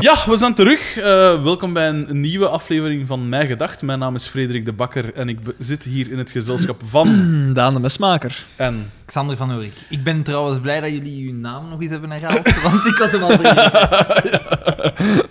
Ja, we zijn terug. Eh, welkom bij een nieuwe aflevering van Mijn Gedacht. Mijn naam is Frederik de Bakker en ik be- zit hier in het gezelschap van Hmm, Daan de Mesmaker. en... Xander van Ulrik. Ik ben trouwens blij dat jullie uw naam nog eens hebben herhaald, want ik was hem al vergeten.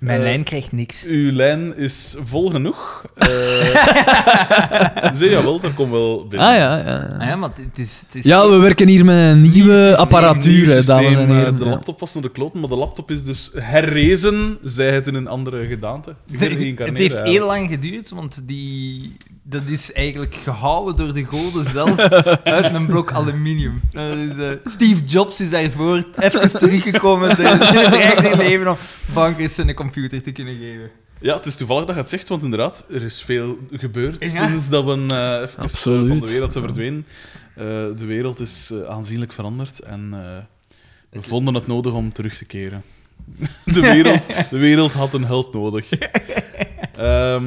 Mijn Eh, lijn krijgt niks. Uw lijn is vol genoeg. Eh zie je wel, er komt wel binnen. Ah ja, ja. Ah ja. ja, maar het is... Het is Ja, we werken hier met een nieuwe Nieuw apparatuur, hè, systeem, dames en eh, heren. De Ja. laptop was naar de kloten, maar de laptop is dus herrezen, zij het in een andere gedaante. Het Gereïncarneerd heeft heel eigenlijk. lang geduurd, want die... Dat is eigenlijk gehouden door de goden zelf uit een blok aluminium. Dat is, eh, Steve Jobs is daarvoor even teruggekomen te- in het eigen leven om bankers en een computer te kunnen geven. Ja, het is toevallig dat je het zegt, want inderdaad, er is veel gebeurd Ja. sinds dat we eh, even eh, Absoluut. van de wereld zijn verdwenen. Eh, de wereld is eh, aanzienlijk veranderd en eh, we vonden het nodig om terug te keren. De wereld, de wereld had een held nodig. Ehm,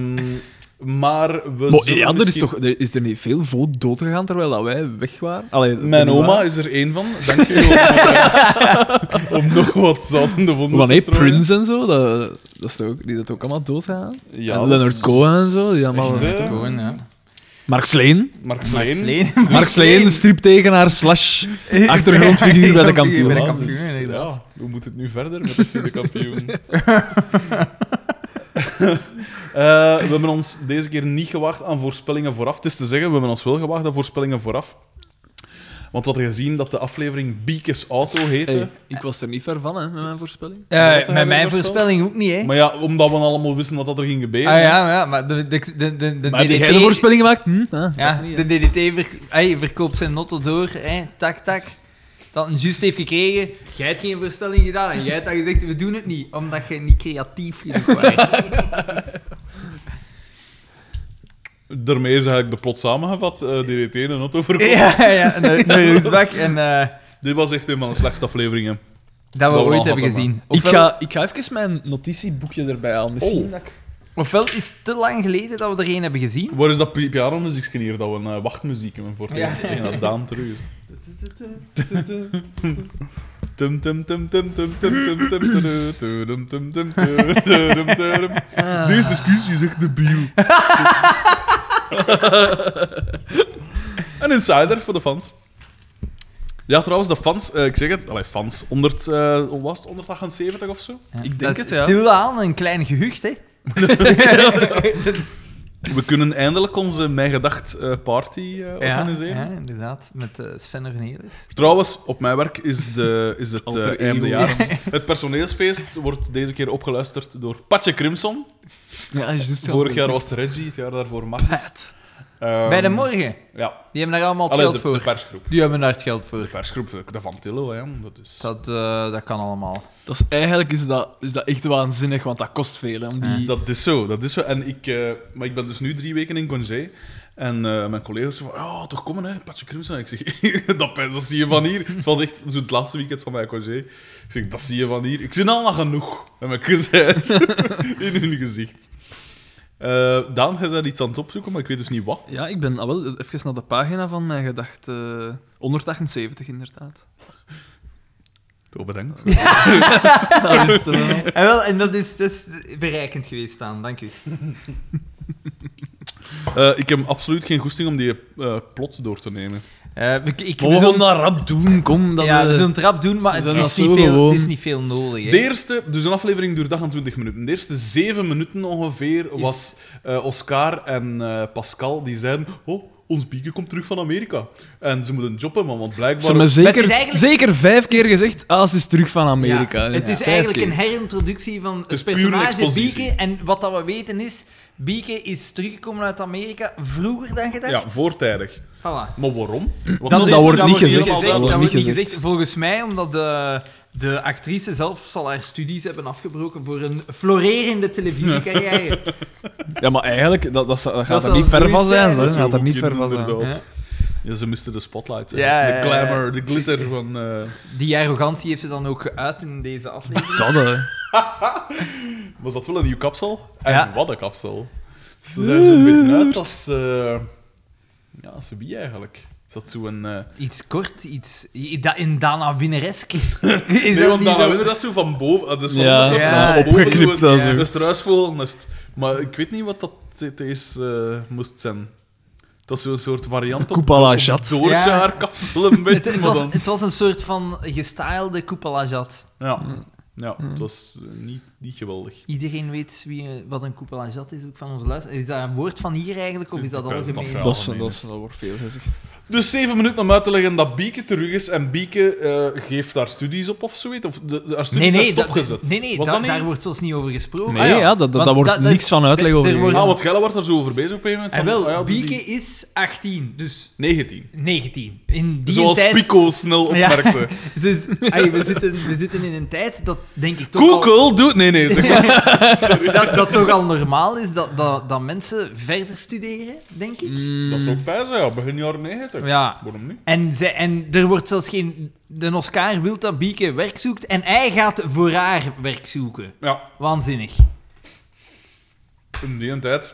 maar we Maar, zullen ja, er is, misschien- toch, er is er niet veel volk doodgegaan terwijl dat wij weg waren? Allee, Mijn niet waar. oma is er één van. Dank u om, eh, om nog wat zout in de wonden Maar te nee, strooien. Prince en zo, dat, dat is toch, die dat ook allemaal doodgaan. Ja, en dat Leonard is Cohen en zo, die allemaal... echt, dat is eh, toch- Gewoon, ja. Mark Sleen. Mark Mark Sleen. Sleen. Mark Sleen, striptekenaar slash achtergrondfiguur bij de kampioen. Bij de Voilà, kampioen, dus, inderdaad. ja, hoe moet het nu verder met FC de kampioen? Eh, we hebben ons deze keer niet gewaagd aan voorspellingen vooraf. Het is te zeggen, we hebben ons wel gewaagd aan voorspellingen vooraf. Want we hadden gezien dat de aflevering Biekes Auto heette. Hey, ik was er niet ver van, hè, met mijn voorspelling. Wat Eh hebben met we mijn voorspeld? voorspelling ook niet, hè? Maar ja, omdat we allemaal wisten dat dat er ging gebeuren. ah ja, maar ja, maar de, de, de, de, de Maar die DDT jij de voorspelling gemaakt? Hm? Ah, Ja, niet, hè. de DDT verk hey, verkoopt zijn notto door, hè? tak, tak. Dat een juist heeft gekregen, jij hebt geen voorspelling gedaan en jij hebt dan gezegd, we doen het niet, omdat je niet creatief genoeg was. Daarmee is eigenlijk de plot samengevat. eh DDT en auto verkopen. ja, ja, naar naar Roosbach en eh, Dit was echt een van de slechtste afleveringen. dat we Dat we ooit al hebben hadden, gezien. Ik Ofwel, ga, ik ga even mijn notitieboekje erbij halen. Misschien Oh. dat ik... ofwel is het te lang geleden dat we er een hebben gezien. Waar is dat pi- pianomuziekje hier dat we een eh, wachtmuziek hebben voor tegen, Ja. tegen dat Daan terug is? Tum tum tum tum tum tum tum tum tudu, tudum, tum tum tudum, tudum, tudum. Deze discussie is echt debiel. Een insider voor de fans. Ja, trouwens, de fans, eh, ik zeg het, allee, fans, 100, eh, hoe was het, 178 of zo? Ja, denk dat is het, ja. Stilaan, een klein gehucht, hè? Dat is- We kunnen eindelijk onze Mijn Gedacht eh, party eh, organiseren. Ja, inderdaad. Met eh, Sven Cornelis. Trouwens, op mijn werk is, de, is het Alter eh ego. eindejaars. Het personeelsfeest wordt deze keer opgeluisterd door Patje Crimson. Ja, juist. Vorig jaar was het Reggie, het jaar daarvoor Magnus. Ehm, Bij de morgen. Ja, Die hebben daar allemaal het Allee, geld de, voor. de persgroep. Die hebben daar het geld De voor. persgroep, de Van Tillo, hè. Dat is... Dat, eh, dat kan allemaal. Dat is, eigenlijk is dat, is dat echt waanzinnig, want dat kost veel. Hè, om die... Dat is zo, dat is zo. En ik, eh, maar ik ben dus nu drie weken in congé. En eh, mijn collega's zeggen van, oh, toch komen hè, Patje Crimson. Ik zeg, dat, pijs, dat zie je van hier. Het was echt zo het laatste weekend van mijn congé. Ik zeg, dat zie je van hier. Ik zie al nog genoeg, heb ik gezegd. in hun gezicht. Eh Daan, jij bent iets aan het opzoeken, maar ik weet dus niet wat. Ja, ik ben al wel even naar de pagina van mijn gedacht. eh, 178, inderdaad. Toch bedankt. Dat is er wel. En, wel, en dat is, dat is verrijkend geweest, Daan. Dank u. Eh, ik heb absoluut geen goesting om die eh, plot door te nemen. Eh, we, ik, Maar we we zullen- gaan dat rap doen, kom. Dat eh, ja, we- we zullen het rap doen, maar we het zullen is, dat zo niet veel, gewoon- het is niet veel nodig. hè. De eerste, dus een aflevering duurt dag en 20 minuten. De eerste zeven minuten ongeveer was eh, Oscar en eh, Pascal die zeiden: Oh, ons bieke komt terug van Amerika. En ze moeten een job hebben, want Ze hebben blijkbaar. me Maar het zeker, is eigenlijk- zeker vijf keer gezegd, ah, ze is terug van Amerika. Ja, Het is Vijf eigenlijk keer. een herintroductie van het, is puur een personage expositie. Bieke. En wat dat we weten is, Bieke is teruggekomen uit Amerika vroeger dan gedacht. Ja, voortijdig. Voilà. Maar waarom? Want Dat- dat is- wordt niet gezegd, helemaal dat wordt duidelijk. dat niet Dus wordt niet gezegd. gezegd. Volgens mij, omdat de, de actrice zelf zal haar studies hebben afgebroken voor een florerende televisiecarrière. Ja, maar eigenlijk, dat, dat, dat gaat zal er niet ver zoiets van zijn. zo. zijn. Dat Dat is gaat er zo niet goed, ver van zijn. inderdaad. Ja, ze misten de spotlight. hè. Ja, Dus de ja, ja, ja. glamour, de glitter van. eh, Die arrogantie heeft ze dan ook geuit in deze aflevering. Dat, eh, hè. Was dat wel een nieuw kapsel? En Ja. wat een kapsel. Ze zijn er zo'n beetje uit als... eh, ja, als wie eigenlijk. zat zo'n... eh Iets kort, iets... i- da- In Dana Winneresk. Is Nee, dat want niet dan zo- winnen dat zo van boven. Dat is van Ja, dat- ja, van boven opgeknipt zo. dan een- zo. Een struisvogelnest. Maar ik weet niet wat dat het is, eh, moest zijn. Dat is zo'n soort variant op Koepala op chat. Doortje Ja. haar kapsel een Het, beetje. het maar was, dan- het was een soort van gestylede koepelajat. Ja, ja Mm. het was eh, niet, niet geweldig. Iedereen weet wie, eh, wat een koepelajat is, ook van onze luisteraars. Is dat een woord van hier eigenlijk, of is dat Dat is dat algemeen? verhaal. dat, is, nee, dat, is, dat wordt veel gezegd. Dus zeven minuten om uit te leggen dat Bieke terug is. En Bieke eh, geeft daar studies op of zoiets. Of de, de- haar Nee, studies zijn nee, dat, stopgezet. nee, nee was da- dat niet? daar wordt zelfs niet over gesproken. Nee, Ah, ja. ja. dat, dat, Want daar wordt dat- dat niks is- van uitleg er- over er wordt- Ah, gegeven. want Gelle wordt daar zo over bezig op een gegeven moment. En van, ah, ja, wel, dus die- Bieke is 18, dus 19. 19. In die Zoals tijd... Pico snel Ja. opmerkte. Dus, ai, we, zitten, we zitten in een tijd dat, denk ik, toch al- Google doet... Nee, nee, zeg maar. dat, dat toch al normaal is dat, dat, dat mensen verder studeren, denk ik. Mm. Dat is ook pijzen, ja. Begin jaren 90. Ja. Waarom niet? En, zij, en er wordt zelfs geen... De Oscar wil dat Bieke werk zoekt en hij gaat voor haar werk zoeken. Ja, Waanzinnig. in die tijd.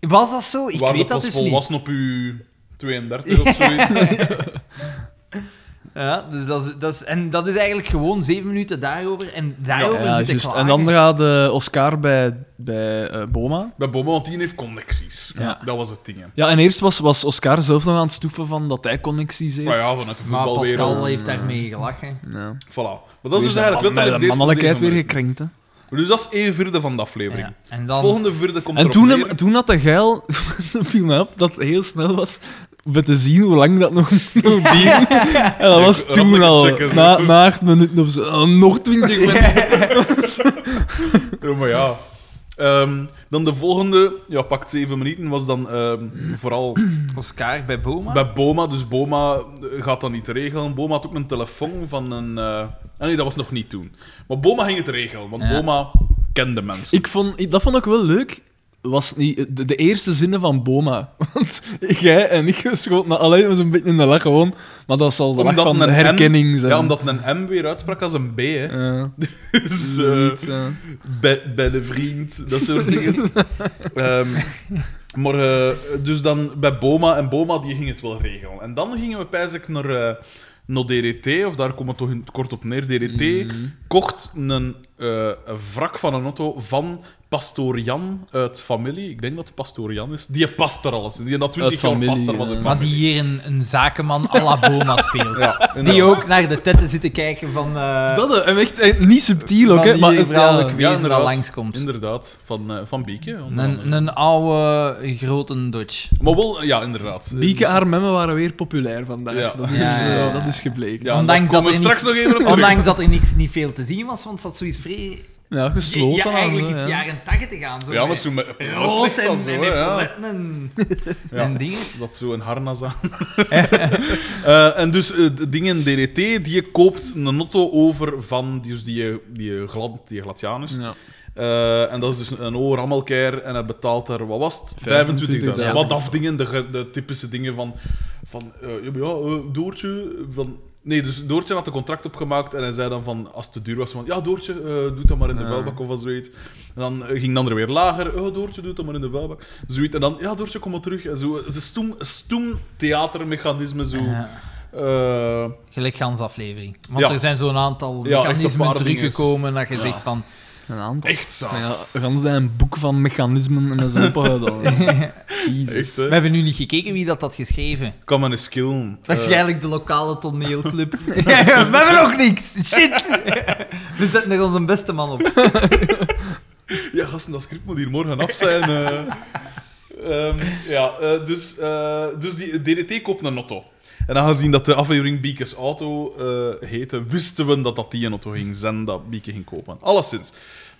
Was dat zo? Ik waren weet dat dat pas dus niet. volwassen op uw 32 of zoiets. Ja, dus dat is, dat is, en dat is eigenlijk gewoon zeven minuten daarover en daarover Ja, zit ik juist. En dan gaat eh, Oscar bij, bij eh, Boma. Bij Bobo, want die heeft connecties. Ja. Dat was het ding, hè. Ja, en eerst was, was Oscar zelf nog aan het stoeven van dat hij connecties heeft. Maar ja, vanuit de Maar Pascal voetbalwereld. heeft daarmee gelachen. Ja. Voilà. Maar dat is eh, dus eigenlijk wel Met de mannelijkheid weer gekrenkt, hè. Dus dat is één vierde van de aflevering. Ja. En dan... Volgende vierde komt En erop toen, neer. hem- toen had de geil, viel mij op, dat het heel snel was om te zien hoe lang dat nog nog duurde. En dat Ik was had toen dat al, gecheckt, hè. na, na acht minuten of zo, oh, nog twintig minuten. Ja, maar ja. Ehm, dan de volgende, ja, pakt zeven minuten, was dan ehm, vooral Oscar bij Boma. Bij Boma, dus Boma eh, gaat dat niet regelen. Boma had ook een telefoon van een. eh, Ah nee, dat was nog niet toen. Maar Boma ging het regelen, want Ja. Boma kende mensen. Ik vond, ik- dat vond ik wel leuk, was niet, de, de eerste zinnen van Boma. Want jij en ik schoten, nou, alleen was een beetje in de lach gewoon, maar dat zal de lach van de een M- herkenning zijn. Ja, omdat een M weer uitsprak als een B, hè. Ja, Dus eh, zoiets, ja. bij, bij de vriend, dat soort dingen. Ehm, maar eh, dus dan bij Boma, en Boma die ging het wel regelen. En dan gingen we pijzelijk naar, eh, naar DDT, of daar komen we toch in het kort op neer. DDT Mhm. kocht een, eh, een wrak van een auto van Pastoor Jan uit familie. Ik denk dat het Pastoor Jan is. Die past er alles in. Die dat 20 Uit jaar familie, past er was in ja. Maar die familie. hier een, een zakenman à la Boma speelt. die inderdaad. ook naar de tetten zit te kijken van... eh, Dat eh, en echt eh, niet subtiel ook, Van hè, die maar het- vrouwelijke ja. wezen dat inderdaad. langskomt. Inderdaad, van, eh, van Bieke. onder andere. Een, een oude, grote Dutch. Maar wel, ja, inderdaad. Bieke Dus- haar memmen waren weer populair vandaag. Ja. Dat, is, Ja, ja, ja. eh, dat is gebleken. Ja, Ondanks daar komen we dat er straks nog even op terug. Ondanks dat er niks, niet veel te zien was, want het zat zoiets vrij... Ja, gesloten. Ja, aan, eigenlijk hè, iets ja. jaren tachtig aan. Zo Ja, maar met zo met Rood en, zo, en hè, ja. epauletten en, Ja. en dinges. Dat zo een harnas aan. Eh, en dus eh, de dingen DDT, die koopt een auto over van die, dus die, die, glad, die Gladianus. Ja. Eh, en dat is dus een O-rammelkeer en hij betaalt daar, wat was het? 25.000. 25.000. Wat afdingen, de, ge- de typische dingen van, van eh, ja, maar ja, eh, Doortje, van... Nee, dus Doortje had een contract opgemaakt en hij zei dan van, als het te duur was, van, ja, Doortje, eh, doe dat maar in de Ja. vuilbak of wat zoiets. En dan eh, ging de ander weer lager, oh, Doortje, doe dat maar in de vuilbak. Zoiets. En dan, ja, Doortje, kom maar terug. En zo, ze stoem, stoem theatermechanisme, zo... Ja. eh, Gelijk gans aflevering. Want Ja. er zijn zo'n aantal Ja, echt een mechanismen paar teruggekomen dat je Ja. zegt van... Een aantal. echt Maar saai. ja, gans dat een boek van mechanismen en met zijn opgehouden. Echt, Jezus. hè. We hebben nu niet gekeken wie dat had geschreven. Kan men eens killen. Eh, Waarschijnlijk de lokale toneelclub. We hebben nog niks. Shit. We zetten er onze beste man op. Ja, gasten, dat script moet hier morgen af zijn. eh. Ehm, ja, eh, dus, eh, dus die DDT koopt een auto. En aangezien dat de aflevering Biekes Auto eh, heette, wisten we dat dat die een auto ging zijn, dat Bieke ging kopen. Alleszins.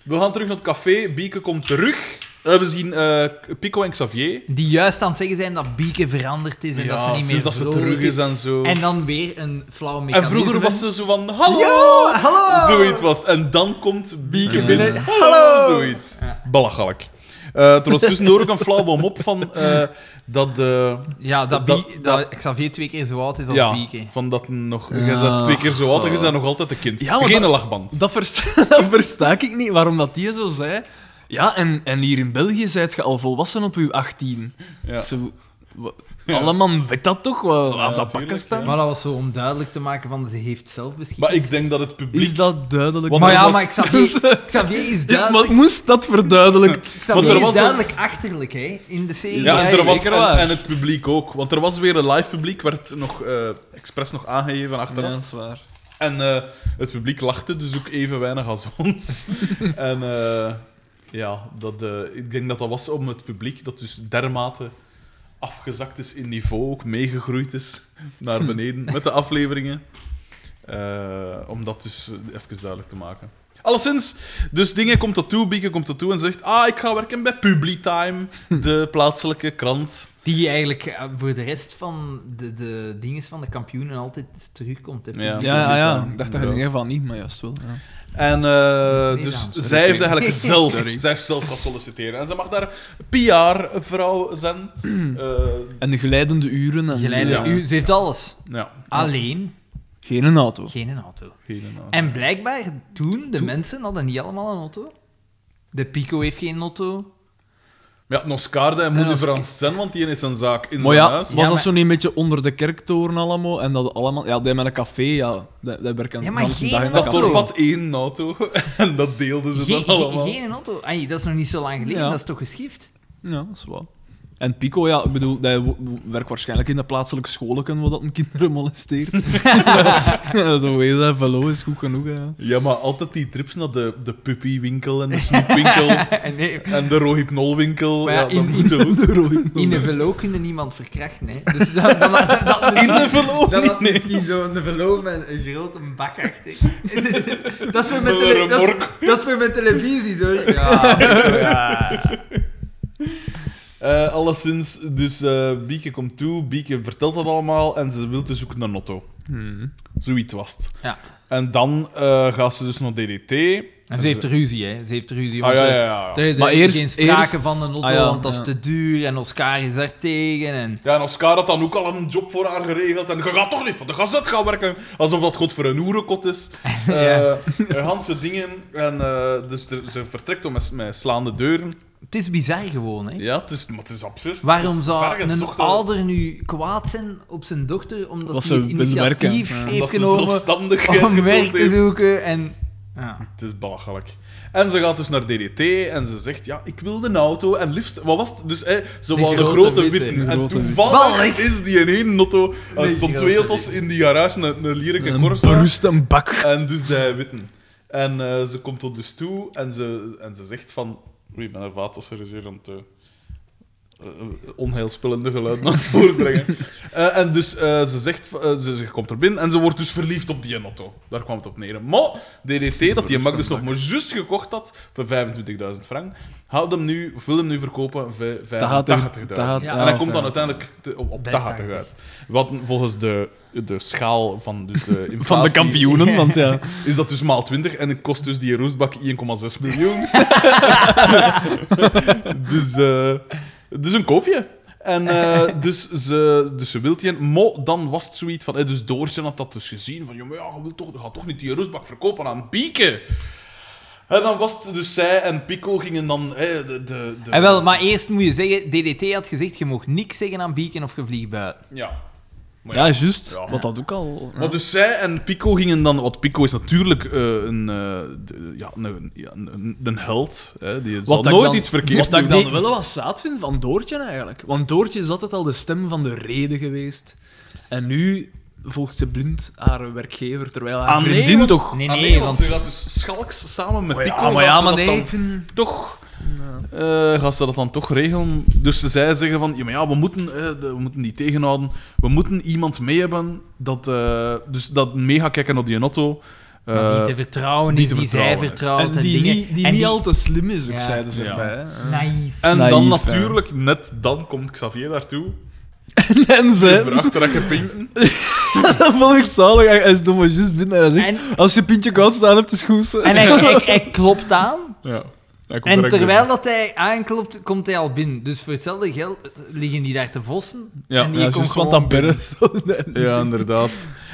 We gaan terug naar het café. Bieke komt terug. Eh, we zien eh, Pico en Xavier. Die juist aan het zeggen zijn dat Bieke veranderd is en dat ze niet meer sinds dat ze vrolijk terug is en zo. En dan weer een flauw En mechanisme. vroeger was ze zo van, hallo! Ja, hallo! Zoiets was het. En dan komt Bieke Ja. binnen. Ja. Hallo! Zoiets. Ja. Belachelijk. Eh er was tussendoor ook een flauw bom op van eh, dat... eh, Ja, dat, Dat- Bie- dat, dat- Xavier twee keer zo oud is als ja, Bieke. van dat nog... Ja. Jij bent twee keer zo oud en je Oh. bent nog altijd een kind. Ja, maar Geen dat- lachband. Dat, versta, dat versta ik niet, waarom dat die zo zei. Ja, en, en hier in België zijt je al volwassen op uw 18. Ja. Zo, wa- Allemaal weet dat toch? Wat Ja, af dat tuurlijk, pakken staan? ja. Maar dat was zo om duidelijk te maken van ze heeft zelf beschikking. Maar ik denk dat het publiek... Is dat duidelijk? Want maar er ja, was- maar Xavier, Xavier is Ja, duidelijk, maar moest dat verduidelijkt? Xavier want er is was een- duidelijk achterlijk hè, in de serie. Ja, Ja, en, er was, zeker en, waar. en het publiek ook. Want er was weer een live publiek, werd nog eh, expres nog aangegeven achteraf. is waar. En eh, het publiek lachte dus ook even weinig als ons. en eh, ja, dat, eh, ik denk dat dat was om het publiek, dat dus dermate afgezakt is in niveau, ook meegegroeid is naar beneden met de afleveringen. Eh, om dat dus even duidelijk te maken. Alleszins, dus dingen komt dat toe, Bieke komt dat toe en zegt: Ah, ik ga werken bij Publitime, de plaatselijke krant. Die eigenlijk eh, voor de rest van de, de dingen van de kampioenen altijd terugkomt. Hè. Ja. Ja, ja, ja. Ja. Ik dacht dat je in ieder geval niet, maar juist wel. Ja. En eh, dus dames. zij heeft eigenlijk Sorry. zelf, zij heeft zelf gaan solliciteren. En ze mag daar PR-vrouw zijn. Eh, En de geleidende uren. En Geleidelijk. Ja. U- Ze heeft alles. ja, Alleen Geen een auto. geen een auto. helemaal. En blijkbaar toen, de mensen hadden niet allemaal een auto. De Pico heeft geen auto. Ja, Noscarde en moeder En als- Frans zijn, want die is een zaak in Maar zijn ja, huis. was Ja, dat maar- zo niet een beetje onder de kerktoren allemaal? En dat allemaal... Ja, die met een café, ja. Dat, dat werken Ja, maar de hele geen dag in auto. Dat café. dorp had één auto en dat deelden ze Geen, dan allemaal. geen, geen auto. Ai, dat is nog niet zo lang geleden, Ja. dat is toch geschift? Ja, dat is waar. En Pico, ja, ik bedoel, dat wo- wo- werkt waarschijnlijk in de plaatselijke scholen, waar dat een kinderen molesteert. ja, dat weet je, dat velo is goed genoeg. hè. Ja, maar altijd die trips naar de, de puppywinkel en de snoepwinkel nee. en de rohypnolwinkel. Maar Ja, ja, dat in- moet ook. In een velo kunnen niemand verkrachten. Hè. Dus dat, dat, dat, dat, In de velo dat niet, had nee. misschien zo'n velo met een grote bak achter. dat, is weer met Met een tele- dat, is, remork. dat is weer met televisie, zo. Ja. Eh, alleszins, dus eh, Bieke komt toe, Bieke vertelt dat allemaal en ze wil dus ook naar Notto. Hmm. Zoiets was het. Ja. En dan eh, gaat ze dus naar DDT. En ze heeft ruzie, hè. Ze heeft ruzie. Ah, want, ja, eh, ja, ja. ja. Er, er Maar is eerst- geen sprake eerst- van een auto, ah, ja, want dat is ja. te duur. En Oscar is daar tegen. En... Ja, en Oscar had dan ook al een job voor haar geregeld. En je gaat toch niet van de gazet gaan werken. Alsof dat goed voor een oerenkot is. Eh eh, Ganse dingen. En eh, dus er- ze vertrekt om met, met slaande deuren. Het is bizar gewoon, hè. Ja, het is, maar het is absurd. Waarom Het zou is een vergezochte- ouder nu kwaad zijn op zijn dochter omdat Dat hij ze het wil werken, initiatief ja. Dat heeft ze genomen zelfstandigheid om werk getoond te heeft. zoeken en... Ja. Het is belachelijk. En ze gaat dus naar DDT en ze zegt: Ja, ik wil de auto. En liefst, wat was het? Dus hè, ze De wou de grote grote witte. witte. De En grote witte. toevallig Toevallig. is die in één notto. De Er stond grote twee auto's witte. in die garage, een, een lierke Een Corsa. berust een bak. En dus de witte. En eh, ze komt tot dus toe en ze, en ze zegt: van... Oei, ik ben een vaatwasser is hier aan het. eh, eh, onheilspellende geluiden aan het voortbrengen. Eh, en dus eh, ze zegt, eh, ze, ze komt er binnen en ze wordt dus verliefd op die Notto. Daar kwam het op neer. Maar DDT, dat die Mac dus nog maar juist gekocht had voor 25.000 frank, houdt hem nu, wil hem nu verkopen voor 85.000. Dat gaat- Ja. En hij ah, komt dan ja. uiteindelijk te- op, op Bij 80 uit. Wat volgens de, de schaal van dus de inflatie... Van de kampioenen, want ja. Is dat dus maal 20 en het kost dus die roestbak 1,6 miljoen. dus, eh, dus een koopje. En eh, dus, ze, dus ze wil die. en- Mo, dan was het zoiets van. eh, dus Doortje had dat dus gezien. Van, jongen, ja, je wilt toch, je gaat toch niet die roestbak verkopen aan Bieke. En dan was het dus zij en Pico gingen dan. eh, de, de, de, En wel, maar eerst moet je zeggen, DDT had gezegd, je mag niks zeggen aan Beacon of je vliegt buiten. Ja. Maar Ja, juist. Ja. Wat dat ook al... Maar dus zij en Pico gingen dan... Want Pico is natuurlijk eh, een, eh, de- ja, een, ja, een, een held. Hè, die zal Wat ik nooit dan- iets verkeerd Wat ik doen. Ah, dan wel wat zaad vind van Doortje eigenlijk. Want Doortje is altijd al de stem van de reden geweest. En nu volgt ze blind haar werkgever, terwijl haar Ah, nee, vriendin want- toch... Nee, Ah, nee, want want... ze gaat dus Schalks samen met Maar Pico... Oh ja, maar, gaat ja, ze maar dat nee, dan ik vind... toch... eh, gaat ze dat dan toch regelen? Dus zij zeggen van, ja, maar ja, we moeten, eh, de- we moeten die tegenhouden. We moeten iemand mee hebben dat, eh, dus dat mee gaat kijken naar die Notto. Eh, Maar die te vertrouwen die is, te die zij vertrouwen is. vertrouwt en, En die dingen. niet, die en niet al te slim is, ook Ja. zeiden ze Ja. erbij. hè. Naïef. en Naïef, dan hè. natuurlijk, net dan komt Xavier daartoe. Ze En ze... vraagt er pinten. Dat vond ik zalig. Hij hij is nog maar juist binnen en hij zegt... En, Als je pintje koud staan hebt, is goed. ze." en hij, hij, hij klopt aan. Ja. Hij komt direct En binnen. terwijl dat hij aanklopt, komt hij al binnen. Dus voor hetzelfde geld liggen die daar te vossen. Ja, en die Ja, komt juist, want gewoon dat berren. zo, nee. Ja, inderdaad.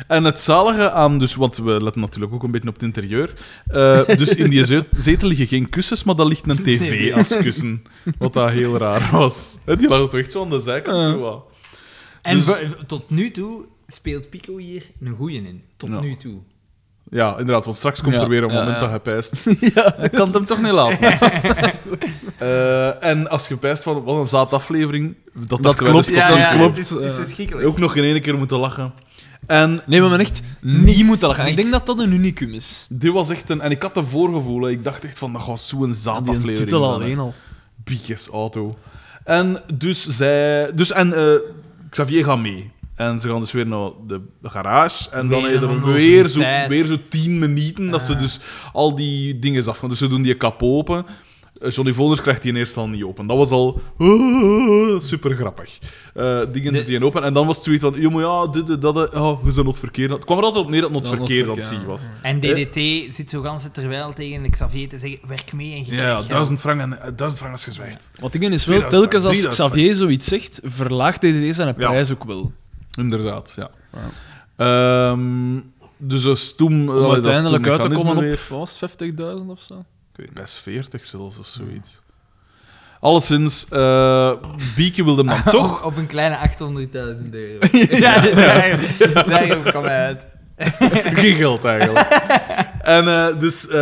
En het zalige aan, dus, want we letten natuurlijk ook een beetje op het interieur. Eh, dus in die ze- zetel liggen geen kussens, maar daar ligt een tv als kussen. Wat dat heel raar was. Hè, Die lag toch echt zo aan de zijkant. Zo, wat. En Dus- voor- tot nu toe speelt Pico hier een goeie in. Tot Ja. nu toe. Ja, inderdaad, want straks komt Ja, er weer een ja, moment ja. dat je pijst. Ik kan het hem toch niet laten. Eh, en als je pijst van wat een zaadaflevering, dat dat, Dat wel klopt, eens ja, tot- ja. dat klopt. Het is, het is verschrikkelijk. Ook nog in één keer moeten lachen. En Nee, maar men echt Niks, niet moeten lachen. Ik niks. denk dat dat een unicum is. dit was echt een... En ik had een voorgevoel, hè. ik dacht echt van, dat gaat zo'n Die zaadaflevering titel worden. alleen al. Biekjes auto. En dus zij... Dus en eh, Xavier gaat mee. En ze gaan dus weer naar de garage. En dan Weer heb je een er weer zo, tijd. weer zo tien minuten dat ze Ah. dus al die dingen afgaan. Dus ze doen die kap open. Eh, Johnny Voners krijgt die eerst al niet open. Dat was al super grappig. Eh dingen De- doet die open. En dan was het zoiets van: joh, maar ja, dit, dit, dat, eh, oh, we zijn not verkeerd. Het kwam er altijd op neer dat not Dat not verkeerd aan het verkeerd, zien was. En DDT zit zo gans terwijl tegen Xavier te zeggen, werk mee en je Ja, krijgt geld. duizend frank en eh, duizend frank is gezwijgd. Wat dingen is wel, 2000, telkens als 3000. Xavier zoiets zegt, verlaagt DDD zijn Ja. prijs ook wel. Inderdaad, ja. Ehm, dus dat is toen... allee, dat Om is toen uiteindelijk uit te mechanisme komen op, weer. wat was het, 50.000 of zo? Ik weet niet, best 40 zelfs of zoiets. Alleszins, eh Bieke wilde hem dan toch. Oh, Toch op een kleine 800.000 euro. ja, daar, daar kwam hij uit. Geen geld eigenlijk. En eh, dus eh,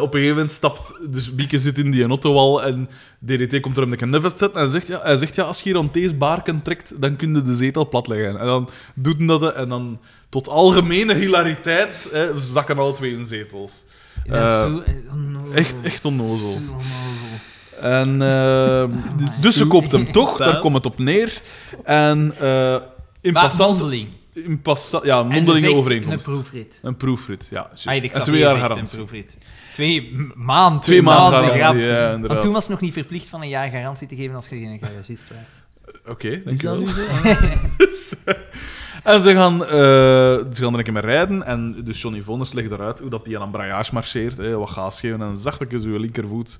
op een gegeven moment stapt... Dus Bieke zit in die auto al en DDT komt er hem de canvas zetten. En hij zegt, ja, hij zegt, ja, als je hier aan deze barken trekt, dan kun je de zetel platleggen. En dan doet hij dat en dan tot algemene hilariteit eh, zakken alle twee in zetels. Eh, Dat is zo onnozel. Echt, echt onnozel. Zo onnozel. En, ehm, dus ze koopt hem toch, daar komt het op neer. En eh in Maar passant... mondeling. En In passa ja, dus mondelinge echt overeenkomst. Een proefrit. Ah, Een proefrit, ja. juist. Eigenlijk en zou twee je jaar zeggen, garantie. Een proefrit. Twee m- maanden. Twee maanden garantie. garantie, ja, inderdaad. Want toen was het nog niet verplicht van een jaar garantie te geven als je geen garagist was. Oké, dankjewel. en ze gaan, eh, ze gaan er een keer mee rijden. En dus Johnny Voners legt eruit hoe dat die aan een braillage marcheert. Hè, wat gaas geven en zachtjes uw linkervoet.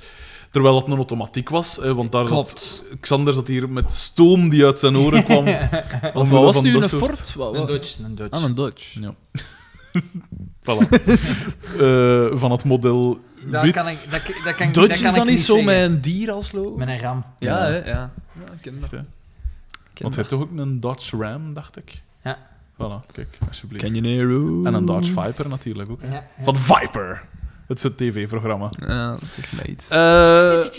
Terwijl dat een automatiek was. Hè, want daar Klopt. zat Xander zat hier met stoom die uit zijn oren kwam. Want Want wat was van nu dat een soort- Ford? Wat- Een wat- Dutch. Een Dutch. Ah, een Dutch. Ja. voilà. Eh, van het model Dat wit. kan ik, dat, dat kan, dat Dutch kan is ik dan niet zo zeggen. met een dier als logo? Met een ram. Ja, Ja. hè? Ja. ja, ik ken dat. Echt, hè? Ik ken Want hij had toch ook een Dodge Ram, dacht ik? Ja. Voilà, kijk, alsjeblieft. Canyoneero. En een Dodge Viper natuurlijk ook. Ja, ja. Van Viper! Het is het tv-programma. Ja, dat zegt mij iets. Eh,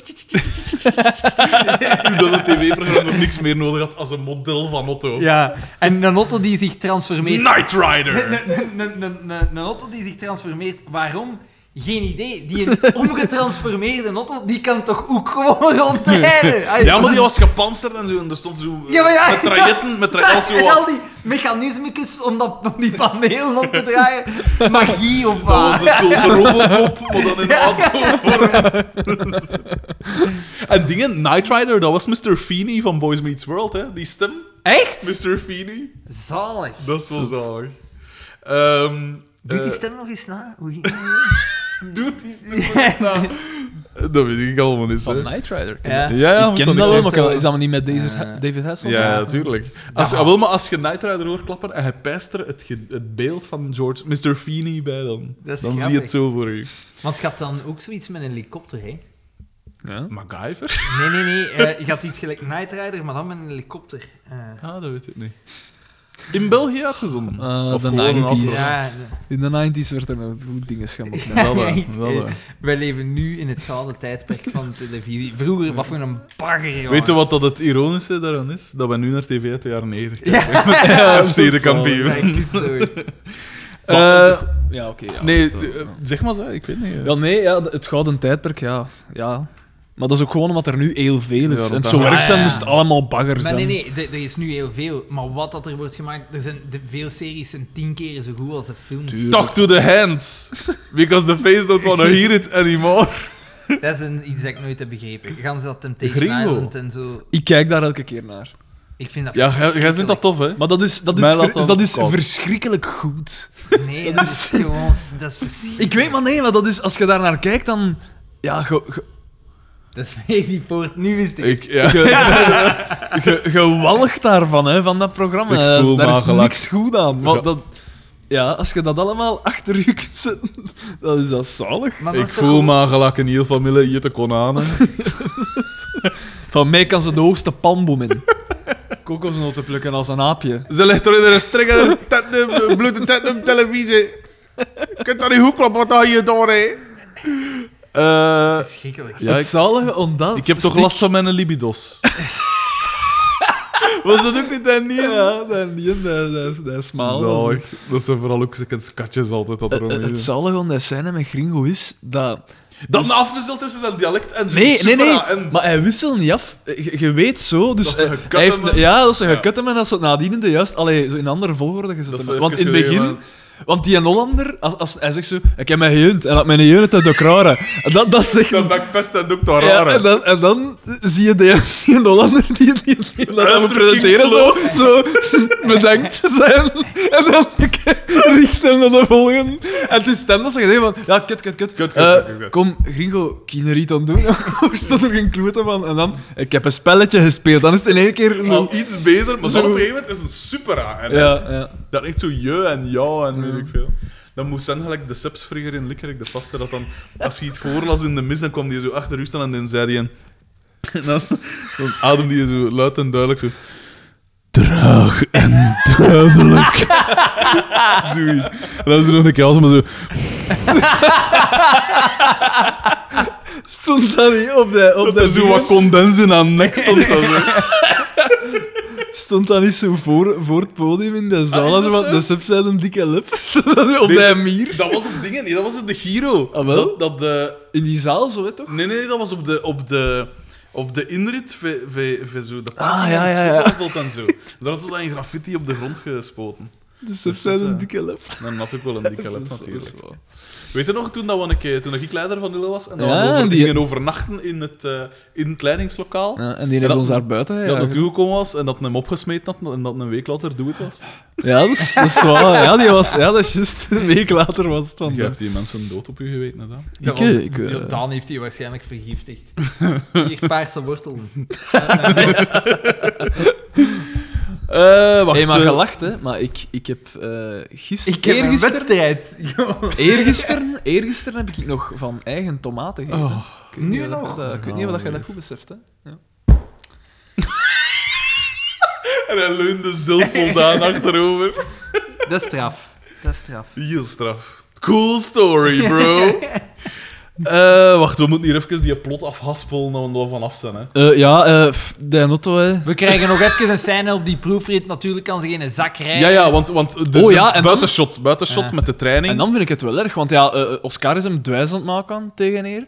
Nu dat het tv-programma nog niks meer nodig had als een model van Otto. Ja, en een auto die zich transformeert. Knight Rider! Een- een- een- een- een- Een auto die zich transformeert. Waarom? Geen idee. Die een omgetransformeerde auto, die kan toch ook gewoon rondrijden? Ah, Ja, maar die was gepantserd en zo. En er stond zo... eh, Ja, maar ja. Met trajetten, met trajetten. En Zo, al die mechanismetjes om, dat, om die paneel om te draaien. Magie of Dat was wat? een soort Robocop, maar dan in autovorm. en dingen, Knight Rider, dat was Mr. Feeney van Boys Meets World, hè? Die stem, Echt? Mr. Feeney. Zalig. Dat is wel zalig. Ehm, Doe die eh, stem nog eens na. Hoe ging doet die stem nog eens na. Dat weet ik allemaal niet, Van hè. Knight Rider. Ja. Ja, ja, ik moet ken dat dat wel, niet maar weten. kan- is dat maar niet met David, Eh. David Hessel? Ja, natuurlijk. Als, ah, wel, maar als je Knight Rider hoort klappen en je pijst er het, ge- het beeld van George Mr. Feeney bij dan, Dat is dan zie je grappig. het zo voor je. Want je had dan ook zoiets met een helikopter, hè? Ja. MacGyver? Nee, nee, nee. eh, je had iets gelijk Night Rider, maar dan met een helikopter. Eh, Ah, dat weet ik niet. In België uitgezonden? Eh, de gewoon een 90s. afro- ja, de- In de 90s werd er nog goed dingen gemaakt. hè. Wel, eh, Ja, ik- wel, eh. Wij leven nu in het gouden tijdperk van televisie. Vroeger, wat voor een bagger, jongen. Weet je wat dat het ironische daaraan is? Dat we nu naar tv uit de jaren 90 Ja. kijken. FC de kampioen. Nee, kutzooi. Eh, Ja, oké. ja, nee, dat is wel- eh, zeg maar zo, ik weet niet. eh. Wel nee, ja, d- het gouden tijdperk, ja. ja. Maar dat is ook gewoon omdat er nu heel veel Ja, is. dat en het dat- zo erg Ja, zijn, ja. moest het allemaal bagger Maar zijn. nee, nee, er er is nu heel veel. Maar wat dat er wordt gemaakt, er zijn de, veel series zijn tien keer zo goed als de films. Talk to the hands, because the face don't want to hear it anymore. Dat is een, iets dat ik nooit heb begrepen. Gaan ze dat Temptation Gringo. Island en zo. Ik kijk daar elke keer naar. Ik vind dat Ja, jij- jij vindt dat tof, hè? Maar dat is, dat is, Mij laat ver- dat dat is koud. verschrikkelijk goed. verschrikkelijk. Nee, dat is gewoon... Dat is verschrikkelijk. Ik weet maar nee, maar dat is, als je daar naar kijkt, dan... Ja, ge- ge- Dat is weer die poort. Nu wist ik. Ik, ja. ge- gewalg daarvan, hè, van dat programma. Ik Daar is- voel me daar is aangelakt. niks goed aan. Maar Ja. dat, ja, als je dat allemaal achter je kunt zetten, dat is dat zalig. maar dat ik is toch voel ook- me aangelijk in heel familie hier te kon aan. hè. Van mij kan ze de hoogste palmboom in. kokosnoten plukken als een aapje. Ze ligt er in een strik en een tandem, een blote tandem televisie. Je kunt daar niet goed klappen, wat daar je door, hè. Eh, Schrikkelijk. ja, het ik, zalige omdat... ik heb toch Stik- last van mijn libidos. Was dat ook niet dat niet? Ja, dat niet. Dat, dat, dat is smaal. Zalig. Dat zijn vooral ook zulke skatjes altijd dat er Het, omheen. het zalige van dat scène met Gringo is dat... Dat dus- me afwisselt tussen zijn dialect en zijn Nee, nee, nee. supra en- Maar hij wisselt niet af. Eh, Je, je weet zo. Dus Dat ze eh, gekut hij heeft, hebben. ja, dat ze Ja. gekut hebben en dat ze het nadien de juist... Allee, zo in andere volgorde gezet Dat ze hebben. Want in even het zo, ja, begin... Want die Hollander, als, als, hij zegt zo... Ik heb mij geunt en dat mijn jeunt uit de kraren. Dat, dat zegt... Dat ben ik pest en doe ik daar Ja, raar. en, dan, en dan zie je die, die Hollander die, die, die dat Ja, hem presenteren zo, zo bedankt zijn. En dan richt hem naar de volgende. En toen stem dat ze gezegd van, ja, kut, kut, kut. Kut, kut, Eh, kut, kut. Kom, gringo, kineriet aan doen. Hoe stond er geen klote van? En dan, ik heb een spelletje gespeeld. Dan is het in één keer zo... Al iets beter, maar Zo. zo op een gegeven moment is een supra. En Ja, ja. Dat echt zo je en ja en weet ik veel. Dan moest zijn gelijk de sepsvrieger in Likkerik, de vaste, dat dan... Als je iets voorlas in de mis, dan kwam die zo achter u staan en dan zei die een... En dan, dan ademde die zo luid en duidelijk zo... Traag en duidelijk. Zoiets. En dan is er nog een keer als maar zo... Stond dat niet op de... Op Dat de er zo wat condens in aan nek stond. Dat zo. Stond dat niet zo voor, voor het podium in de zaal? Ah, is als dat wat zo? de sub zei een dikke lip. Stond dat niet op Nee, de mier? Dat was op dingen, nee, dat was op de Giro. Ah, wel? Dat, dat eh, de... In die zaal zo, hè, toch? Nee, nee, dat was op de, op de, op de inrit ve, ve, ve zo, de Ah, ah, ja, ja, ja, ja. en zo. Daar hadden ze dan een graffiti op de grond gespoten. De sub sub zei zei- een dikke lip. Dan had ook wel een dikke lep, Dat is- natuurlijk. dat is waar. Weet je nog, toen, dat we een keer, toen ik leider van Ulle was, en dan Ja, we over, die- gingen overnachten in het, eh, in het leidingslokaal, Ja, en die En heeft dat- ons daar buiten dat gejaagd. naartoe gekomen was, en dat hem opgesmeten had, en dat een week later doet was. Ja, dat is, dat is waar. Ja, die was, ja, dat is juist een week later was het van... Je hebt die mensen dood op u geweten, hè, dan. Ik, was- eh, ik, eh, ja, Daan heeft die waarschijnlijk vergiftigd. Hier paarse wortelen. Eh, wacht, Hey, maar eh, gelacht, hè. Maar ik, ik heb eh gisteren... Ik heb een eergisteren, wedstrijd. eergisteren, eergisteren heb ik nog van eigen tomaten gegeten. Oh. Ik weet niet Nu of dat- nog? ik weet niet of dat je dat goed beseft, hè. En hij leunde zelfvoldaan achterover. Dat is straf. Dat is straf. Heel straf. Cool story, bro. Eh, wacht, we moeten hier even die plot afhaspelen dat we er vanaf zijn. Hè. Eh, ja, eh f- de auto, hè. We krijgen nog even een scène op die proefrit. Natuurlijk kan ze geen zak rijden. Ja, ja, want, want de, Oh ja, de en buitenshot, buitenshot Ja. met de training. En dan vind ik het wel erg, want ja, eh, Oscar is hem dwijs aan het maken aan- tegen haar.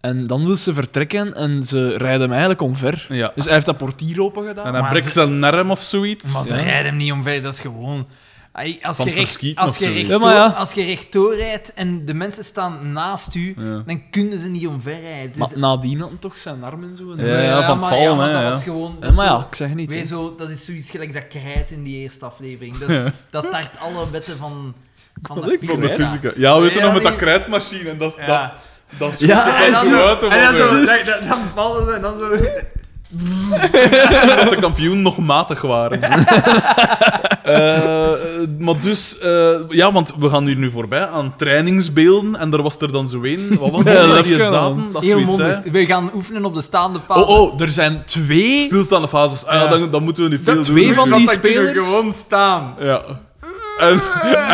En dan wil ze vertrekken en ze rijden hem eigenlijk omver. ja. Dus hij heeft dat portier open gedaan. en hij maar breekt ze- zijn arm of zoiets. Maar ze Ja. rijden hem niet omver, dat is gewoon... Ai, Als Van je, het recht, verschiet als, of je zoiets. rechtdoor, Ja, maar ja. als je rechtdoor rijdt en de mensen staan naast u, Ja. dan kunnen ze niet omver rijden. Dus- Maar nadien had hij toch zijn arm en zo. En Ja, ja, van het maar- vallen, maar hè, dat ja. was gewoon... dat Eh, is maar zo- ja, ik zeg niet. weet hè. zo, dat is zoiets gelijk dat krijt in die eerste aflevering. Dat, is, dat tart alle wetten van, van de Ik Van de fysica. fysica. Ja, weet je Ja, nog, met die- dat krijtmachine en dat... Ja. Dat, dat Ja, ja, en dat dan zo zo- uit te Ah, En dan, zo, vallen. dan, dan, dan vallen ze en dan zo... dat de kampioen nog matig waren. Eh, maar dus, eh, ja, want we gaan hier nu voorbij aan trainingsbeelden. En daar was er dan zo een. Wat was dat? Ja, waar dat die kan. zaten, dat is Heel zoiets, hè? mondig. We gaan oefenen op de staande paal. Oh, oh, er zijn twee. Stilstaande fases. Ah ja, Ja. dan, dan moeten we niet Dat veel doen. twee van die natuurlijk. Dan kunnen we spelers- gewoon staan. Ja. En,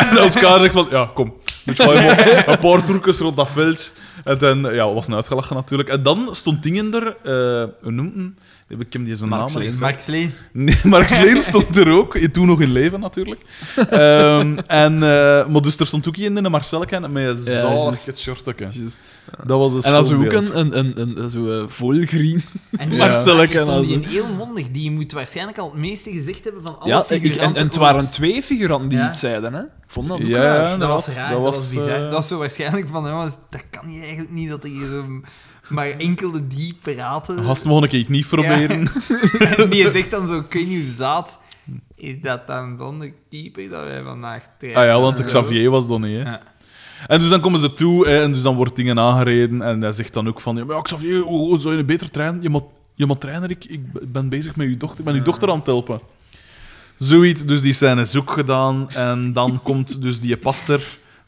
en als Kaar zegt van, ja, kom. Moet je maar even een paar toerkes rond dat veld. En dan, ja, was een uitgelachen natuurlijk. En dan stond dingen er, eh hoe noemt hem? Ik heb die zijn Mark naam Slees. niet. Max Leen. Nee, Mark Sleen stond er ook. Toen nog in leven, natuurlijk. Ehm, en, eh, maar dus er stond ook in een Marcelke met een Ja, zalig juist. het shortje. Juist. Dat was dus een En dat is ook schoolbeeld. een, een, een, een, een zo, eh, volgreen. En die Ja. Marcelleke ik vond die en een heel mondig. Die moet waarschijnlijk al het meeste gezegd hebben van alle Ja, ik- figuranten. en, en het ooit. waren twee figuranten die Ja. iets zeiden, hè? Ik vond dat ook Ja, raar. ja. Dat was Dat was- raar, dat dat was was, bizar. eh, Dat is zo waarschijnlijk van, jongens, dat kan hier eigenlijk niet dat er hier zo maar enkele die praten. Gast, mocht ik het niet proberen? En die zegt dan zo, ik weet niet hoe zaad, is dat dan zonder keeper dat wij vandaag trainen? Ah ja, want Xavier was dan niet. Hè. Ja. En dus dan komen ze toe hè, en dus dan wordt dingen aangereden. En hij zegt dan ook van, ja, maar ja, Xavier, hoe, hoe zou je beter trainen? Je moet, je moet trainer, ik, ik ben bezig met uw dochter, ik ben uw dochter aan het helpen. Zoiets, dus die scène is ook gedaan. En dan komt dus die pastor,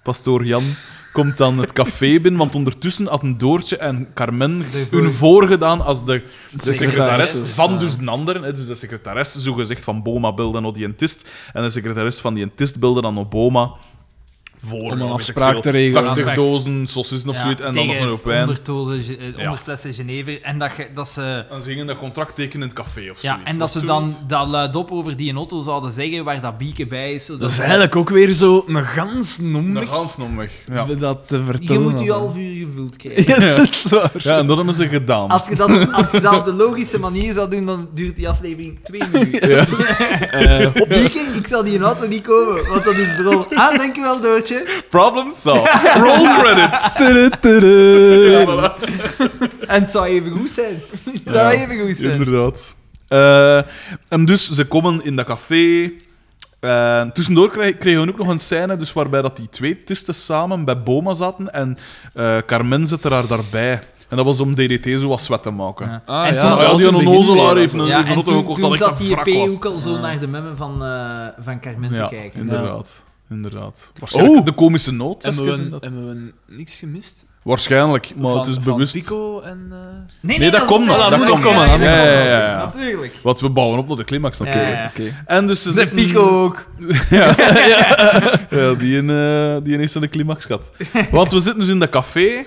pastoor Jan, komt dan het café binnen, want ondertussen hadden Doortje en Carmen De voor- hun voorgedaan als de, de secretares secretaresses, van ja. dus een ander. hè. Dus de secretares, zogezegd, van Boma beelden op diëntist. En de secretares van diëntist beelden dan op Boma voor Om een weet ik afspraak veel, te regelen. 50 dozen sausissen of zoiets en dan nog een hoop wijn. 100, dozen, ge- eh, 100 Ja. flessen Genever. En dat, ge- dat ze... En ze gingen dat contract tekenen in het café of Ja, zoiets. en dat Was ze het dan zoiets? dat luidop over die auto zouden zeggen waar dat bieke bij is. zodat Dat is we- eigenlijk ook weer zo een gans Naar nommer Gansnomweg. Ja. om dat te vertellen. Je moet je eh, dan. half uur gevuld krijgen. Ja, dat is waar. ja, en dat hebben ze gedaan. Als je, dat, als je dat op de logische manier zou doen, dan duurt die aflevering twee minuten. Ja. Eh, Op Bieke, ik zal die in auto niet komen, want dat is bron. Ah, dankjewel, Doortje. Problem solved. Roll Ah, credits. tudu, tudu. Ja, voilà. En het zou even goed zijn. Het zou even goed zijn. Inderdaad. Eh, en dus ze komen in dat café. Eh, tussendoor kreeg- kregen we ook nog een scène dus waarbij dat die twee tisten samen bij Boma zaten en eh, Carmen zette haar daarbij. En dat was om DDT zo wat zwet te maken. Ja. Ah, En ja. toen- Ah, ja, was die een onnozelaar beginbeeld, heeft een zo. die Ja, van en Otto toen, gekocht, toen dat ik zat dat die wrak EP was. ook al zo naar de memmen van, eh van Carmen Ja, te kijken. inderdaad. Inderdaad. Waarschijnlijk Oh! de komische noot. Hebben even we, dat- hebben we niks gemist? Waarschijnlijk, maar Van- het is van bewust. Pico en... eh, Nee, dat komt nog, nog. dat komt nog. nog. Ja, ja, ja, ja. Natuurlijk. Want we bouwen op naar de climax natuurlijk. Ja. Oké. En dus ze De zitten- Pico ook. Ja, ja die, in, eh, die in eerste de climax gehad. Want we zitten dus in dat café.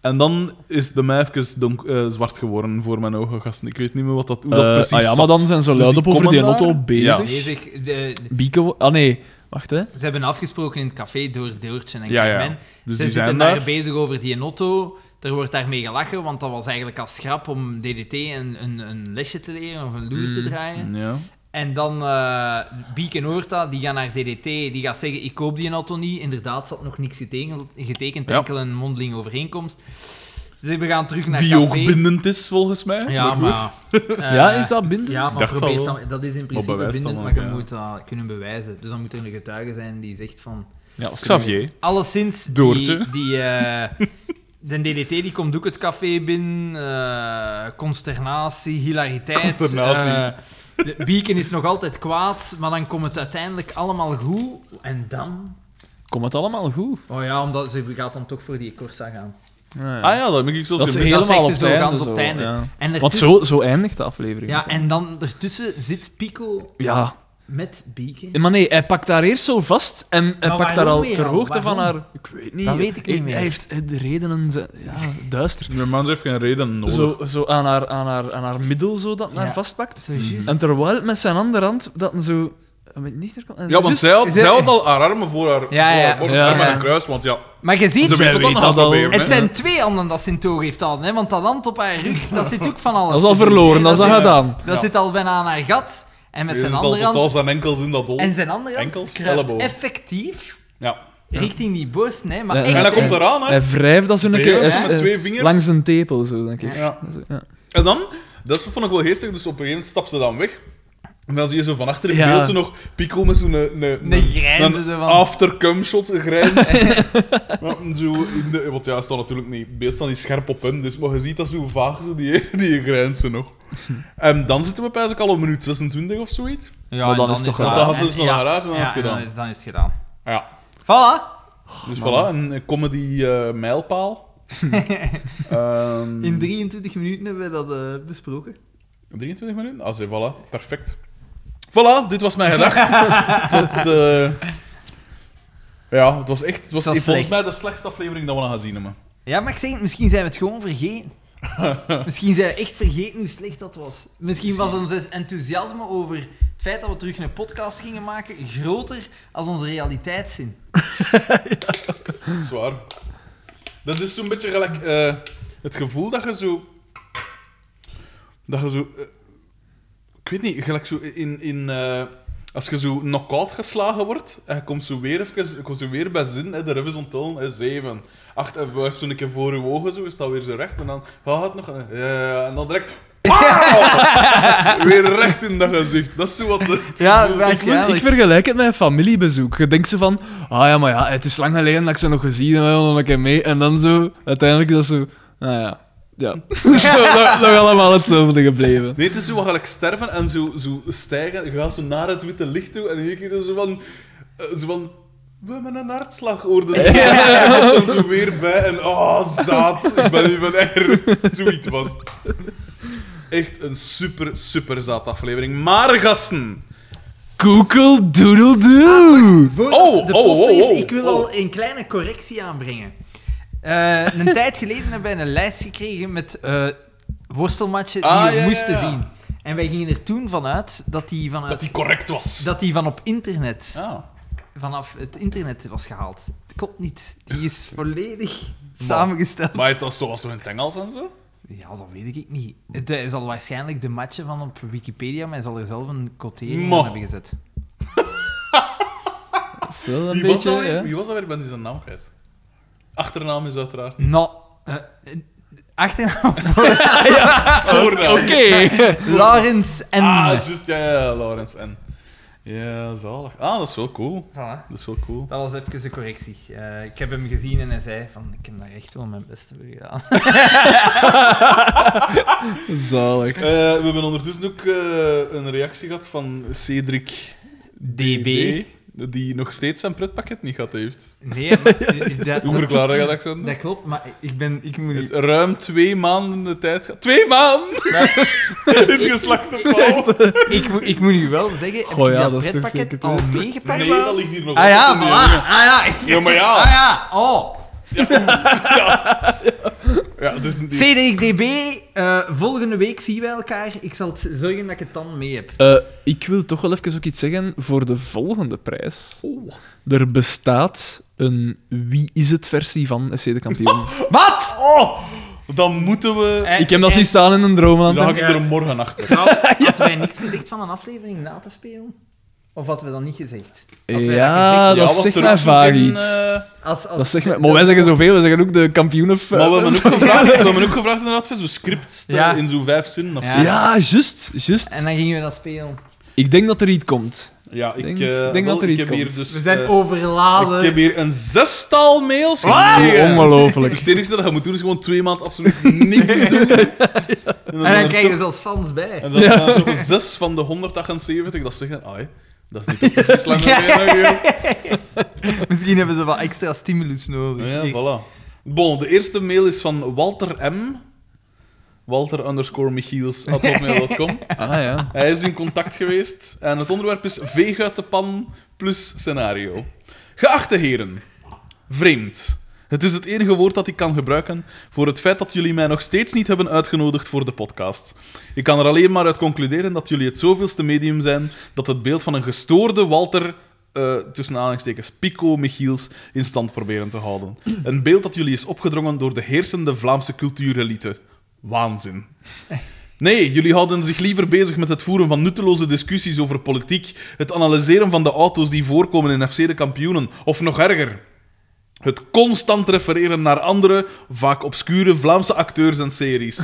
En dan is de mij even donk- eh, zwart geworden voor mijn ogen, gasten. Ik weet niet meer wat dat, hoe dat Eh, precies ah ja, maar dan zijn ze Dus luid die op over komen die daar? auto bezig. Ja. Bezig. De, Bieke... wo- Ah, nee. Wacht, hè. ze hebben afgesproken in het café door Deurtje en Ja, ja. Carmen. zat. Dus ze die zijn zitten daar. daar bezig over die notto. Er wordt daarmee gelachen, want dat was eigenlijk als grap om DDT een, een, een lesje te leren of een loer te Mm. draaien. Ja. En dan eh Biek en Oorta, die gaan naar DDT, die gaat zeggen, ik koop die auto niet. Inderdaad, ze had nog niks getekend, getekend Ja. enkel een mondeling overeenkomst. Dus we gaan terug naar Die café. ook bindend is, volgens mij. Ja, goed. maar... eh, ja, is dat bindend? Ja, maar dacht probeer al wel. dan, dat is in Maar principe bewijs dan bindend, ook, maar je ja. moet dat kunnen bewijzen. Dus dan moet er een getuige zijn die zegt van... Ja, oké. Xavier. Alleszins, Doortje. die, die, eh, de DDT die komt ook het café binnen. eh, consternatie, hilariteit. Consternatie. eh, de Beacon is nog altijd kwaad, maar dan komt het uiteindelijk allemaal goed. En dan? Komt het allemaal goed? Oh ja, omdat ze gaat dan toch voor die Corsa gaan. Ah, ja. Ah ja, dat heb ik zo Dat is Dus gemist. dat helemaal op zegt ze het zo, einde. gans op zo, het einde. ja. En Want ertussen- zo, zo eindigt de aflevering. Ja, en dan ertussen zit Pico Ja. Eh, met Beacon. Maar nee, hij pakt haar eerst zo vast en hij Maar pakt haar waarom al weer ter al? hoogte van haar... Waarom? Ik weet niet. Dat weet ik niet meer. Hij heeft eh, de redenen... ze- Ja, duister. Mijn man heeft geen reden nodig. Zo, zo aan, haar, aan, haar, aan haar middel zo dat naar Ja. vastpakt. Zo juist. En terwijl het met zijn andere hand dat een zo... Met niet er komt. en Ja, want juist- zij had, ze- zij had al haar armen voor haar, Ja, voor ja. haar borst Ja, en met ja. een kruis. Want ja, Maar je ziet, ze Zij weet wat weet dat aan dat het al. proberen, het hè. zijn twee handen dat ze in toog heeft al, hè, want dat hand op haar rug, dat zit ook van alles. Dat is al te doen, verloren, hè. dat is al zit- gedaan. Dat Ja. zit al bijna aan haar gat. En met Je zijn zit al andere Tot als hand. zijn enkels in dat hol. En zijn andere hand Enkels, kruipt ellebogen. effectief Ja. richting die borst. Nee, maar Ja, echt, En dat hij- komt eraan, hè. Hij wrijft dat zo een Ja, keer ja, is, met eh, twee vingers. langs een tepel, zo, denk ik. Ja. Dat is- ja. En dan, dat vond ik wel geestig, dus op een gegeven moment stapt ze dan weg. En dan zie je zo van achter in Ja. beeld zo nog Pico met zo'n eh, een, een, Een grijnzende van- after-cum shot, een grijns. Ja, en zo in de, want ja, het staat natuurlijk niet, het beeld staat niet scherp op hem, dus, maar je ziet dat zo vaag, zo die, die grijnsen nog. En dan zitten we bijna al op minuut 26 of zoiets. ja, Maar en dan is het toch dat- gedaan. Dan gaan ze en- dus naar ja, haar huis en dan ja, is het en gedaan. Dan is, dan is het gedaan. Ja, Voilà. dus man. voilà, een een comedy eh, mijlpaal. Ehm, 23 minuten hebben we dat eh, besproken. 23 minuten? Ah, zee, voilà, perfect. Voilà, dit was mijn gedacht. dat, eh, Ja, het was echt. Het was Het volgens was slecht. mij de slechtste aflevering dat we nog gaan zien hebben. Ja, maar ik zeg het, misschien zijn we het gewoon vergeten. misschien zijn we echt vergeten hoe slecht dat was. Misschien was ons dus enthousiasme over het feit dat we terug een podcast gingen maken groter als onze realiteitszin. Dat is waar. Dat is zo'n beetje gelijk eh, het gevoel dat je zo. Dat je zo. eh, ik weet niet, gelijk zo in. in eh, als je zo knock-out geslagen wordt, en je komt zo weer, even, je komt zo weer bij zin, hè, de revers onttellen, hè, 7, 8, en wuif zo'n keer voor je ogen, zo, je staat weer zo recht, en dan gaat het nog, en, eh, en dan direct, pow! weer recht in dat gezicht. Dat is zo wat het Ja, gevoel is. wij- Ik, moest- ik vergelijk het met een familiebezoek. Je denkt zo van, ah ja, maar ja, het is lang geleden dat ik ze nog gezien heb, dan een keer mee. En dan zo, uiteindelijk is dat zo, nou ja, ja. zo, nog, nog allemaal hetzelfde gebleven. Nee, het is zo wat gelijk sterven en zo, zo stijgen. Je gaat zo naar het witte licht toe en in één keer zo van... eh, Zo van We hebben een hartslagorde. Ja. En dan zo weer bij en oh, zaad. Ik ben even er. Zoiets was het. Echt een super, super zaad aflevering. Maar gasten, Google doodle doo. Voordat Oh, de oh, post oh, is, oh, ik wil oh. al een kleine correctie aanbrengen. Eh, een tijd geleden hebben wij een lijst gekregen met eh worstelmatchen die Ah, we ja, ja, moesten ja. zien. En wij gingen er toen vanuit dat die, vanuit, dat die correct was. dat die van op internet, Ah. vanaf het internet was gehaald. Dat klopt niet. Die is volledig samengesteld. Maar het was zoals toch in het Engels en zo? Ja, dat weet ik niet. Het eh, zal waarschijnlijk de matchen van op Wikipedia, maar hij zal er zelf een quotering Mo. aan hebben gezet. Zo, een Wie was, beetje, dat weer? ja. Wie was dat weer? Ik ben die zijn naam kwijt. Achternaam is uiteraard niet. Nou, eh, eh, achternaam Voornaam. Ah, Oké. Laurens en... Ah, juist, ja, ja, Laurens N. Ja, zalig. Ah, dat is wel cool. Voilà. Dat is wel cool. Dat was even een correctie. Eh, ik heb hem gezien en hij zei van, ik heb daar echt wel mijn best voor gedaan. Zalig. Eh, we hebben ondertussen ook eh, een reactie gehad van Cedric DB. die nog steeds zijn pretpakket niet gehad heeft. Nee, maar, eh, dat, Hoe dat, verklaar je dat, Alexander? dat klopt, maar ik ben... Ik moet Het niet... ruim twee maanden de tijd gehad. Twee maanden! Het geslacht op al. Ik, moet- ik moet nu wel zeggen, Goh, heb ja, je dat, dat is toch pretpakket zeker al te- meegepakt? Nee, dat ligt hier nog Ah ja, altijd in die voilà. Ah ja. Ja, maar ja. Ah ja, oh. Ja, dus die- CDXDB, eh, volgende week zien wij elkaar. Ik zal het zorgen dat ik het dan mee heb. Eh, ik wil toch wel even ook iets zeggen voor de volgende prijs. Er bestaat een Wie is het versie van FC de Kampioen. Wat? Oh! Dan moeten we... ik heb dat zien staan in een Dan droomland. ga ik ja. er morgen achter. Hadden wij niks gezegd van een aflevering na te spelen? Of hadden we dat niet gezegd? Hadden wij Ja, gezegd? dat was zegt er mij ook zo vaak geen, iets. eh, Als, als, Dat zegt mij- Maar wij zeggen zoveel, we zeggen ook de kampioen of... Maar we hebben ook gevraagd, we hebben ook gevraagd inderdaad voor zo'n script eh, Ja. in zo'n vijf zinnen. Of Ja. ja. Ja, juist, juist. En dan gingen we dat spelen. Ik denk dat er iets komt. ja, ik Denk- eh, denk wel, dat er ik heb iets hier komt. dus... We zijn eh, overladen. ik heb hier een zestal mails gekregen. Ongelooflijk. Dus het enige dat je moet doen is gewoon twee maanden absoluut niks doen. En En dan zijn er toch- krijgen we zelfs fans bij. En dan zijn er toch een zes van de 178 dat zeggen, ai, dat is niet ook precies lang Ja. geleden geweest. Misschien hebben ze wat extra stimulus nodig. Nou Ja, voilà. Bon, de eerste mail is van Walter M. Walter underscore Michiels, at hotmail.com. Ah ja. Hij is in contact geweest en het onderwerp is veeg uit de pan plus scenario. Geachte heren, vreemd. Het is het enige woord dat ik kan gebruiken voor het feit dat jullie mij nog steeds niet hebben uitgenodigd voor de podcast. Ik kan er alleen maar uit concluderen dat jullie het zoveelste medium zijn dat het beeld van een gestoorde Walter, eh, tussen aanhalingstekens Pico Michiels, in stand proberen te houden. Een beeld dat jullie is opgedrongen door de heersende Vlaamse cultuurelite. Waanzin. Nee, jullie houden zich liever bezig met het voeren van nutteloze discussies over politiek, het analyseren van de auto's die voorkomen in FC de kampioenen, of nog erger. Het constant refereren naar andere, vaak obscure Vlaamse acteurs en series.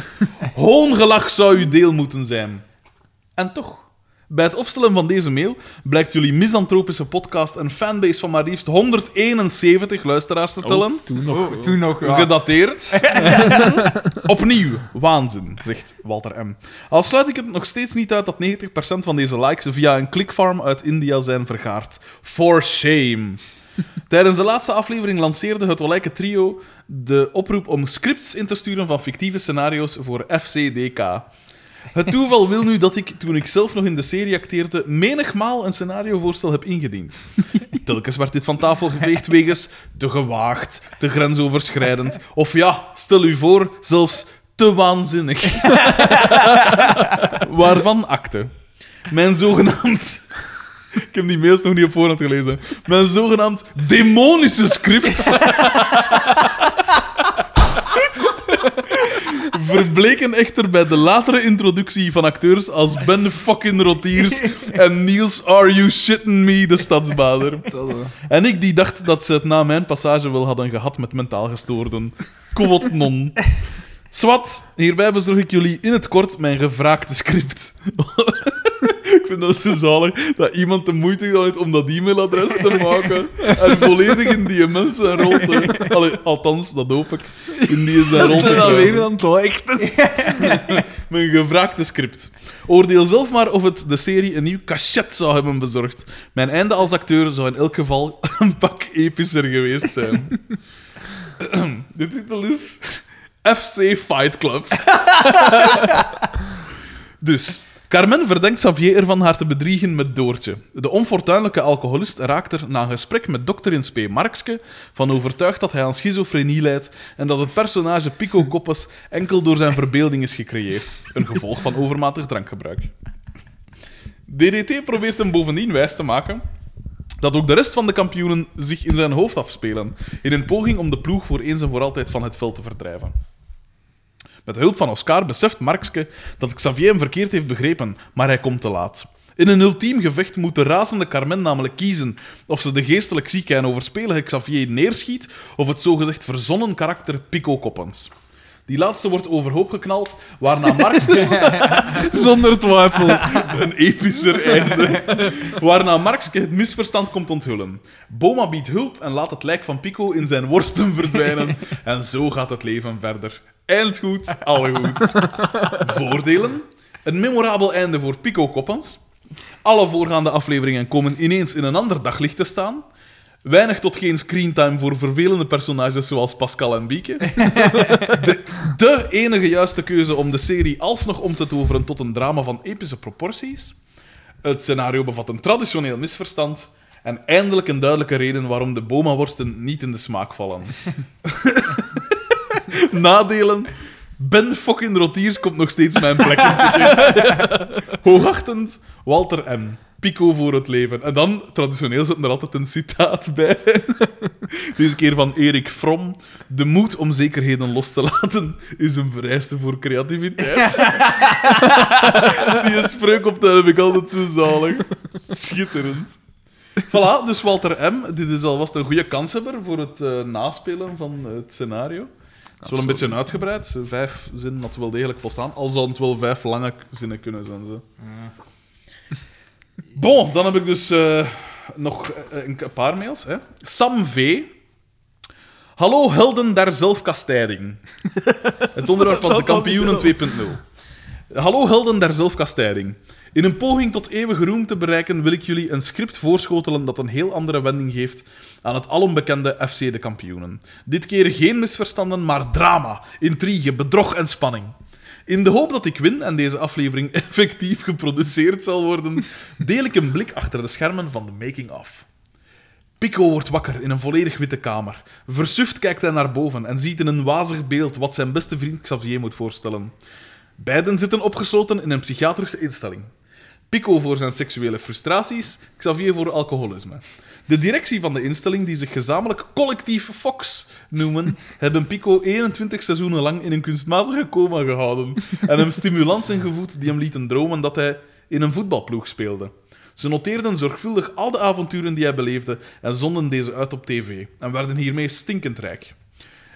Hoongelach zou uw deel moeten zijn. En toch, bij het opstellen van deze mail blijkt jullie misantropische podcast een fanbase van maar liefst 171 luisteraars te tellen. Oh, toen nog. Oh, toen nog. ja. Gedateerd. Opnieuw, waanzin, zegt Walter M. Al sluit ik het nog steeds niet uit dat 90% van deze likes via een clickfarm uit India zijn vergaard. For shame. Tijdens de laatste aflevering lanceerde het Olijke Trio de oproep om scripts in te sturen van fictieve scenario's voor FCDK. Het toeval wil nu dat ik, toen ik zelf nog in de serie acteerde, menigmaal een scenariovoorstel heb ingediend. Telkens werd dit van tafel geveegd wegens te gewaagd, te grensoverschrijdend of ja, stel u voor, zelfs te waanzinnig. Waarvan akte. Mijn zogenaamd... Ik heb die mails nog niet op voorhand gelezen. Mijn zogenaamd demonische script... verbleken echter bij de latere introductie van acteurs als Ben fucking Rotiers en Niels Are You Shitting Me, de stadsbader. En ik die dacht dat ze het na mijn passage wel hadden gehad met mentaal gestoorden. Quot non. Swat, hierbij bezorg ik jullie in het kort mijn gevraagde script. ik Ik vind dat zo zalig dat iemand de moeite gedaan heeft om dat e-mailadres te maken en volledig in die mensen zijn rol te... Allee, althans, dat hoop ik. In die zijn rol Dat te is dan kruipen. weer dan toch echt. Mijn gevraagde script. Oordeel zelf maar of het de serie een nieuw cachet zou hebben bezorgd. Mijn einde als acteur zou in elk geval een pak epischer geweest zijn. de titel is FC Fight Club. dus. Carmen verdenkt Xavier ervan haar te bedriegen met Doortje. De onfortuinlijke alcoholist raakt er na een gesprek met dokter in Spe Markske van overtuigd dat hij aan schizofrenie leidt en dat het personage Pico Koppes enkel door zijn verbeelding is gecreëerd. Een gevolg van overmatig drankgebruik. DDT probeert hem bovendien wijs te maken dat ook de rest van de kampioenen zich in zijn hoofd afspelen, in een poging om de ploeg voor eens en voor altijd van het veld te verdrijven. Met hulp van Oscar beseft Markske dat Xavier hem verkeerd heeft begrepen, maar hij komt te laat. In een ultiem gevecht moet de razende Carmen namelijk kiezen of ze de geestelijk zieke en overspelige Xavier neerschiet of het zogezegd verzonnen karakter Pico Koppens. Die laatste wordt overhoop geknald, waarna Markske Zonder twijfel. een epischer einde. Waarna Markske het misverstand komt onthullen. Boma biedt hulp en laat het lijk van Pico in zijn worsten verdwijnen. En zo gaat het leven verder. Eind goed, alle goed. Voordelen? Een memorabel einde voor Pico Koppens. Alle voorgaande afleveringen komen ineens in een ander daglicht te staan. Weinig tot geen screentime voor vervelende personages zoals Pascal en Bieke. De, de enige juiste keuze om de serie alsnog om te toveren tot een drama van epische proporties. Het scenario bevat een traditioneel misverstand. En eindelijk een duidelijke reden waarom de Boma-worsten niet in de smaak vallen. Nadelen. Ben fucking Rotiers komt nog steeds mijn plek in. Hoogachtend, Walter M. Pico voor het leven. En dan, traditioneel zit er altijd een citaat bij. Deze keer van Erik Fromm. De moed om zekerheden los te laten is een vereiste voor creativiteit. Die spreuk op dat heb ik altijd zo zalig. Schitterend. Voilà, dus Walter M. Dit is alvast een goede kanshebber voor het eh, naspelen van het scenario. Het is wel een Absoluut. beetje uitgebreid. Vijf zinnen had wel degelijk volstaan. Al zou het wel vijf lange k- zinnen kunnen zijn. Zo. Bon, dan heb ik dus eh, nog eh, een k- paar mails. Hè. Sam V. Hallo helden der zelfkastijding. Het onderwerp was de kampioenen 2.0. Hallo helden der zelfkastijding. In een poging tot eeuwige roem te bereiken wil ik jullie een script voorschotelen dat een heel andere wending geeft aan het alombekende FC de kampioenen. Dit keer geen misverstanden, maar drama, intrigue, bedrog en spanning. In de hoop dat ik win en deze aflevering effectief geproduceerd zal worden, deel ik een blik achter de schermen van de making-of. Pico wordt wakker in een volledig witte kamer. Versuft kijkt hij naar boven en ziet in een wazig beeld wat zijn beste vriend Xavier moet voorstellen. Beiden zitten opgesloten in een psychiatrische instelling. Pico voor zijn seksuele frustraties, Xavier voor alcoholisme. De directie van de instelling, die zich gezamenlijk collectief Fox noemen, hebben Pico 21 seizoenen lang in een kunstmatige coma gehouden en hem stimulansen gevoed die hem lieten dromen dat hij in een voetbalploeg speelde. Ze noteerden zorgvuldig al de avonturen die hij beleefde en zonden deze uit op tv en werden hiermee stinkend rijk.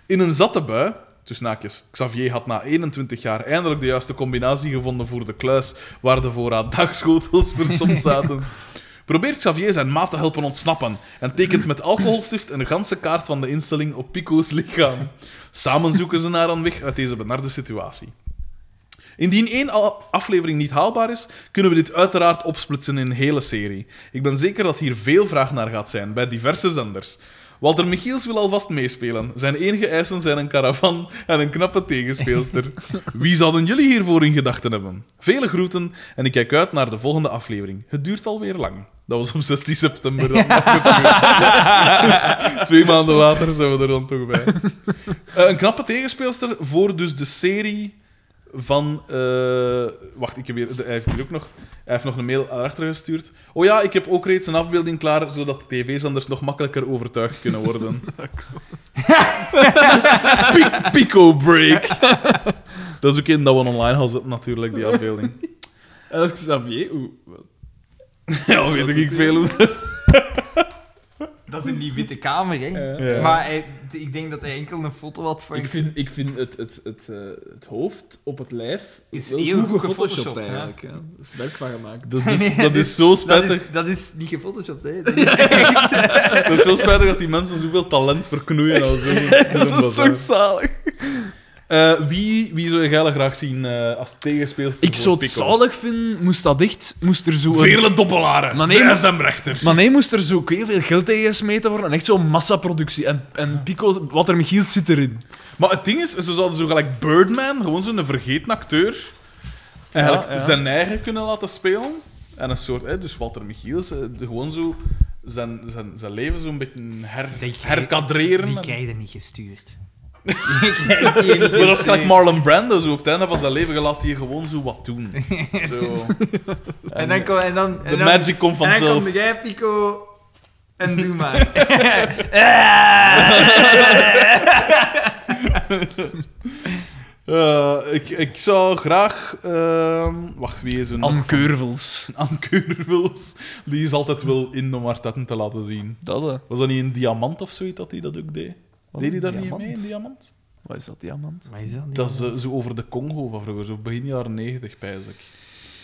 In een zatte bui, dus naakjes, Xavier had na 21 jaar eindelijk de juiste combinatie gevonden voor de kluis waar de voorraad dagschotels verstomd zaten. Probeert Xavier zijn maat te helpen ontsnappen en tekent met alcoholstift een ganse kaart van de instelling op Pico's lichaam. Samen zoeken ze naar een weg uit deze benarde situatie. Indien één a- aflevering niet haalbaar is, kunnen we dit uiteraard opsplitsen in een hele serie. Ik ben zeker dat hier veel vraag naar gaat zijn, bij diverse zenders. Walter Michiels wil alvast meespelen. Zijn enige eisen zijn een caravan en een knappe tegenspeelster. Wie zouden jullie hiervoor in gedachten hebben? Vele groeten en ik kijk uit naar de volgende aflevering. Het duurt alweer lang. Dat was op 16 september. Dan Dus twee maanden later zijn we er dan toch bij. Eh, een knappe tegenspeelster voor dus de serie van. eh, wacht, ik heb hier, hij heeft hier ook nog. Hij heeft nog een mail erachter gestuurd. Oh ja, ik heb ook reeds een afbeelding klaar, zodat de tv-zenders nog makkelijker overtuigd kunnen worden. Pi- Pico Break. Dat is ook in dat we online gaan zetten, natuurlijk, die afbeelding. En Xavier, oeh. Ja, weet ik veel hoe. Dat is in die witte kamer, hè. Ja. Maar hij- t- ik denk dat hij enkel een foto had van... Ik vind, ik vind het, het, het, eh, het hoofd op het lijf Is heel goed gefotoshopt, gefotoshopt hè? eigenlijk. Ja. Er is werk van gemaakt. Dat Nee, is, nee, dat dit- is zo dat, spijtig. is, dat is niet gefotoshopt, hè. Dat is echt... Dat is zo spijtig dat die mensen zoveel talent verknoeien als zo. Dat is toch zalig? Eh, wie, wie zou jij graag zien eh, als tegenspeelster? Ik zou het zalig vinden, moest dat echt... Moest er zo een- Vele doppelaren. Maar Maar nee, nee, maar- SM-rechter. Maar nee, moest er zo ik weet niet veel geld tegen gesmeten worden en echt zo'n massaproductie. En, en Pico, wat er Michiel zit erin. Maar het ding is, ze zouden zo gelijk Birdman, gewoon zo'n vergeten acteur, eigenlijk Ja, ja. zijn eigen kunnen laten spelen. En een soort, hè, dus Walter Michiels, eh, de- gewoon zo zijn, zijn, zijn leven zo'n beetje her, Die krijg- herkadreren. Die En- krijg je niet gestuurd. Die krijg je niet Maar dat is gestuurd. gelijk Marlon Brando, zo op het einde van zijn leven, je laat hij gewoon zo wat doen. Zo. En dan... kom- En dan, en De dan magic komt en dan vanzelf. kom jij, Pico... En doe maar. Eh, ik, ik zou graag... ehm, wacht, wie is er nog? Anne Keurvels. Anke Wils. Die is altijd wel in om haar tetten te laten zien. Dat, eh, Was dat niet een diamant of zoiets dat hij dat ook deed? Wat deed een hij daar diamant? niet mee, een diamant? Wat is dat, diamant? Maar is dat niet? Dat is eh, zo over de Congo van vroeger, zo begin jaren negentig, pijs ik.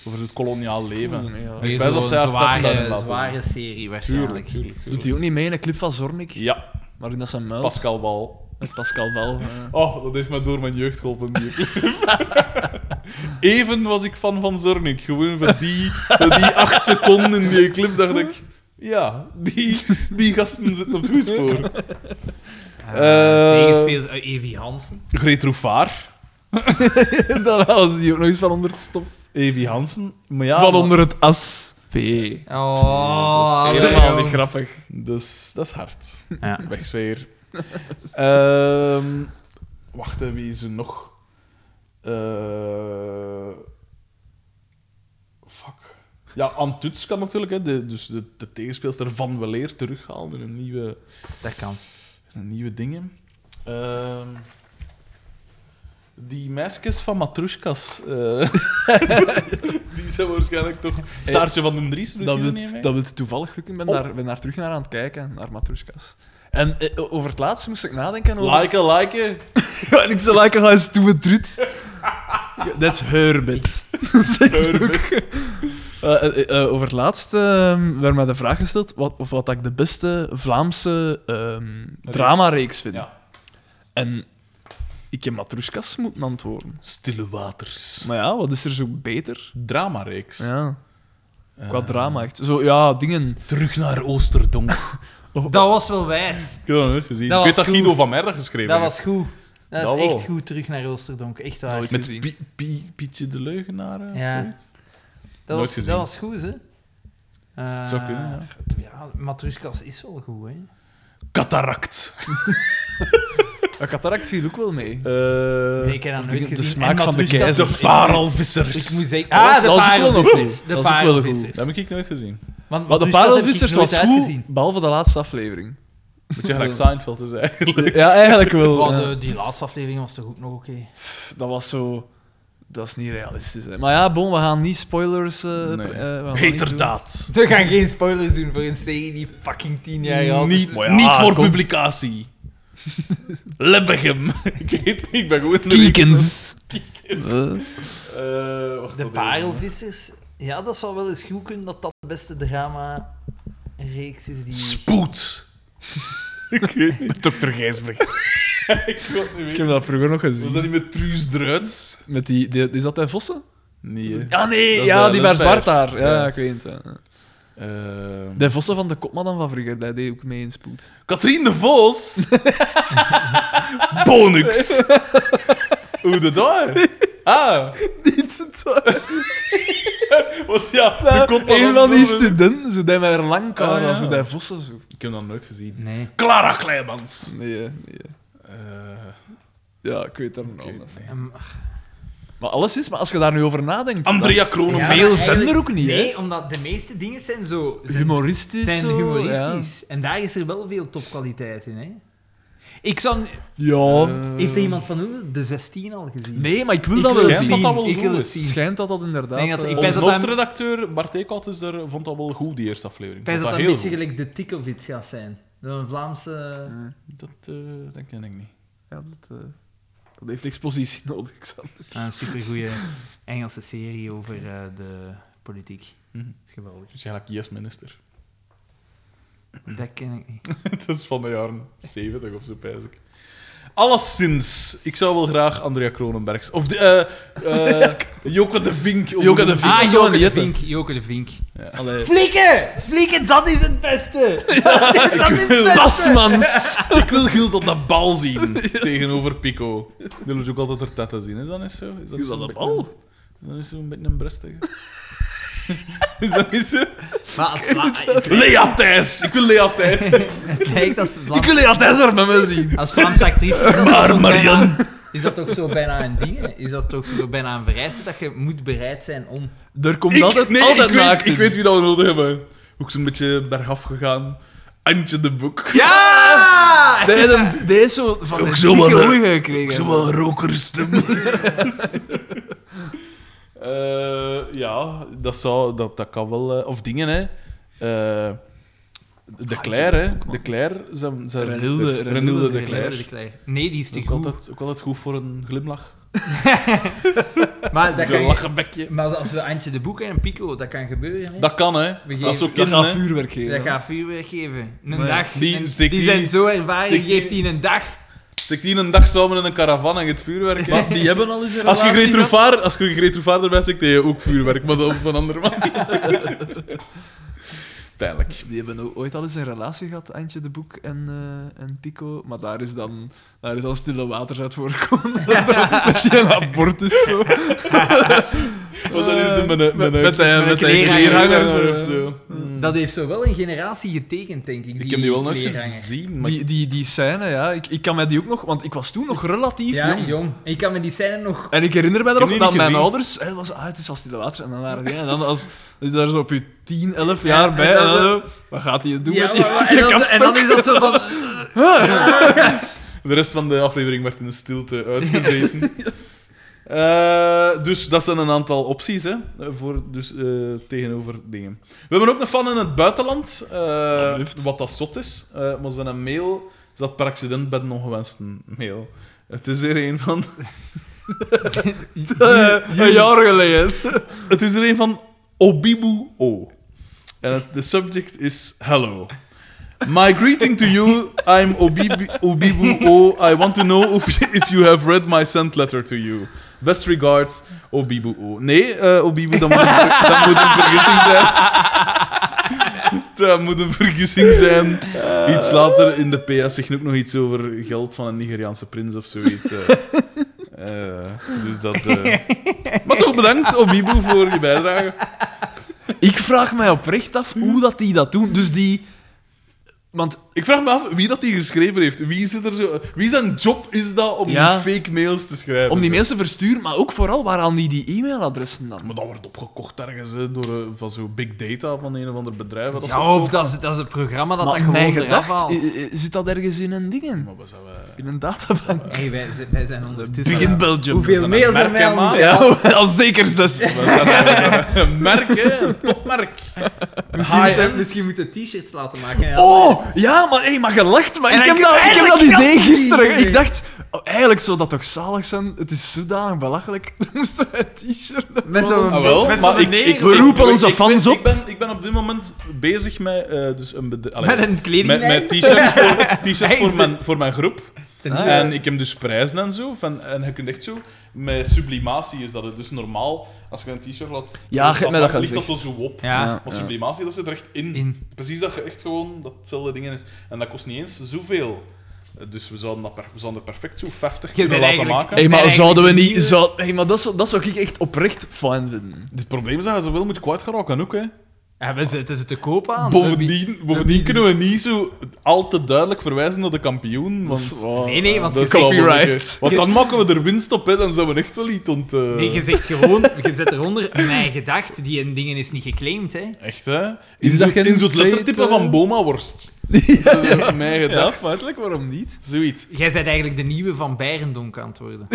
Over het koloniaal leven. Nee, ja. Ik wijs of zij haar tanden daarin zware, laten zware serie waarschijnlijk. Tuurlijk, tuurlijk, Doet tuurlijk. hij ook niet mee in een clip van Zornik? Ja, Maar dat zijn muil. Pascal Bal. Met Pascal Bel. ja. Oh, dat heeft mij door mijn jeugd geholpen. die clip. Even was ik fan van Zornik. Gewoon voor die, voor die acht seconden in die clip dacht ik... Ja, die, die gasten zitten op het goede spoor. Eh, Eh, Tegenspelers uit Evie Hansen. Greet Roefaar, Dan was die ook nog eens van onder het stof. Evi Hansen. Maar ja, van maar- onder het as. P. Helemaal Oh, dat is hallo. niet grappig. Dus dat is hard. Ja. Wegsfeer. Ehm wacht, hè, wie is er nog? Eh, fuck. Ja, Antuts kan natuurlijk, hè, de, dus de, de tegenspeelster van Weleer terughalen in een nieuwe, Dat kan. in een nieuwe dingen. Ehm, die meisjes van Matrushkas, eh, die zijn waarschijnlijk toch... Saartje van den Dries, doet Dat die er wil, niet mee? dat wil toevallig lukken. Ik ben, Oh. daar, ben daar terug naar aan het kijken, naar Matroeskas. En eh, over het laatste moest ik nadenken over... Liken, liken. en ik zei, like, ga eens toe met Ruud. That's her bit. Zeg ik Her ook. Eh, eh, eh, over het laatste ehm, werd mij de vraag gesteld wat, of wat ik de beste Vlaamse ehm dramareeks vind. Ja. En ik heb Matroeskas moeten antwoorden. Stille waters. Maar ja, wat is er zo beter? dramareeks. Ja, qua Eh, drama echt. Zo, ja, dingen... Terug naar Oosterdonk. Dat was wel wijs. ik heb dat nooit gezien. Dat ik weet was dat goed. Guido van Merda geschreven Dat was goed. Dat is Dat wel. echt goed terug naar Oosterdonk. Echt waar. Nooit heeft. Met gezien. Pi- Pi- Pietje de Leugenaar eh, of Ja. zoiets. dat, nooit was, gezien. dat was goed, hè? Het zou kunnen, ja. Eh, ja, Matruskas is wel Eh, goed, hè? Cataract. Ja, cataract viel ook wel mee. Eh, Nee, ik heb dat de- nooit de gezien. smaak van En de Matruskas- keizer. de Ik parelvissers. moet zeggen... Dat was- Ah, de dat was ook wel nog parelvissers. goed. De Dat was ook wel goed. parelvissers. Dat heb ik nooit gezien. Want Maar de Matruskas heb ik Parelvissers nooit was goed, uitgezien. behalve de laatste aflevering. Moet je gelijk Seinfeld dus eigenlijk. Ja, eigenlijk wel. Wel, ja. de- eh, die laatste aflevering was toch ook nog oké? Pff, Dat was zo... Dat is niet realistisch. Hè. Maar ja, bon, we gaan niet spoilers... eh Nee. pre- eh, we gaan dat niet doen. Heterdaad. We gaan geen spoilers doen voor een serie die fucking tien jaar oud is. Niet, Dus ah, Maar ja, niet voor kom. publicatie. Lebbegem. ik weet niet, ik ben gewoon... de- Kiekens. Eh, Eh, wacht, De wat is het? Parelvissers. Ja, dat zou wel eens goed kunnen dat dat de beste drama-reeks is die... Spoed. ik weet niet. Dr. Gijsbrecht. Ik wil het niet Ik weten. heb dat vroeger nog Was gezien. dat niet met Truus Druids? Met die, die, is dat de vossen? Nee. Ja, nee, Dat is ja, de die waar lesbijer. zwart haar. Ja, Ja. ik weet het. ja. De vossen van de kopman van vroeger, die deed ook mee in spoed. Katrien de Vos. Bonux. Hoe de daar? Ah, want ja, de kop Een van vroeger- die studenten, zo die met haar lang Ah, ja. kar, zo die vossen zo. Ik heb dat nooit gezien. Nee. Clara Kleimans. Nee, eh, nee. eh. Eh, Ja, ik weet er ik nog weet niet. niet. Maar alles is, maar als je daar nu over nadenkt... Andrea Kronenberg. Veel zijn er ook niet, hè? Nee, omdat de meeste dingen zijn zo... dan- Zijn, Humoristisch. zijn zo, humoristisch. En daar is er wel veel topkwaliteit in, hè. Oh. Ik zou... Ja. ja. Eh, Heeft er iemand van u de 16 al gezien? Nee, maar ik wil Ik dat wel schijnt zien. dat dat wel Ik goed wil het is. Het zien. schijnt dat dat inderdaad... Ik denk dat- ik eh, ben- Onze dat hij- hoofdredacteur Bart Eekhout is er, vond dat wel goed, die eerste aflevering. Ik wijs dat Vond dat een heel beetje goed. gelijk de Tikovits gaat zijn. Dat is een Vlaamse... Dat eh, dat ken ik niet. Ja, dat, eh, dat heeft expositie nodig, Xander. Een supergoeie Engelse serie over eh, de politiek. Mhm. Dat is geweldig. Het is eigenlijk Yes Minister. Dat ken ik niet. Het is van de jaren 70 of zo, pijs ik. Alleszins, ik zou wel graag Andrea Kronenbergs. Of de, eh, eh, Joke de Vink. of- Joke de Vink. Ah, is toch aan Joke die de Jette? Vink. Joke de Vink. Ja, allee. Flikken! Flikken, dat is het beste! dat is het beste! Basmans! Ik wil Gild op de bal zien tegenover Pico. Die wil dus ook altijd haar tetten zien. Is dat niet zo? Is dat, Gild zo aan de een bal? beetje een- Dat is zo'n beetje een brestige. is dat niet zo? Maar als Vla- Lea Thijs! Ik wil Lea Thijs! het lijkt als Vla- Ik wil je altijd er met me zien. Als Vlaamse actrice is dat, Maar toch Marianne. bijna, is dat toch zo bijna een ding? hè? Is dat toch zo bijna een vereiste dat je moet bereid zijn om... Er komt Ik- altijd, nee, altijd ik weet, naakt ik in. weet wie dat we nodig hebben. Ook zo'n beetje bergaf gegaan. Antje de Boek. Ja! Nee, dan- die is zo van Ah! Ook de zo dikke wel, hè? ogen gekregen. zo zo. wel een rokerstem. Eh, ja, dat, zou, dat, dat kan wel. eh, of dingen, hè. Eh, de Claire, hè. De Claire, zijn, zijn Renilde- zuster. Renilde Renilde de de Claire. Nee, die is te Ook goed. altijd, ook altijd goed voor een glimlach. Maar, dat Zo'n kan je- lachenbekje. maar als we Antje de Boek en een Pico, dat kan gebeuren. Hè? Dat kan, hè. geven- Dat is ook Dat gaat kinderen. vuurwerk geven. Dat gaat vuurwerk geven. Een Maar ja, dag. die En stikt die die- zijn zo ervaren, stikt die die- geeft die een dag. Steekt die een dag samen in een caravan en het vuurwerk. hè. Maar die hebben al eens een Als je relatie Greet Roefaar- als je Greet Roefaar erbij steekt, dan heb je ook vuurwerk, maar dat op een andere manier. Pijnlijk. gehad. Die hebben o- ooit al eens een relatie gehad, Antje de Boek en, eh, en Pico. Maar daar is dan daar is al stille waters uit voorgekomen. Dat is dan met die abortus zo. Want dat is zo met een- met een- Eh, met, met de- een met de kleerhanger. kleerhanger, zo zo, of zo. Dat heeft zo wel een generatie getekend, denk ik. Ik heb die wel nooit kleerhanger. gezien, maar Die, die, die scène, ja. Ik, ik kan mij die ook nog... Want ik was toen nog relatief Ja, jong. jong. En ik kan me die scène nog... En ik herinner mij Ik heb erop die dat niet mijn gezien. ouders... hè, Het was, ah, het is al stille water. En dan waren die... En dan als, is daar zo op je 10, 11 jaar en bij. En dan dan zo- zo, Wat gaat hij doen Ja, met die, maar- maar- die en, dan, en dan kapstok? is dat zo van... de rest van de aflevering werd in stilte uitgezeten. Eh, dus dat zijn een aantal opties hè, voor, dus, eh, tegenover dingen. We hebben ook een fan in het buitenland, eh, Alsjeblieft. wat dat zot is. Eh maar zijn mail zat per accident bij een ongewenste mail. Het is er een van Eh, een jaar geleden. Het is er een van Obibu O. En het- de subject is hello. My greeting to you. I'm Obibu, Obibu O. I want to know if, if you have read my sent letter to you. Best regards, Obibu O. Nee, eh, Obibu, dat moet, dat moet een vergissing zijn. Dat moet een vergissing zijn. Iets later in de PS zegt ook nog iets over geld van een Nigeriaanse prins of zoiets. eh. Eh, dus dat... eh, maar toch bedankt, Obibu, voor je bijdrage. Ik vraag mij oprecht af hoe dat die dat doen. Dus die... Want Ik vraag me af wie dat die geschreven heeft. Wie, zit er zo... wie zijn job is dat om Ja. die fake mails te schrijven? om die zo? mensen te versturen, maar ook vooral waaraan die die e-mailadressen dan... Maar dat wordt opgekocht ergens hè, door, eh, van zo'n big data van een of ander bedrijf. Dat Ja, of dat is, dat is het programma dat dat gewoon mijn eraf gedacht, haalt. i- i- zit dat ergens in een dingen? Maar we zijn, eh, In een databank. Hey, wij, zi- wij zijn ondertussen... Begin Belgium. we Hoeveel zijn mails een er merk, mij hè, al maat. Ja, al zeker zes. we zijn, eh, we zijn een merk, hè? Een topmerk. Misschien High moeten- end. Misschien moeten t-shirts laten maken. hè. Oh, ja, maar, hey, maar je lacht. Maar En ik, heb ik- dat, ik heb eigenlijk dat kan idee het niet. gisteren. Ik dacht, oh, eigenlijk zou dat toch zalig zijn? Het is zodanig belachelijk. Dan moesten we een t-shirt hebben. Met zo'n... Ah, wel, met maar zo'n ik- neger- We roepen onze ik, ben- fans Ik op. ben, ik ben op dit moment bezig met, eh, dus een bede- allee, Met een met, kledinglijn. met t-shirts voor, t-shirts Hij is voor, de- mijn, voor mijn groep. Ah, ja. En ik heb dus prijzen en zo. Van, en je kunt echt zo... Met sublimatie is dat het. Dus normaal, als je een t-shirt laat... Ja, je hebt mij dat ligt dat gezegd. er zo op. Ja. Ja. Maar sublimatie, dat zit er echt in. In. Precies dat je echt gewoon dat hetzelfde ding is. En dat kost niet eens zoveel. Eh, Dus we zouden, dat per- we zouden er perfect zo 50 Je kunnen bent laten eigenlijk- maken. Hey, maar zijn zouden we eigenlijk niet... Zou, hey, maar dat zou, dat zou ik echt oprecht fijn vinden. Het probleem is dat je ze wel moet kwijt geraken ook, hè. Ja, we zitten ze te koop aan. Bovendien, bovendien kunnen we niet zo al te duidelijk verwijzen naar de kampioen. Dat is Want wel- Nee, nee, want dat je is wel copyright. een beetje- Want dan maken we er winst op, hè. Dan zouden we echt wel iets ont... eh, Nee, je zegt gewoon, je zet eronder mijn gedacht, die en dingen is niet geclaimd, hè? Echt, hè? In, Is dat zo- geen in zo'n lettertype tweede- van Boma-worst. Dat is ook Mijn Ja, gedacht. feitelijk, waarom niet? Zoiets. Jij bent eigenlijk de nieuwe Van Beirendonk aan het worden.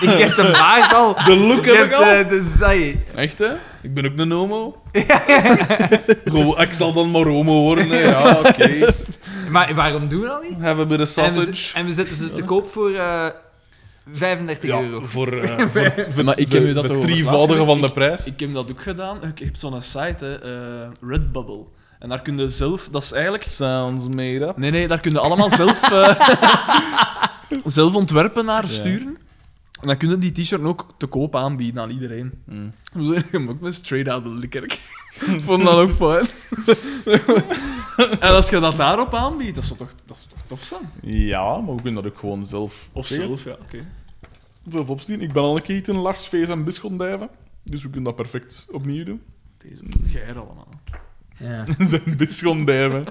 Je hebt de baard al. De look Je heb ik hebt al. eh, de zij. Echt, hè? Ik ben ook een homo. Gewoon, ik zal dan maar homo worden, hè. Ja, oké. Maar Maar waarom doen we dat niet? Have a bit of En we, z- sausage. en we zetten ze te koop voor eh 35 Ja, euro. voor, eh, voor het- voor Maar ik heb u dat het over het drievoudige laatst van de prijs. Ik heb dat ook gedaan. Ik heb zo'n site, hè, eh, Redbubble. En daar kun je zelf, dat is eigenlijk. Sounds made up. Nee, nee, daar kun je allemaal zelf, eh, zelf ontwerpen naar Ja. sturen. En dan kun je die t-shirt ook te koop aanbieden aan iedereen. Mm. Zo gemaakt met straight out of Likkerk. Vond dat ook fijn. en als je dat daarop aanbiedt, dat zou toch, dat zou toch tof zijn? Ja, maar we kunnen dat ook gewoon zelf, Of Zeg het. zelf, ja, oké. zelf opzien. Ik ben al een keer iets in Lars, Vees en Bisschot dijven. Dus we kunnen dat perfect opnieuw doen. Deze geir allemaal. Ja. zijn bisschop dijven.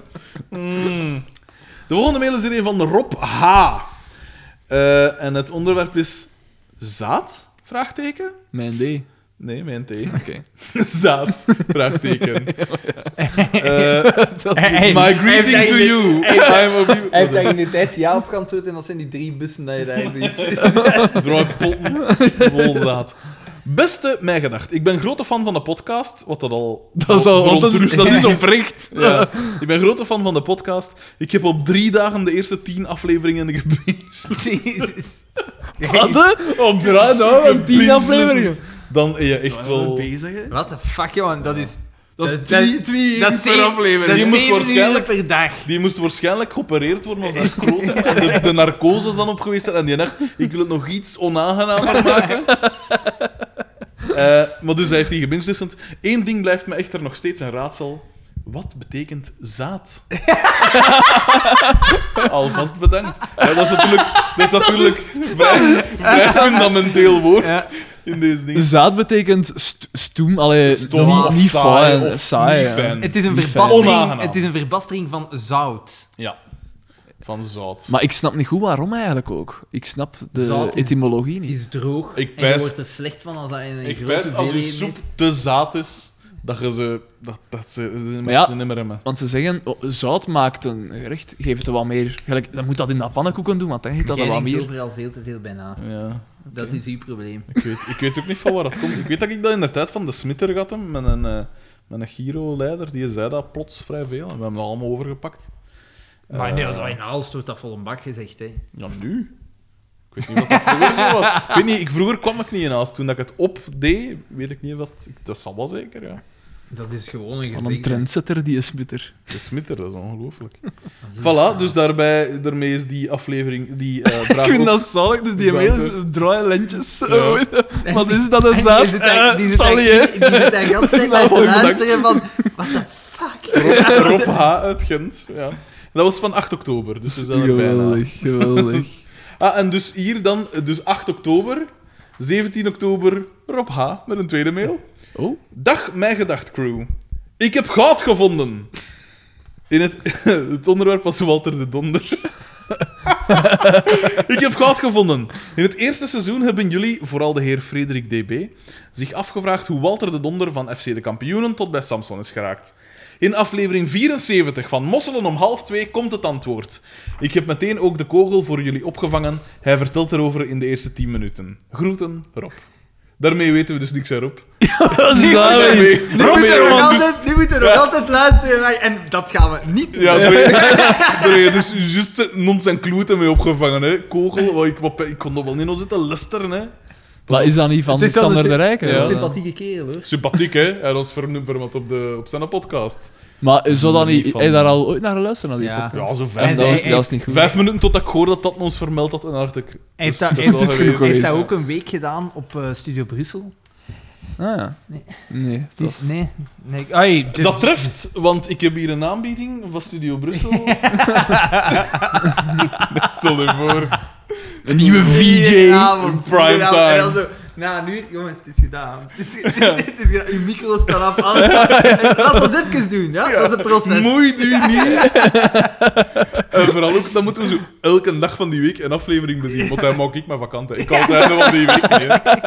Mm. De volgende mail is er een van Rob H. Eh, en het onderwerp is zaad? Vraagteken? Mijn D. Nee, mijn T. Oké. zaad? Vraagteken. Eh, Hey, my greeting to you. I'm of you. Hij heeft daar in de tijd ja op geantwoord en dat zijn die drie bussen dat je daar ziet. Draai potten vol zaad. Beste mijgedacht, ik ben grote fan van de podcast, wat dat al... Dat is al verontrustend dat is oprecht. Ja. Ik ben grote fan van de podcast. Ik heb op drie dagen de eerste tien afleveringen gebinged. Jezus. Hadden? Ah, Op draad, nou, een tien Gebinged. afleveringen. Dan ben je echt Zijn we wel... bezig, hè? What the fuck, jongen, dat is... Dat is dat- twee, twee dat per is zeven- aflevering. Dat Je is moest zeven uur waarschijnlijk- per dag. Die moest waarschijnlijk geopereerd worden als hij scrotum. En de, de narcose is dan op geweest. En die dacht, ik wil het nog iets onaangenamer maken. Eh, maar dus hij heeft die gebinstissend. Eén ding blijft me echter nog steeds een raadsel. Wat betekent zaad? Alvast bedankt. Ja, dat is natuurlijk, dat is natuurlijk vrij, vrij fundamenteel woord Ja. in deze dingen. Zaad betekent st stoem, allee, Stom niet, of niet Ah, saai fijn, of saai, niet ja. fijn. Het is, een Niet verbastering, Onaangenaam. het is een verbastering van zout. Ja, van zaad. Maar ik snap niet goed waarom eigenlijk ook. Ik snap de Zout is- etymologie niet. is droog Ik en je pijs- wordt er slecht van als dat in een Ik wijs als uw soep te zaad is, dat, je ze, dat, dat ze, ze, Maar ja. ze niet meer hebben. Want ze zeggen, oh, zout maakt een gerecht, geef het er wat meer. Gelijk, dan moet dat in dat pannenkoeken doen, want dan geeft dat er wat meer. overal veel te veel bijna. Ja, Dat is uw probleem. ik weet, ik weet ook niet van waar dat komt. Ik weet dat ik dat in de tijd van de Smitter had hem, met een, eh, met een Giro-leider, die zei dat plots vrij veel. En we hebben dat allemaal overgepakt. Maar nee, als Eh, wij in Aalst wordt dat vol een bak gezegd, hè. Ja, nu? Ik weet niet wat dat vroeger zo was. Ik weet niet, ik, vroeger kwam ik niet in haast. Toen dat ik het op deed, weet ik niet of dat... ik- Dat zal wel zeker, ja. Dat is gewoon een Wat een gezicht. trendsetter, die is bitter. De Smitter, dat is ongelooflijk. Dat is Voilà, zaad. dus daarbij, daarmee is die aflevering... Die, eh Ik vraag vind ook- dat zalig, dus die Ik mail is beantwoord. draaien lentjes. Ja. Wat is dat, een En zaad? Die zit daar- die Eh, zit daar- Sally, hè? die- die zit daar gans tijd naar te Volgende dag. luisteren van... What the fuck? Rob, Rob H. uit Gent. Ja. Dat was van 8 oktober, dus we zijn er bijna. Geweldig, geweldig. Ah, en dus hier dan, dus 8 oktober, 17 oktober, Rob H. met een tweede mail. Oh. Dag, mijn gedacht crew. Ik heb goud gevonden. In het, het onderwerp was Walter de Donder. Ik heb goud gevonden. In het eerste seizoen hebben jullie, vooral de heer Frederik DB, zich afgevraagd hoe Walter de Donder van FC de Kampioenen tot bij Samson is geraakt. In aflevering 74 van Mosselen om half twee komt het antwoord. Ik heb meteen ook de kogel voor jullie opgevangen. Hij vertelt erover in de eerste 10 minuten. Groeten, Rob. Daarmee weten we dus niks, hè, Rob? Dat is zalig. Daarmee- Nu Rob moeten we Hermans nog dus- altijd- nu moeten we nog altijd luisteren. naar- En dat gaan we niet doen. Ja, daar heb je dus juist nons en kloeten mee opgevangen, hè. Kogel, wat ik, wat, ik kon nog wel niet nog zitten listeren, hè. Maar is dat niet van Het is wel Sander een de sy- Rijken? een Ja. sympathieke kerel, hoor. Sympathiek, hè. Hij was vernoemd voor iemand op, de, op zijn podcast. Maar zou dat niet... Niet van- Heb je daar al ooit naar geluisterd, naar die Ja. podcast? Ja, zo En vijf. dat, was, hij- dat was niet goed. Vijf minuten tot ik hoorde dat dat ons vermeld had en dan dacht ik... Hij heeft, dus dat, dat heeft, zal het is geweest genoeg zijn. heeft dat geweest, ook een week gedaan op eh, Studio Brussel. Ah, ja. Nee. Nee. dat Het is, was- nee. nee ik- ai, de- Dat treft, want ik heb hier een aanbieding van Studio Brussel. Stel je voor. Een nieuwe VJ. Avond. prime En dan- en dan time. zo, Na nu, jongens, het is gedaan. Het is, het is gedaan. Uw micro staat af. alles. En Laat ons even doen, ja? Dat is een proces. Moeit u niet. en vooral ook, dan moeten we zo elke dag van die week een aflevering bezien. Want dan maak ik mijn vakantie. Ik kan het einde van die week niet. hè.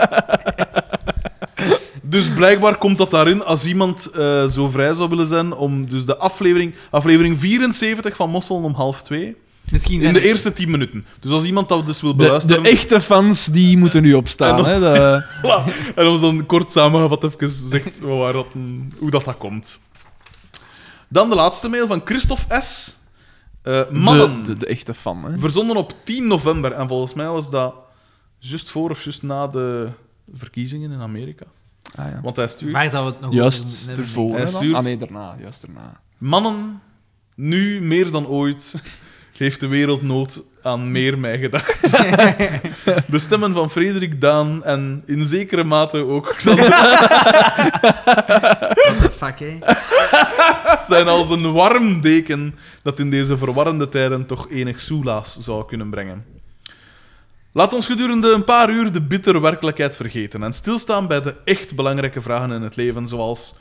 Dus blijkbaar komt dat daarin als iemand eh, zo vrij zou willen zijn om dus de aflevering, aflevering 74 van Mosselen om half twee, Misschien in zijn de eerste 10 minuten. Dus als iemand dat dus wil De, de beluisteren, echte fans, die moeten nu opstaan. Hè. De- Voilà. En ons dan kort samengevat even zegt waar dat, hoe dat, dat komt. Dan de laatste mail van Christophe S. Eh, De, mannen. de, de echte fan, hè. Verzonden op 10 november. En volgens mij was dat juist voor of juist na de verkiezingen in Amerika. Ah, ja. Want hij stuurt... Waar dat we het nog over Juist hebben. ervoor. Hij hè, dan? stuurt- Ah nee, daarna. Juist daarna. Mannen, nu meer dan ooit heeft de wereld nood aan meer mij gedacht. de stemmen van Frederik Daan en in zekere mate ook Xander What the fuck, hè? zijn als een warm deken dat in deze verwarrende tijden toch enig soelaas zou kunnen brengen. Laat ons gedurende een paar uur de bittere werkelijkheid vergeten en stilstaan bij de echt belangrijke vragen in het leven, zoals